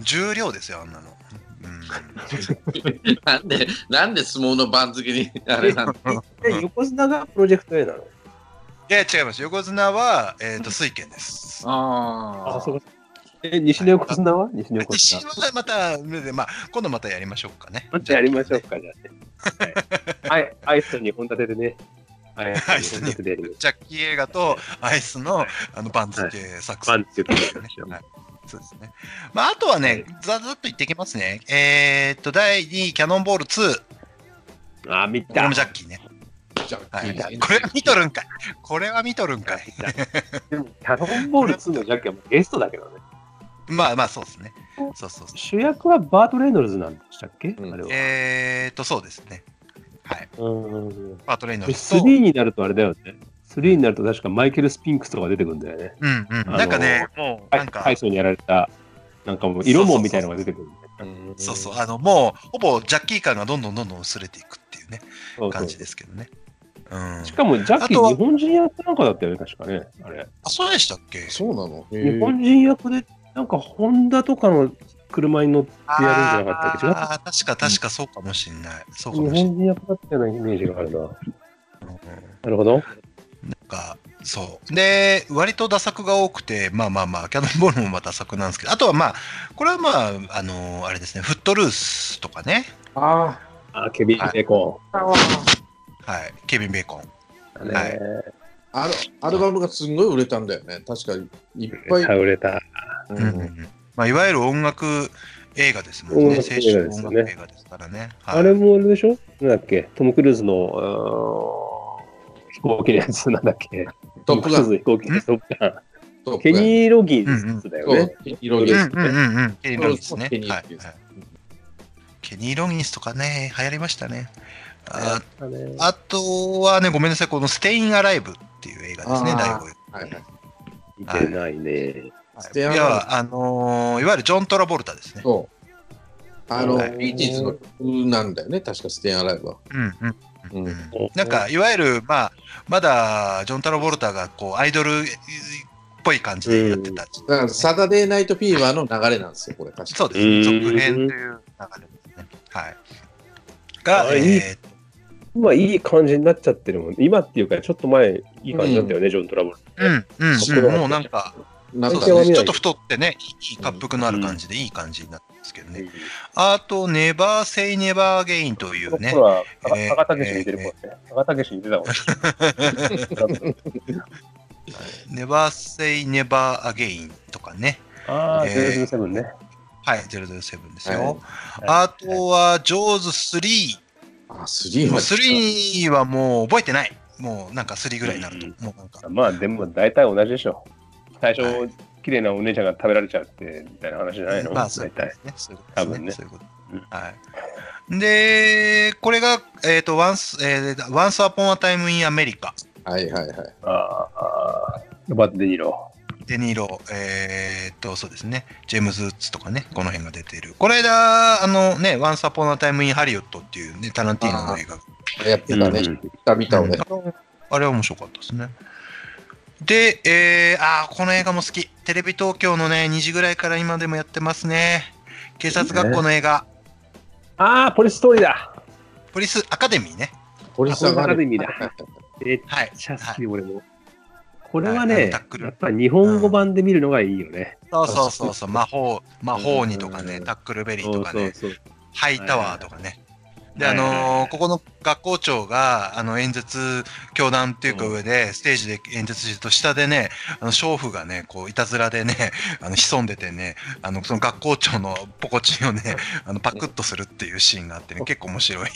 Speaker 2: 重量ですよ、あんなの。うん
Speaker 4: なんで、なんで相撲の番付に、あれなんだ
Speaker 2: え
Speaker 3: 横綱がプロジェクト A なの
Speaker 2: いや、違います。横綱は、えっと、水拳です。
Speaker 4: あ
Speaker 3: うか。え、西の横綱は西の横
Speaker 2: 私
Speaker 3: 綱。
Speaker 2: はまた、でまあ、今度またやりましょうかね。
Speaker 3: またやりましょうか、じゃ あね。はい、アイスと2本立てでね。はい、
Speaker 2: アイスと二本立
Speaker 3: でやりましょ
Speaker 2: ジャッキー映画とアイスのあの番付作
Speaker 3: う。ワ
Speaker 2: 戦、
Speaker 3: ンっていうことでやりましょう
Speaker 2: はいそうですね。まあ、あとはね、ざざっと言ってきますね。えーっと、第2位、キャノンボール2、
Speaker 3: あ、見
Speaker 2: これ
Speaker 3: た。
Speaker 2: も
Speaker 3: 見
Speaker 2: ジャッキーね。はい、これは見とるんかい。これは見とるんかい。
Speaker 3: たでも、キャノンボール2のジャッキはもうゲストだけどね。
Speaker 2: まあまあ、そうですね。そうそうそう。
Speaker 3: 主役はバート・レイノルズなんでしたっけ、
Speaker 4: うん
Speaker 3: あれは。
Speaker 2: えーっと、そうですね。はい。
Speaker 3: うん
Speaker 2: パートレイノ
Speaker 3: で
Speaker 2: ルズと。
Speaker 3: 3になるとあれだよね。3になると確かマイケル・スピンクスとか出てくるんだよね。
Speaker 2: うんうん。なんかね、もう、
Speaker 3: は
Speaker 2: ないんか、
Speaker 3: 体操にやられた、なんかもう色もんみたいなのが出てくるんだよね。
Speaker 2: そうそう、あの、もう、ほぼジャッキー感がどんどんどんどん薄れていくっていうね、
Speaker 3: そうそう
Speaker 2: 感じですけどね。うん。
Speaker 3: しかもジャッキ
Speaker 2: あと
Speaker 3: ー
Speaker 2: は
Speaker 3: 日本人役なんかだったよね、確かね。あれ。
Speaker 2: あ、そうでしたっけ
Speaker 4: そうなのへ
Speaker 3: 日本人役で、なんかホンダとかの車に乗ってやるんじゃなかったっけ違った
Speaker 2: あー確か確かそうかもしんない。そうか
Speaker 3: 日
Speaker 2: も
Speaker 3: 本
Speaker 2: しんない。
Speaker 3: 人役だったようなイメージがあるな。
Speaker 2: うん
Speaker 3: なるほど。
Speaker 2: なんか、そう。で、割と打作が多くて、まあまあまあ、キャノンボールもまあ打作なんですけど、あとはまあ、これはまあ、あのあれですね、フットルースとかね、
Speaker 4: あ
Speaker 3: あ、ケビン・ベコ
Speaker 2: はい、ケビン・ベーコン。
Speaker 3: ン。
Speaker 2: はい
Speaker 3: ね
Speaker 4: あアルアルバムがすんごい売れたんだよね確かにいっぱい、
Speaker 3: 売れた。
Speaker 2: う
Speaker 4: う
Speaker 2: んうん
Speaker 4: ん
Speaker 2: うんまあ、いわゆる音楽映画ですもんね。
Speaker 3: 音
Speaker 2: 青
Speaker 3: 楽映画
Speaker 2: 春
Speaker 3: ですよ
Speaker 2: 音
Speaker 3: ね
Speaker 2: 楽映画ですからね。はい
Speaker 3: あれもあれでしょなんだっけトム・クルーズのうーん飛行機のやつなんだっけ
Speaker 4: トップガン
Speaker 3: トムクルーズの飛行機のトップガン
Speaker 4: トップ
Speaker 3: ケ
Speaker 4: ガン
Speaker 3: ニー・ロギンスだよ
Speaker 4: そ
Speaker 3: ね
Speaker 4: う。いろいろ
Speaker 2: うんうんうんうん。ケニー・ロギンスね。
Speaker 4: ケニー
Speaker 2: はい
Speaker 4: ロギンス
Speaker 2: はいケニー・ロギンスとかね、流行りましたね。あ
Speaker 3: あれ
Speaker 2: あとはね、ごめんなさい、このステイン・アライブっていう映画ですね、
Speaker 4: あー
Speaker 2: 第5位。
Speaker 4: はいはい
Speaker 3: 見てないね。
Speaker 4: ス
Speaker 2: い
Speaker 4: テアラ
Speaker 2: や、あのーいわゆるジョン・トラボルタですね。
Speaker 4: そうあの、
Speaker 3: はい
Speaker 4: ビーチーズの曲なんだよね確かステンアライブは、
Speaker 2: うんうん
Speaker 4: う
Speaker 2: うんんなんか、いわゆる、まあ、まだジョン・トラボルタがこうアイドルっぽい感じでやってた。
Speaker 4: だからサタデーナイトフィーバーの流れなんですよ、これ、確
Speaker 2: そ
Speaker 4: か
Speaker 2: うですね、
Speaker 3: うん
Speaker 2: 続編という流れですね。はい。が、
Speaker 3: あいい
Speaker 2: えー
Speaker 3: 今いい感じになっちゃってるもん。今っていうか、ちょっと前、いい感じだったよね、ジョン・トラボルタ。
Speaker 2: うんうんうん、もうなんか、
Speaker 4: な
Speaker 2: そ
Speaker 4: ん
Speaker 2: う
Speaker 4: か
Speaker 2: だ
Speaker 3: は
Speaker 2: ね、
Speaker 3: 見
Speaker 2: ち
Speaker 3: ない
Speaker 2: ょっと太ってね、いい滑腹のある感じで、いい感じになってますけどね。あと、ネバー・セイ・ネバー・ゲインというね
Speaker 10: ほ、ら、
Speaker 2: えー
Speaker 10: 高竹氏似てるもんね。高竹氏似てたもんね。
Speaker 2: ネバー・セイ・ネバー・アゲインとかね、
Speaker 10: ああ、
Speaker 2: え
Speaker 10: ゼ
Speaker 2: ー
Speaker 10: ロゼロセブンね。
Speaker 2: はい、007です
Speaker 4: は
Speaker 2: よ
Speaker 4: い。
Speaker 2: あとは、ジョーズ3。
Speaker 4: あ、スリーは
Speaker 2: 3はもう覚えてない。もうなんか3ぐらいになると、もうなんか、
Speaker 3: まあ、でも大体同じでしょ。最初、綺麗なお姉ちゃんが食べられちゃうって、みたいな話じゃないの
Speaker 2: まあ、そうい
Speaker 3: 大
Speaker 2: うことで
Speaker 3: 体。
Speaker 2: すね。そういうこと
Speaker 3: 多
Speaker 2: です
Speaker 3: 分
Speaker 2: ね。
Speaker 3: ね
Speaker 2: そういうこと
Speaker 3: うん。
Speaker 2: はい。で、これが、えっ、と、Once、えー、Once Upon a Time in America。
Speaker 4: はいはいはい。
Speaker 3: ああ、ロバート・デニーロ。
Speaker 2: デニーロ、えーっと、そうですね、ジェームズ・ウッズとかね、この辺が出ている。この間、あのね、ワンサポーナータイムインハリウッドっていうね、タランティーノの映画。
Speaker 4: やってたね。
Speaker 3: うん
Speaker 4: 見た見た俺。
Speaker 2: あれは面白かったですね。で、えー、あーこの映画も好き。テレビ東京のね、2時ぐらいから今でもやってますね。警察学校の映画、
Speaker 3: ああ、ポリストーリーだ。
Speaker 2: ポリスアカデミーね。
Speaker 4: ポリスアカデミー
Speaker 3: あポリスア
Speaker 4: だ。
Speaker 3: めっ
Speaker 2: はい。
Speaker 3: ちゃ好
Speaker 2: は
Speaker 3: き、
Speaker 2: い
Speaker 3: 俺も。これ
Speaker 2: は
Speaker 3: はい
Speaker 2: あの
Speaker 3: ね
Speaker 2: タック、ル
Speaker 3: やっぱり日本語版で見るのがいいよね。
Speaker 2: そうそうそうそう、魔法、魔法にとかね、
Speaker 4: うん
Speaker 2: タックルベリー
Speaker 3: そ
Speaker 2: と
Speaker 3: う
Speaker 2: か
Speaker 3: そう
Speaker 2: ね、
Speaker 3: そう。
Speaker 2: ハイタワーとかね。で、あ
Speaker 3: はいはいはい
Speaker 2: のーここの学校長が、あの、演説、教団っていうか
Speaker 3: うん
Speaker 2: 上で、ステージで演説してると、下でね、あの、娼婦がね、こう、いたずらでね、あの、潜んでてね、あの、その学校長のポコチンをね、あの、パクッとするっていうシーンがあってね、結構面白い。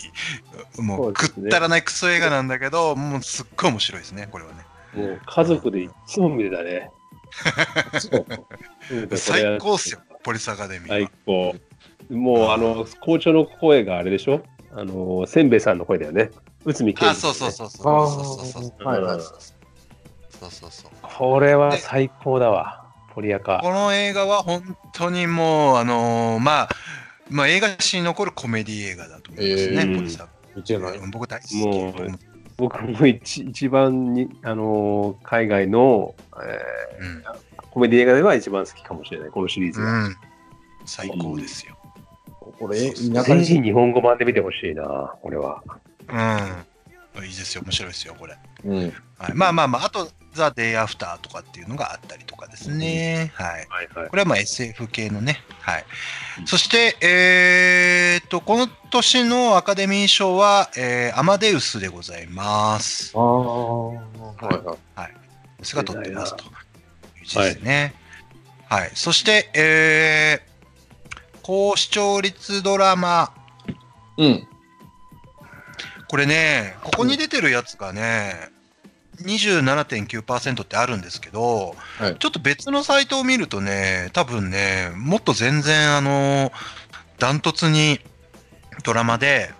Speaker 2: も、
Speaker 3: そううですね
Speaker 2: くったらないクソ映画なんだけど、もう、すっごい面白いですね、これはね。
Speaker 3: もう家族でいつも見て たね。
Speaker 4: そう
Speaker 2: 最高っすよ、ポリスアカデミー
Speaker 3: 最
Speaker 2: は。
Speaker 3: 高。もうあの校長の声があれでしょあのせんべいさんの声だよね。内海
Speaker 2: あ、そうそう
Speaker 3: う。
Speaker 2: そうそう。
Speaker 4: あ
Speaker 2: そうそうそう。
Speaker 4: ーはいはい。
Speaker 2: そうそうそう。
Speaker 3: これは最高だわ。ポリアカ。
Speaker 2: この映画は本当にもう、あのーまあ、まあ、映画史に残るコメディ映画だと思いますね、
Speaker 4: え
Speaker 3: ー
Speaker 2: ポリスア
Speaker 4: 見てない。
Speaker 2: 僕大好き。
Speaker 3: もう
Speaker 2: 僕も
Speaker 3: 僕も一一番にあの海外の、え
Speaker 2: うん
Speaker 3: ーコメディ映画では一番好きかもしれないこのシリーズが。
Speaker 2: うん最高ですよ。
Speaker 4: これ、田舎
Speaker 3: ぜひ
Speaker 4: に
Speaker 3: 日本語版で見てほしいな。これは。
Speaker 2: うん。いいですよ、面白いですよ、これ。
Speaker 4: うん。
Speaker 2: はい、まあまあまあ、あと、ザ・デイ・アフターとかっていうのがあったりとかですね。はい。
Speaker 3: はいはい。
Speaker 2: これはまあ SF 系のね。はい
Speaker 3: うん。
Speaker 2: そして、えーっと、この年のアカデミー賞は、えーアマデウスでございます。
Speaker 4: ああ。はいはい。
Speaker 2: ですが取ってますという字ですね。はい、そして、えー、高視聴率ドラマ、
Speaker 4: うん。
Speaker 2: これね、ここに出てるやつがね、 27.9%ってあるんですけど、
Speaker 4: はい
Speaker 2: ちょっと別のサイトを見るとね、多分ね、もっと全然、あの、ダントツにドラマで、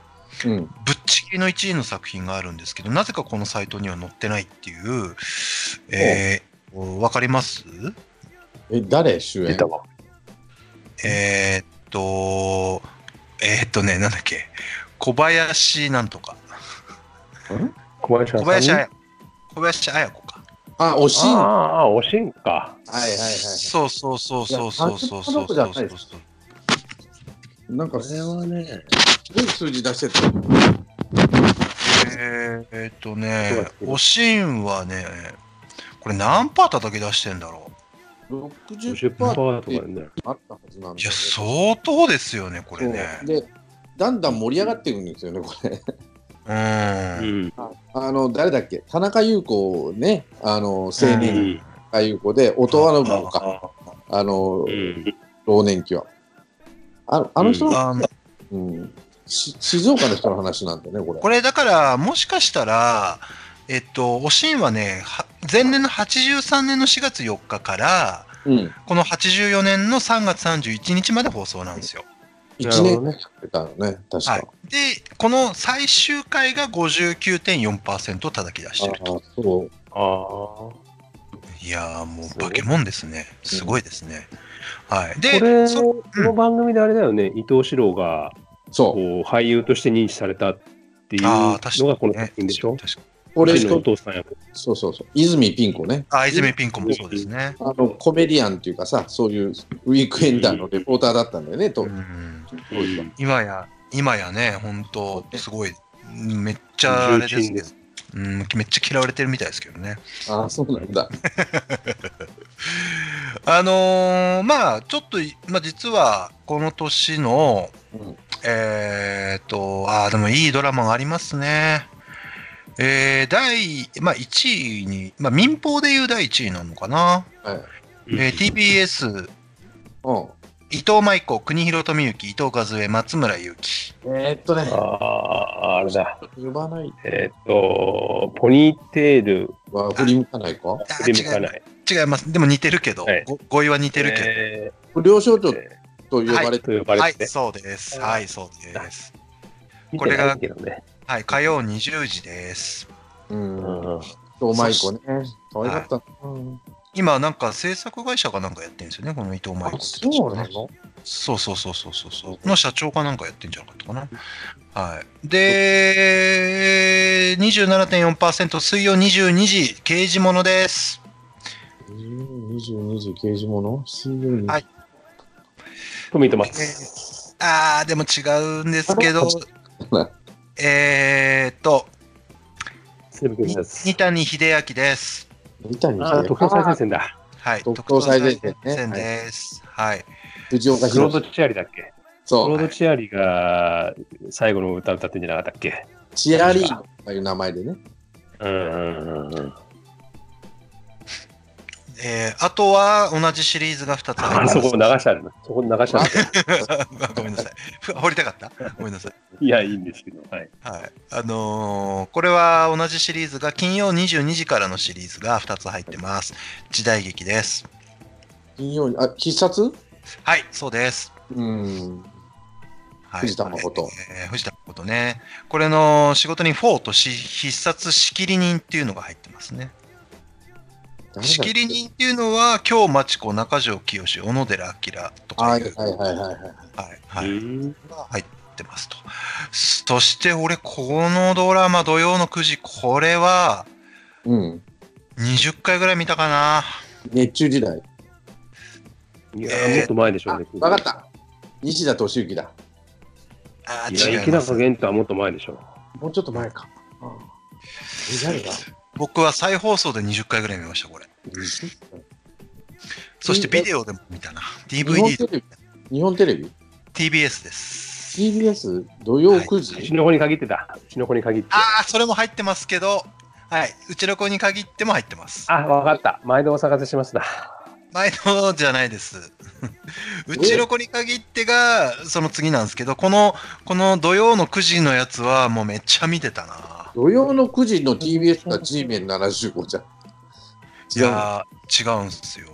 Speaker 4: うん。
Speaker 2: ぶっちぎりの1位の作品があるんですけど、なぜかこのサイトには載ってないっていう、えー、わかります
Speaker 4: え、誰主演
Speaker 3: 出たわ。
Speaker 2: えー、っと、えー、っとね、なんだっけ、小林なんとか、
Speaker 3: 小林さん
Speaker 2: 小林彩小林彩子か。
Speaker 4: あ、おしん。は
Speaker 3: ああ、おしんか。
Speaker 4: いはいはい。
Speaker 2: そうそうそうそうそうそう
Speaker 4: い
Speaker 2: そ
Speaker 4: や単純な
Speaker 2: う
Speaker 4: ことじ
Speaker 2: そ
Speaker 4: ゃ
Speaker 2: う
Speaker 4: ないで
Speaker 2: そう。
Speaker 3: これ
Speaker 4: すなんか、
Speaker 3: はね、
Speaker 4: すごい数字出してた。
Speaker 2: えー、っと
Speaker 3: そう
Speaker 2: ね
Speaker 3: だ、
Speaker 2: おしんはね、これ何パー叩き出してんだろ
Speaker 3: 50%
Speaker 4: 60%っ
Speaker 3: とか
Speaker 4: て
Speaker 3: だよね。
Speaker 4: あったはずなん
Speaker 2: う
Speaker 4: だ
Speaker 2: いや、
Speaker 4: よね
Speaker 2: 相当ですよね、これね。
Speaker 4: で、だんだん盛り上がっていくんですよね、これ。
Speaker 2: う。
Speaker 3: うんん。
Speaker 4: あの、誰だっけ田中優子ね、あの、青年
Speaker 3: ん
Speaker 4: 田中優子で、音羽の分か、
Speaker 2: か。
Speaker 4: あの
Speaker 3: う、ん。
Speaker 4: 老年期は。あのあの人の、
Speaker 2: あの
Speaker 4: うんし静岡の人の話なんだね、これ。
Speaker 2: これだから、もしかしたら、えっと、おしんはね、は前年の83年の4月4日から、
Speaker 4: うん。
Speaker 2: この84年の3月31日まで放送なんですよ。
Speaker 4: 1
Speaker 3: なる
Speaker 4: 年
Speaker 3: ほどね
Speaker 4: やってたのね、確か。
Speaker 2: はい、で、この最終回が59.4%叩き出してる
Speaker 4: あ
Speaker 2: と。
Speaker 4: あ、そう。
Speaker 3: ああ。
Speaker 2: いやー、もう化け物ですね。すごいですね。はい。
Speaker 3: これ
Speaker 2: で、そ
Speaker 3: この番組であれだよね、伊藤四郎が
Speaker 4: そう。
Speaker 3: こう俳優として認知されたっていうの
Speaker 2: あー
Speaker 3: が
Speaker 2: 確かにね
Speaker 3: この作品でしょ。
Speaker 2: 確かに
Speaker 4: これ、
Speaker 3: うちのお
Speaker 4: そう
Speaker 3: 父さん役。
Speaker 4: そうそう。泉ピン子ね。
Speaker 2: あ、泉ピン子もそうですね。
Speaker 4: あの、コメディアンっていうかさ、そういうウィークエンダーのレポーターだったんだよね、と。
Speaker 2: うん
Speaker 4: 当時は
Speaker 2: 今や、今やね、本当すごい、うんめっちゃあれですけど、うん、めっちゃ嫌われてるみたいですけどね。
Speaker 4: ああ、そうなんだ。
Speaker 2: あのーまあちょっとい、まあ、実はこの年の、
Speaker 4: うん
Speaker 2: えーっとあーでもいいドラマがありますね。えー第、まあ、1位に、まあ、民放でいう第1位なのかな、
Speaker 4: はい。
Speaker 2: えー TBS
Speaker 4: うん。
Speaker 2: 伊藤舞子国広富之伊藤和恵松村雄貴
Speaker 4: えーっとね
Speaker 3: あ、あ、あれだ。
Speaker 4: 呼ばない
Speaker 3: えーっと、ポニーテール
Speaker 4: は振り向かないか
Speaker 2: あ
Speaker 3: 振り向か
Speaker 2: 違
Speaker 3: な
Speaker 2: い
Speaker 3: い。
Speaker 2: 違いますでも似てるけど、
Speaker 3: はい
Speaker 2: ご語彙は似てるけど、
Speaker 3: え
Speaker 4: 不良少女
Speaker 3: ー
Speaker 4: と呼ばれて、
Speaker 3: と呼ばれ
Speaker 2: はい
Speaker 3: てて。
Speaker 2: そうですはいそうです
Speaker 3: 見
Speaker 2: こ
Speaker 3: て
Speaker 2: れ
Speaker 3: な
Speaker 2: が
Speaker 3: いけどね。
Speaker 2: はい火曜20時です
Speaker 4: うん。
Speaker 3: うん
Speaker 4: と、舞子ね。可愛かったな。うん
Speaker 2: 今なんか制作会社かなんかやってるんですよねこの伊藤舞
Speaker 4: あ
Speaker 2: 子、って
Speaker 4: そうなの
Speaker 2: そうそうそうそうそうそうの社長かなんかやってんじゃなかったかなはいで27.4%水曜22時刑事ものです
Speaker 4: 22時刑事物水曜日
Speaker 2: はい
Speaker 3: 富と松。
Speaker 2: あーでも違うんですけどえーっと
Speaker 3: 西部警察。
Speaker 2: 二谷秀明です
Speaker 4: 三谷
Speaker 3: ああ、
Speaker 4: で
Speaker 3: 特捜最前線だ。
Speaker 2: はい
Speaker 4: 特等最前線ね
Speaker 2: 特等最前線ですはい、
Speaker 4: 藤岡
Speaker 3: クロード
Speaker 4: 弘
Speaker 3: チアリだっけク
Speaker 4: そ
Speaker 3: ロ
Speaker 4: う
Speaker 3: ードチアリが最後の歌歌ってんじゃなかったっけ
Speaker 4: チアリーノという名前でね
Speaker 3: うんうんうんうん。
Speaker 2: えーあとは同じシリーズが2つあり
Speaker 3: あ
Speaker 2: ます
Speaker 3: そこ流してあるの。そこ流してある。
Speaker 2: ごめんなさいふ掘りたかったごめんなさい
Speaker 3: いや、いいんですけど。はい。
Speaker 2: はい。あのーこれは同じシリーズが、金曜22時からのシリーズが2つ入ってます。時代劇です。
Speaker 4: 金曜日あ必殺
Speaker 2: はい、そうです。
Speaker 4: うん
Speaker 2: はい、
Speaker 4: 藤田誠
Speaker 2: えー藤田誠ね。これの仕事に4とし必殺仕切り人っていうのが入ってますね。仕切り人っていうのは、京町子、中条清、小野寺明とか、
Speaker 4: はいいうはいはいはいはい
Speaker 2: はい、は
Speaker 3: う
Speaker 2: い、
Speaker 3: ん
Speaker 2: が入ってますと。そして俺、このドラマ、土曜の9時、これは
Speaker 4: うん
Speaker 2: 20回ぐらい見たかな。
Speaker 4: 熱中時代
Speaker 3: いや
Speaker 2: えー
Speaker 3: もっと前でしょ
Speaker 4: あ
Speaker 3: うね。
Speaker 4: 分かった西田敏行だ
Speaker 2: あー
Speaker 3: いや、
Speaker 2: 違い
Speaker 3: 池
Speaker 2: ます
Speaker 3: 中。玄太はもっと前でしょ
Speaker 4: もうちょっと前かあ時代だ
Speaker 2: 僕は再放送で20回ぐらい見ました、これ。そしてビデオでも見たな。
Speaker 4: 日本
Speaker 2: DVD
Speaker 4: テ
Speaker 2: と
Speaker 4: レビ日本テレビ
Speaker 2: TBS です。
Speaker 4: CBS 土曜9
Speaker 3: う。う
Speaker 4: 時
Speaker 3: ちの子に限ってた。うちの子に限って。
Speaker 2: ああ、それも入ってますけど、はい。うちの子に限っても入ってます。
Speaker 3: あ、わかった。毎度お探せしますだ。
Speaker 2: 前のじゃないです。うちの子に限ってが、その次なんですけど、この、この土曜の9時のやつは、もうめっちゃ見てたな。
Speaker 4: 土曜の9時の TBS が G メン75じゃん。
Speaker 2: いやー、違うんすよ。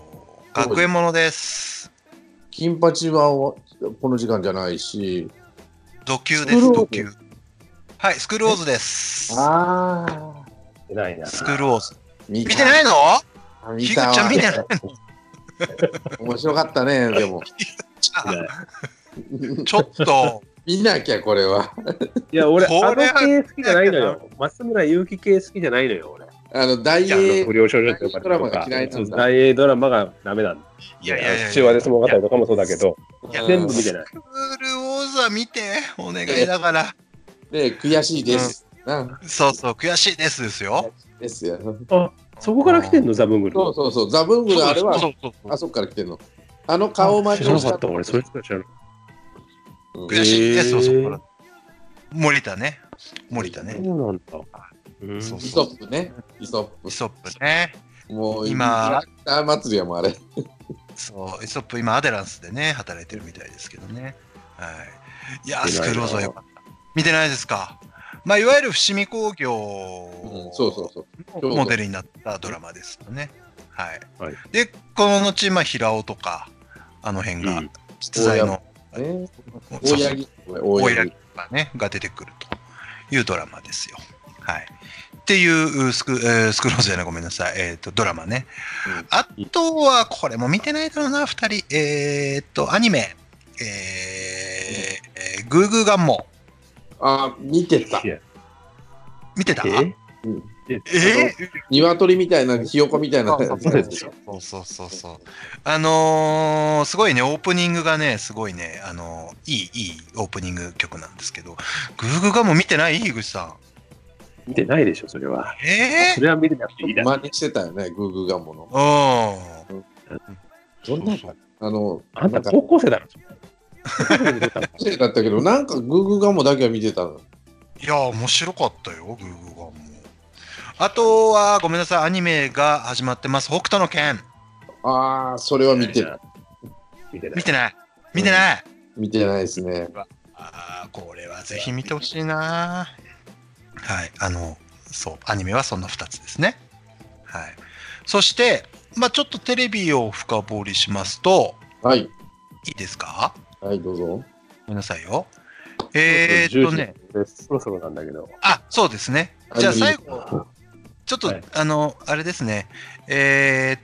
Speaker 2: 学園ものです。
Speaker 4: 金八はこの時間じゃないし。
Speaker 2: ド級です、
Speaker 4: スクロ
Speaker 2: ド
Speaker 4: ーズ
Speaker 2: 級。はい、スクローズです。
Speaker 4: ああ。
Speaker 3: 偉いな。
Speaker 2: スクローズ。
Speaker 4: 見
Speaker 2: 見てないの
Speaker 4: の見
Speaker 2: ひぐち
Speaker 4: た
Speaker 2: ゃん
Speaker 4: わ
Speaker 2: 見。てない
Speaker 4: 面白かったね、でも。
Speaker 2: ちょっと、
Speaker 4: 見なきゃ、これは。
Speaker 3: いや、俺、
Speaker 2: こ
Speaker 3: あの
Speaker 2: れは
Speaker 3: 系好きじゃないのよ。松村雄樹系好きじゃないのよ、俺。
Speaker 4: あの、大
Speaker 3: あの
Speaker 4: 英。
Speaker 3: 不良少女とか
Speaker 4: ドラマが嫌いなんだ
Speaker 3: そう大英ドラマがダメなんだ。
Speaker 2: いやいやいや
Speaker 3: 父親で物語とかもそうだけど、
Speaker 2: や
Speaker 3: 全部見てない。
Speaker 2: スクールウォーズは見て、お願いだから。
Speaker 4: で、悔しいです。な
Speaker 2: そうそう、悔しいですですよ。
Speaker 4: ですよ。
Speaker 3: そこから来てんの、ザブングル。
Speaker 4: そうそうそう、ザブングルあれは、あそこから来てんの。あの顔ま
Speaker 3: 知
Speaker 4: で
Speaker 3: らなかった、俺、それしか知らなかっ
Speaker 4: うん
Speaker 2: 悔しいですよ、
Speaker 3: へ
Speaker 2: そ
Speaker 3: ー
Speaker 2: こから。森田ね。森田
Speaker 3: た。
Speaker 2: ね。
Speaker 3: そうなんだ。うん
Speaker 2: そう
Speaker 4: イソ
Speaker 2: そう。
Speaker 4: ップね、イソ
Speaker 2: イソップね。
Speaker 4: ップ。もう
Speaker 2: 今、
Speaker 4: あ祭りやもんあれ。
Speaker 2: そう、イソップ今アデランスでね、働いてるみたいですけどね。はい。いやー、
Speaker 3: 見て
Speaker 2: ス
Speaker 3: ないな
Speaker 2: クローズはよかった。見てないですか。まあ、いわゆる伏見工業
Speaker 4: うんそうそうそう。
Speaker 2: のモデルになったドラマですよね。はい。
Speaker 3: はい
Speaker 2: で、この後、まあ、平尾とか、あの辺が
Speaker 3: うん、
Speaker 2: 実在の
Speaker 4: ね、
Speaker 2: そうそう
Speaker 4: 大八木。
Speaker 2: 大
Speaker 4: 大
Speaker 2: 柳がね、が出てくるというドラマですよ。はい。っていうスク、えースクローズじゃない、ごめんなさい。えっ、と、ドラマね。
Speaker 4: うん
Speaker 2: あとは、これも見てないだろうな、二人。えっ、と、アニメ。えーえーグーグーガンも
Speaker 4: あ、見てた
Speaker 3: い。や
Speaker 2: 見てた
Speaker 3: え
Speaker 2: え
Speaker 4: 鶏みたいな、ひよこみたいな。
Speaker 2: そうそうそうそう。あのーすごいね、オープニングがね、すごいね、あのーいい、いいオープニング曲なんですけど、グーグーガンも見てない樋口さ
Speaker 3: 見てないでしょ、それは。
Speaker 2: ん。え
Speaker 3: それは見てなくていいだろ。
Speaker 4: 真似してたよね、グーグーガンモの。
Speaker 2: ー、うん。
Speaker 4: どんなあの、
Speaker 3: あんた
Speaker 4: なんか、
Speaker 3: 高校生だろ。
Speaker 4: 綺麗だったけど、なんかグーグーガンモだけは見てたの。
Speaker 2: いやー、面白かったよ、グーグーガンも。あとは、ごめんなさい、アニメが始まってます。北斗の拳。
Speaker 4: ああ、それは見てる。
Speaker 3: 見てな
Speaker 2: 見
Speaker 3: い。
Speaker 2: てない。見てない。
Speaker 4: 見てないですね。
Speaker 2: ああ、これはぜひ見てほしいなー。はい、あの、そう、アニメはそんな2つですね。はい。そして、まあちょっとテレビを深掘りしますと、
Speaker 4: はい。
Speaker 2: いいですか
Speaker 4: はい、どうぞ。
Speaker 2: ごめんなさいよ。えー、っとね、
Speaker 3: 10時です。そろそろなんだけど。
Speaker 2: あ、そうですね。じゃあ最後、ちょっと、
Speaker 3: はい
Speaker 2: あの、あれですね、えー、っ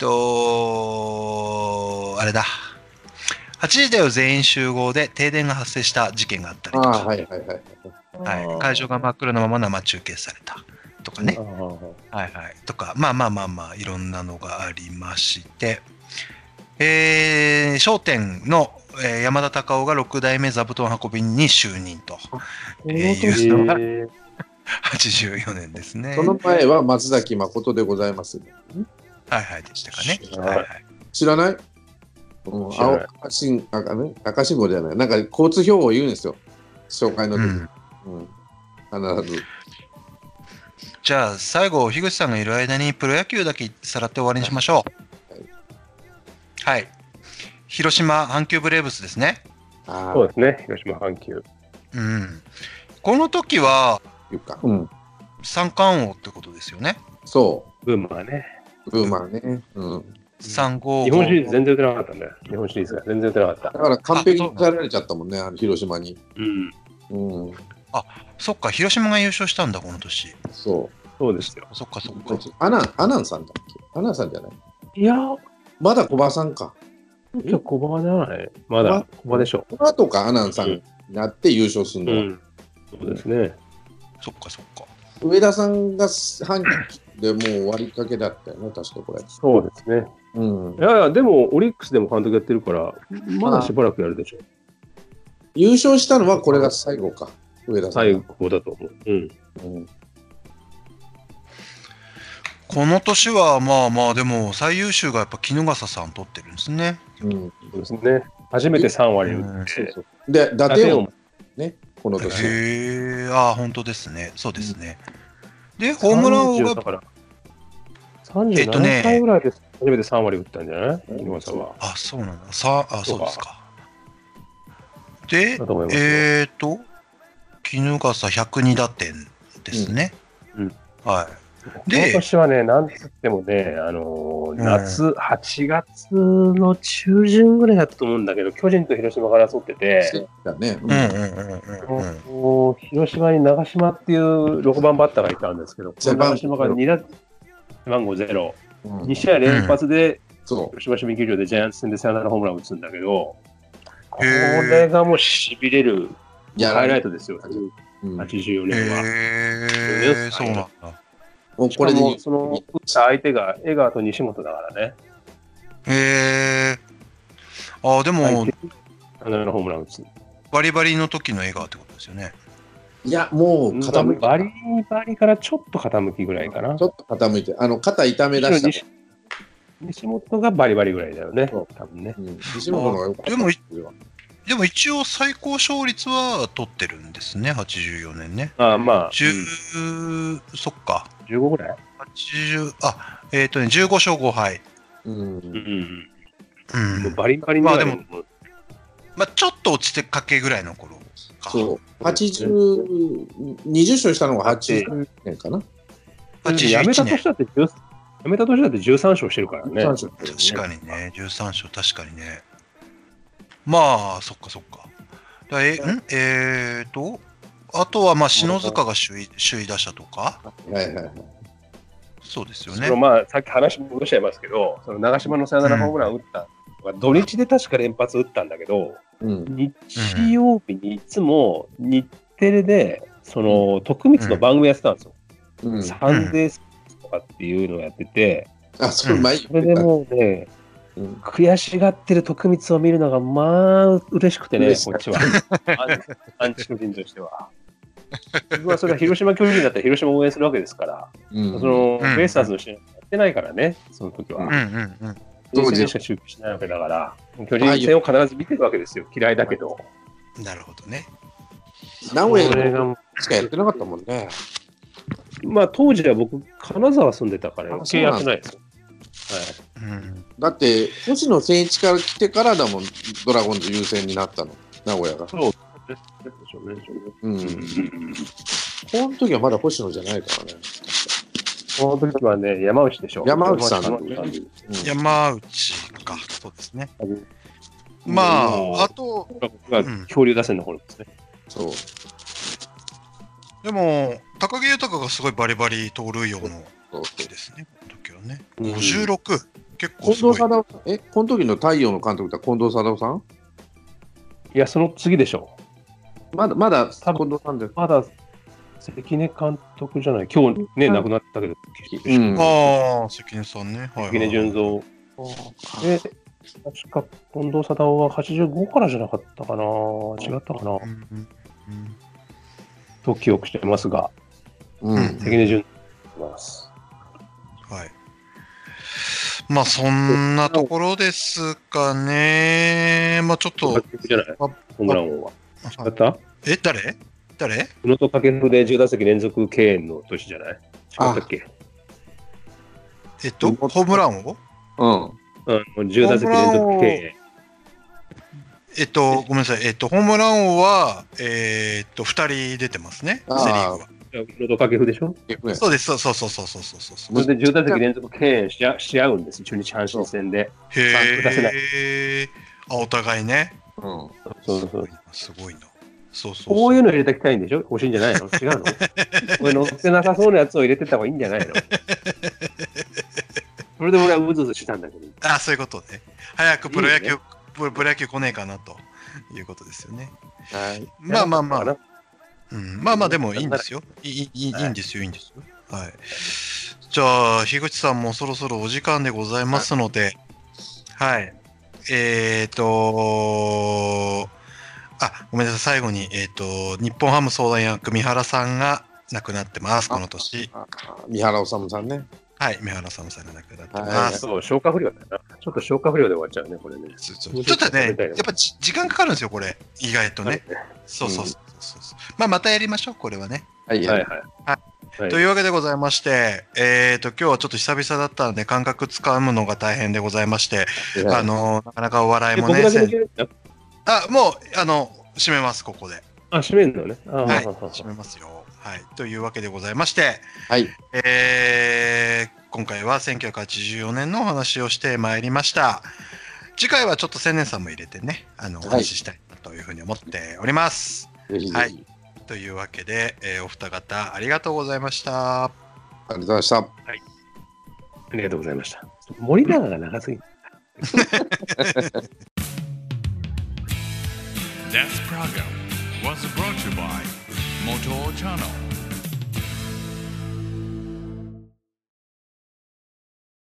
Speaker 2: と、あれだ、8時だよ全員集合で停電が発生した事件があったり
Speaker 4: あ
Speaker 2: と
Speaker 4: あ、
Speaker 2: か、
Speaker 4: はいはいはい。
Speaker 2: はい、会場が真っ暗なまま生中継されたとかね、はいはい、とか、まあまあまあまあ、いろんなのがありまして、えー、商店の、えー山田隆夫が6代目座布団運びに就任と、えーいうのが
Speaker 3: えー
Speaker 2: 84年ですね。
Speaker 4: その前は松崎誠でございます。
Speaker 2: はいはい、でしたかね。
Speaker 4: 知らな
Speaker 2: はいいはい、
Speaker 4: 知らないうん、
Speaker 3: 知らない
Speaker 4: 青赤信号、赤ね、赤信号じゃない。なんか交通標語を言うんですよ。紹介の
Speaker 2: う
Speaker 4: 時、
Speaker 2: ん
Speaker 4: うん必ず。
Speaker 2: じゃあ最後樋口さんがいる間にプロ野球だけさらって終わりにしましょうはい、広島阪急ブレーブスですね
Speaker 4: ああ、
Speaker 3: そうですね、広島阪急。
Speaker 2: うんこの時は
Speaker 4: いうか。うん。
Speaker 2: 三冠王ってことですよね
Speaker 4: そ
Speaker 3: ブームはね、
Speaker 4: う。ブーマーね。うん。
Speaker 2: 三号
Speaker 3: 日本シリーズ全然打てなかったんだよ。日本シリーズが全然打てなかった
Speaker 4: だ。から完璧に帰られちゃったもんね、あの広島に。
Speaker 3: うん、
Speaker 4: うん。
Speaker 2: そっか広島が優勝したんだこの年
Speaker 4: そ
Speaker 3: そうですよ。
Speaker 2: そっかそっ
Speaker 4: う
Speaker 2: か。
Speaker 4: アナン、アナンさんだっけアナンさんじゃない
Speaker 3: いや、
Speaker 4: まだ小葉さんか。
Speaker 3: 今日小馬じゃない。まだ小馬でしょ。
Speaker 4: この後か、アナンさんになって優勝する
Speaker 3: う
Speaker 4: のは。
Speaker 3: ん。そうですね。
Speaker 2: そっかそっか
Speaker 4: 上田さんが阪急でもう終わりかけだったよね、確かこれ。
Speaker 3: そうですね。
Speaker 4: うん
Speaker 3: い。やいや、でも、オリックスでも監督やってるから、まだしばらくやるでしょ。
Speaker 4: 優勝したのはこれが最後か、上田さ
Speaker 3: 最
Speaker 4: ん。
Speaker 3: 後だと思う。うん。
Speaker 4: うん
Speaker 2: この年はまあまあでも最優秀がやっぱ衣笠さん取ってるんですね
Speaker 4: うん
Speaker 3: そうですね。初めて3割打っ
Speaker 2: うん
Speaker 4: そう
Speaker 3: て、
Speaker 4: そうで、伊
Speaker 3: 打
Speaker 4: 達
Speaker 3: 点
Speaker 4: を
Speaker 3: を
Speaker 4: ね、この年。
Speaker 2: へえああ本当ですねそうですね、でホームラン王が
Speaker 3: 30だから
Speaker 2: えっとね
Speaker 3: 37歳ぐらいです。初めて3割打ったんじゃない井上さんは。
Speaker 2: あ、そうなんだ。さあ、
Speaker 3: そ
Speaker 2: そうう
Speaker 3: か
Speaker 2: ですか。で
Speaker 3: だと思い、ますよ
Speaker 2: えっ、ー、と、衣笠102打点ですね。はい。
Speaker 3: 今
Speaker 2: で、
Speaker 3: 年はね、なんつってもね、あのー夏、8月の中旬ぐらいだったと思うんだけど、巨人と広島が争ってて、
Speaker 8: だね。
Speaker 2: うんうんうんうんうん。
Speaker 3: こう広島に長島っていう6番バッターがいたんですけど、この長島が2打背番号ゼロ、
Speaker 8: うん
Speaker 3: 2試合連発で
Speaker 8: そ
Speaker 3: 広島市民球場でジャイアンツ戦でサヨナラホームランを打つんだけど、こ
Speaker 2: へー
Speaker 3: れがもうしびれる
Speaker 8: う。や
Speaker 3: ハ
Speaker 8: ら
Speaker 3: イラ
Speaker 8: れ
Speaker 3: イトですよ、
Speaker 8: うんも
Speaker 2: へ
Speaker 3: 84年は。
Speaker 2: えー、そうなんだ。
Speaker 8: う
Speaker 3: し
Speaker 8: こ
Speaker 3: か
Speaker 8: れで
Speaker 3: も、その打った相手が江川と西本だからね、
Speaker 2: へえー。ああ、でも、
Speaker 3: サヨナラホームラン打つ。
Speaker 2: バリバリの時の映画ってことですよね。
Speaker 8: いや、もう傾い
Speaker 3: バリ
Speaker 8: て、
Speaker 3: バリからちょっと傾きぐらいかな
Speaker 8: ち。ょっと傾いて、あの、肩痛め出した
Speaker 3: 西西本がバリバリぐらいだよね、
Speaker 8: そう
Speaker 3: 多分ね。
Speaker 8: うん西本の方が良かった。
Speaker 2: でもでも一応最高勝率は取ってるんですね、84年ね。
Speaker 3: まあまあ、
Speaker 2: 10、そっか。
Speaker 3: 15ぐらい、
Speaker 2: 80、あ、えっ、とね、15勝5敗。
Speaker 8: うん
Speaker 3: うん
Speaker 2: うん。
Speaker 3: バリバリには
Speaker 2: まあでもまあ、ちょっと落ちてかけぐらいの頃か。
Speaker 8: そう。80、20勝したのが80年かな。
Speaker 3: やめた
Speaker 2: 81年
Speaker 3: 年。だって10、やめた年だって13勝してるからね。
Speaker 8: 確
Speaker 2: 確かにね、13勝、確かにね。まあ、そっかそっか。だえ、んえーと、あとは、まあ、篠塚が首位首位打者とか、
Speaker 8: に。はいはいはい。
Speaker 2: そうですよ
Speaker 3: そ
Speaker 2: ね
Speaker 3: の。まあ、さっき話戻しちゃいますけど、その長島のサヨナラホームラン打った、土日で確か連発打ったんだけど、
Speaker 8: うん。
Speaker 3: 日曜日にいつも日テレで、その徳光の番組やってたんですよ、
Speaker 8: うん。
Speaker 3: サンデースポーツとかっていうのをやってて、
Speaker 8: あ、それ前
Speaker 3: それでもうね、
Speaker 8: うん
Speaker 3: 悔しがってる徳光を見るのが、まあ、嬉しくてね、
Speaker 8: 嬉し
Speaker 3: こ
Speaker 8: か
Speaker 3: っ
Speaker 8: っ
Speaker 3: ちは。アンアンチ巨人としては。僕はそれは広島巨人だったら広島を応援するわけですから、
Speaker 8: うん
Speaker 3: その
Speaker 2: うん
Speaker 3: ベイスターズの試合やってないからね、その時は。
Speaker 2: うんうんうん。
Speaker 8: 当時
Speaker 3: 当時しか集中しないわけだから、巨人戦を必ず見てるわけですよ、嫌いだけど。
Speaker 2: なるほどね。
Speaker 8: 名古屋
Speaker 3: が
Speaker 8: しかやってなかったもんね。
Speaker 3: まあ当時は僕、金沢住んでたから
Speaker 8: あ
Speaker 3: 余
Speaker 8: そう
Speaker 3: 計
Speaker 8: な
Speaker 3: やっ
Speaker 8: んだ
Speaker 3: てないですよ。
Speaker 2: うん。
Speaker 8: だって、星野誠一から来てからだもん、ドラゴンズ優先になったの、名古屋が。うん。この時はまだ星野じゃないからね。
Speaker 3: この時はね、山内でしょ。
Speaker 8: 山内さんだ
Speaker 3: 山
Speaker 8: もんね
Speaker 3: さん
Speaker 8: うん
Speaker 2: 山内か、そうですね。
Speaker 3: うん
Speaker 2: ま
Speaker 3: もう
Speaker 2: あ、あと、
Speaker 3: 僕が恐竜打線の頃ですね。
Speaker 8: そう。
Speaker 2: でも、高木豊がすごいバリバリ盗塁王の
Speaker 8: そう
Speaker 2: 時ですね、この時はね。
Speaker 3: うん
Speaker 2: 56、結構
Speaker 8: 近
Speaker 2: すご
Speaker 8: 藤
Speaker 2: い。あ
Speaker 8: 貞夫さん、え、この時の太陽の監督って近藤貞夫さん
Speaker 3: いや、その次でしょ。
Speaker 8: まだ、まだ
Speaker 3: 多
Speaker 8: 近
Speaker 3: 分
Speaker 8: 藤さんだよ。
Speaker 3: まだ関根監督じゃない、今日ね、亡くなったけど、
Speaker 8: うん。
Speaker 2: あー、関根さんね。はいはい
Speaker 3: 関根純三。で、確か近藤貞夫は85からじゃなかったかな、違ったかな、
Speaker 2: うんうんうん
Speaker 3: と記憶してますが、
Speaker 8: うん。
Speaker 3: 関根純三です。
Speaker 2: はい。まあ、そんなところですかね。まあ、ちょっと。
Speaker 3: じゃないホームラン王は。だった
Speaker 2: え、誰誰
Speaker 3: 宇野と掛布で10打席連続敬遠の年じゃない違ったっけ
Speaker 2: えっと、ホームランを
Speaker 8: うん。
Speaker 3: うん、10打席連続敬
Speaker 2: えっと、ごめんなさい。えっと、ホームラン王は、えーっと、2人出てますね。セ・リ
Speaker 8: あー
Speaker 2: ーグは。
Speaker 3: 遠。宇野と掛布でしょ
Speaker 8: 結構ね
Speaker 2: そうです、そうそうそうそうそうそうそう
Speaker 3: それで10打席連続敬遠しあし合うんです、中日阪神戦で。出せない
Speaker 2: へえ。あ、お互いね。
Speaker 8: うん。
Speaker 3: そうそう
Speaker 2: すごいな。そうそうそう。
Speaker 3: こういうの入れてきたいんでしょ欲しいんじゃないの違うのこれ乗ってなさそうなやつを入れてった方がいいんじゃないのそれで俺はうずうずしたんだけど。
Speaker 2: あ、そういうことね。早くプロ野球、
Speaker 3: いい
Speaker 2: プロプロ野球来ねえかなということですよね。
Speaker 8: はい。
Speaker 2: まあまあまあ。
Speaker 3: あ。
Speaker 2: うん、まあまあでもいいんですよ。いいいいいいんですよ、いいんですよ。はい。じゃあ、樋口さんもそろそろお時間でございますので、はい。えっ、とあ、ごめんなさい、最後に、えっ、と、日本ハム相談役、三原さんが亡くなってます、この年。
Speaker 8: ああ三原治さんね。
Speaker 2: はい、三原さんさんが亡くなって
Speaker 8: は
Speaker 2: ま
Speaker 8: い
Speaker 2: す。
Speaker 3: そう、消化不良だな。ちょっと消化不良で終わっちゃうね、これね。
Speaker 2: そうそうちょっとね、やっぱじ時間かかるんですよ、これ、意外とね。そうそうそうそうそう。まあ、またやりましょう、これはね。
Speaker 8: はい
Speaker 3: は
Speaker 8: はいい。
Speaker 3: はい。
Speaker 2: というわけでございまして、えー、と今日はちょっと久々だったので感覚つかむのが大変でございまして、あのなかなかお笑い
Speaker 3: で
Speaker 2: も
Speaker 3: 僕
Speaker 2: ね
Speaker 3: だけで
Speaker 2: あもうあの締めますここで
Speaker 3: あ、閉めるのね。あ
Speaker 2: はい、
Speaker 3: ああ
Speaker 2: 締めますよ。はい、というわけでございまして、
Speaker 4: はい。
Speaker 2: えー今回は1984年のお話をしてまいりました。次回はちょっと千年さんも入れてね、あの、お
Speaker 4: い
Speaker 2: 話ししたいなというふうに思っております。
Speaker 4: ぜひぜひ。
Speaker 2: は
Speaker 4: あ
Speaker 2: い
Speaker 4: り
Speaker 2: というわけで、えーお二方ありがとうございました。
Speaker 4: がとうございました。
Speaker 3: りがとうございました。森永が長すぎる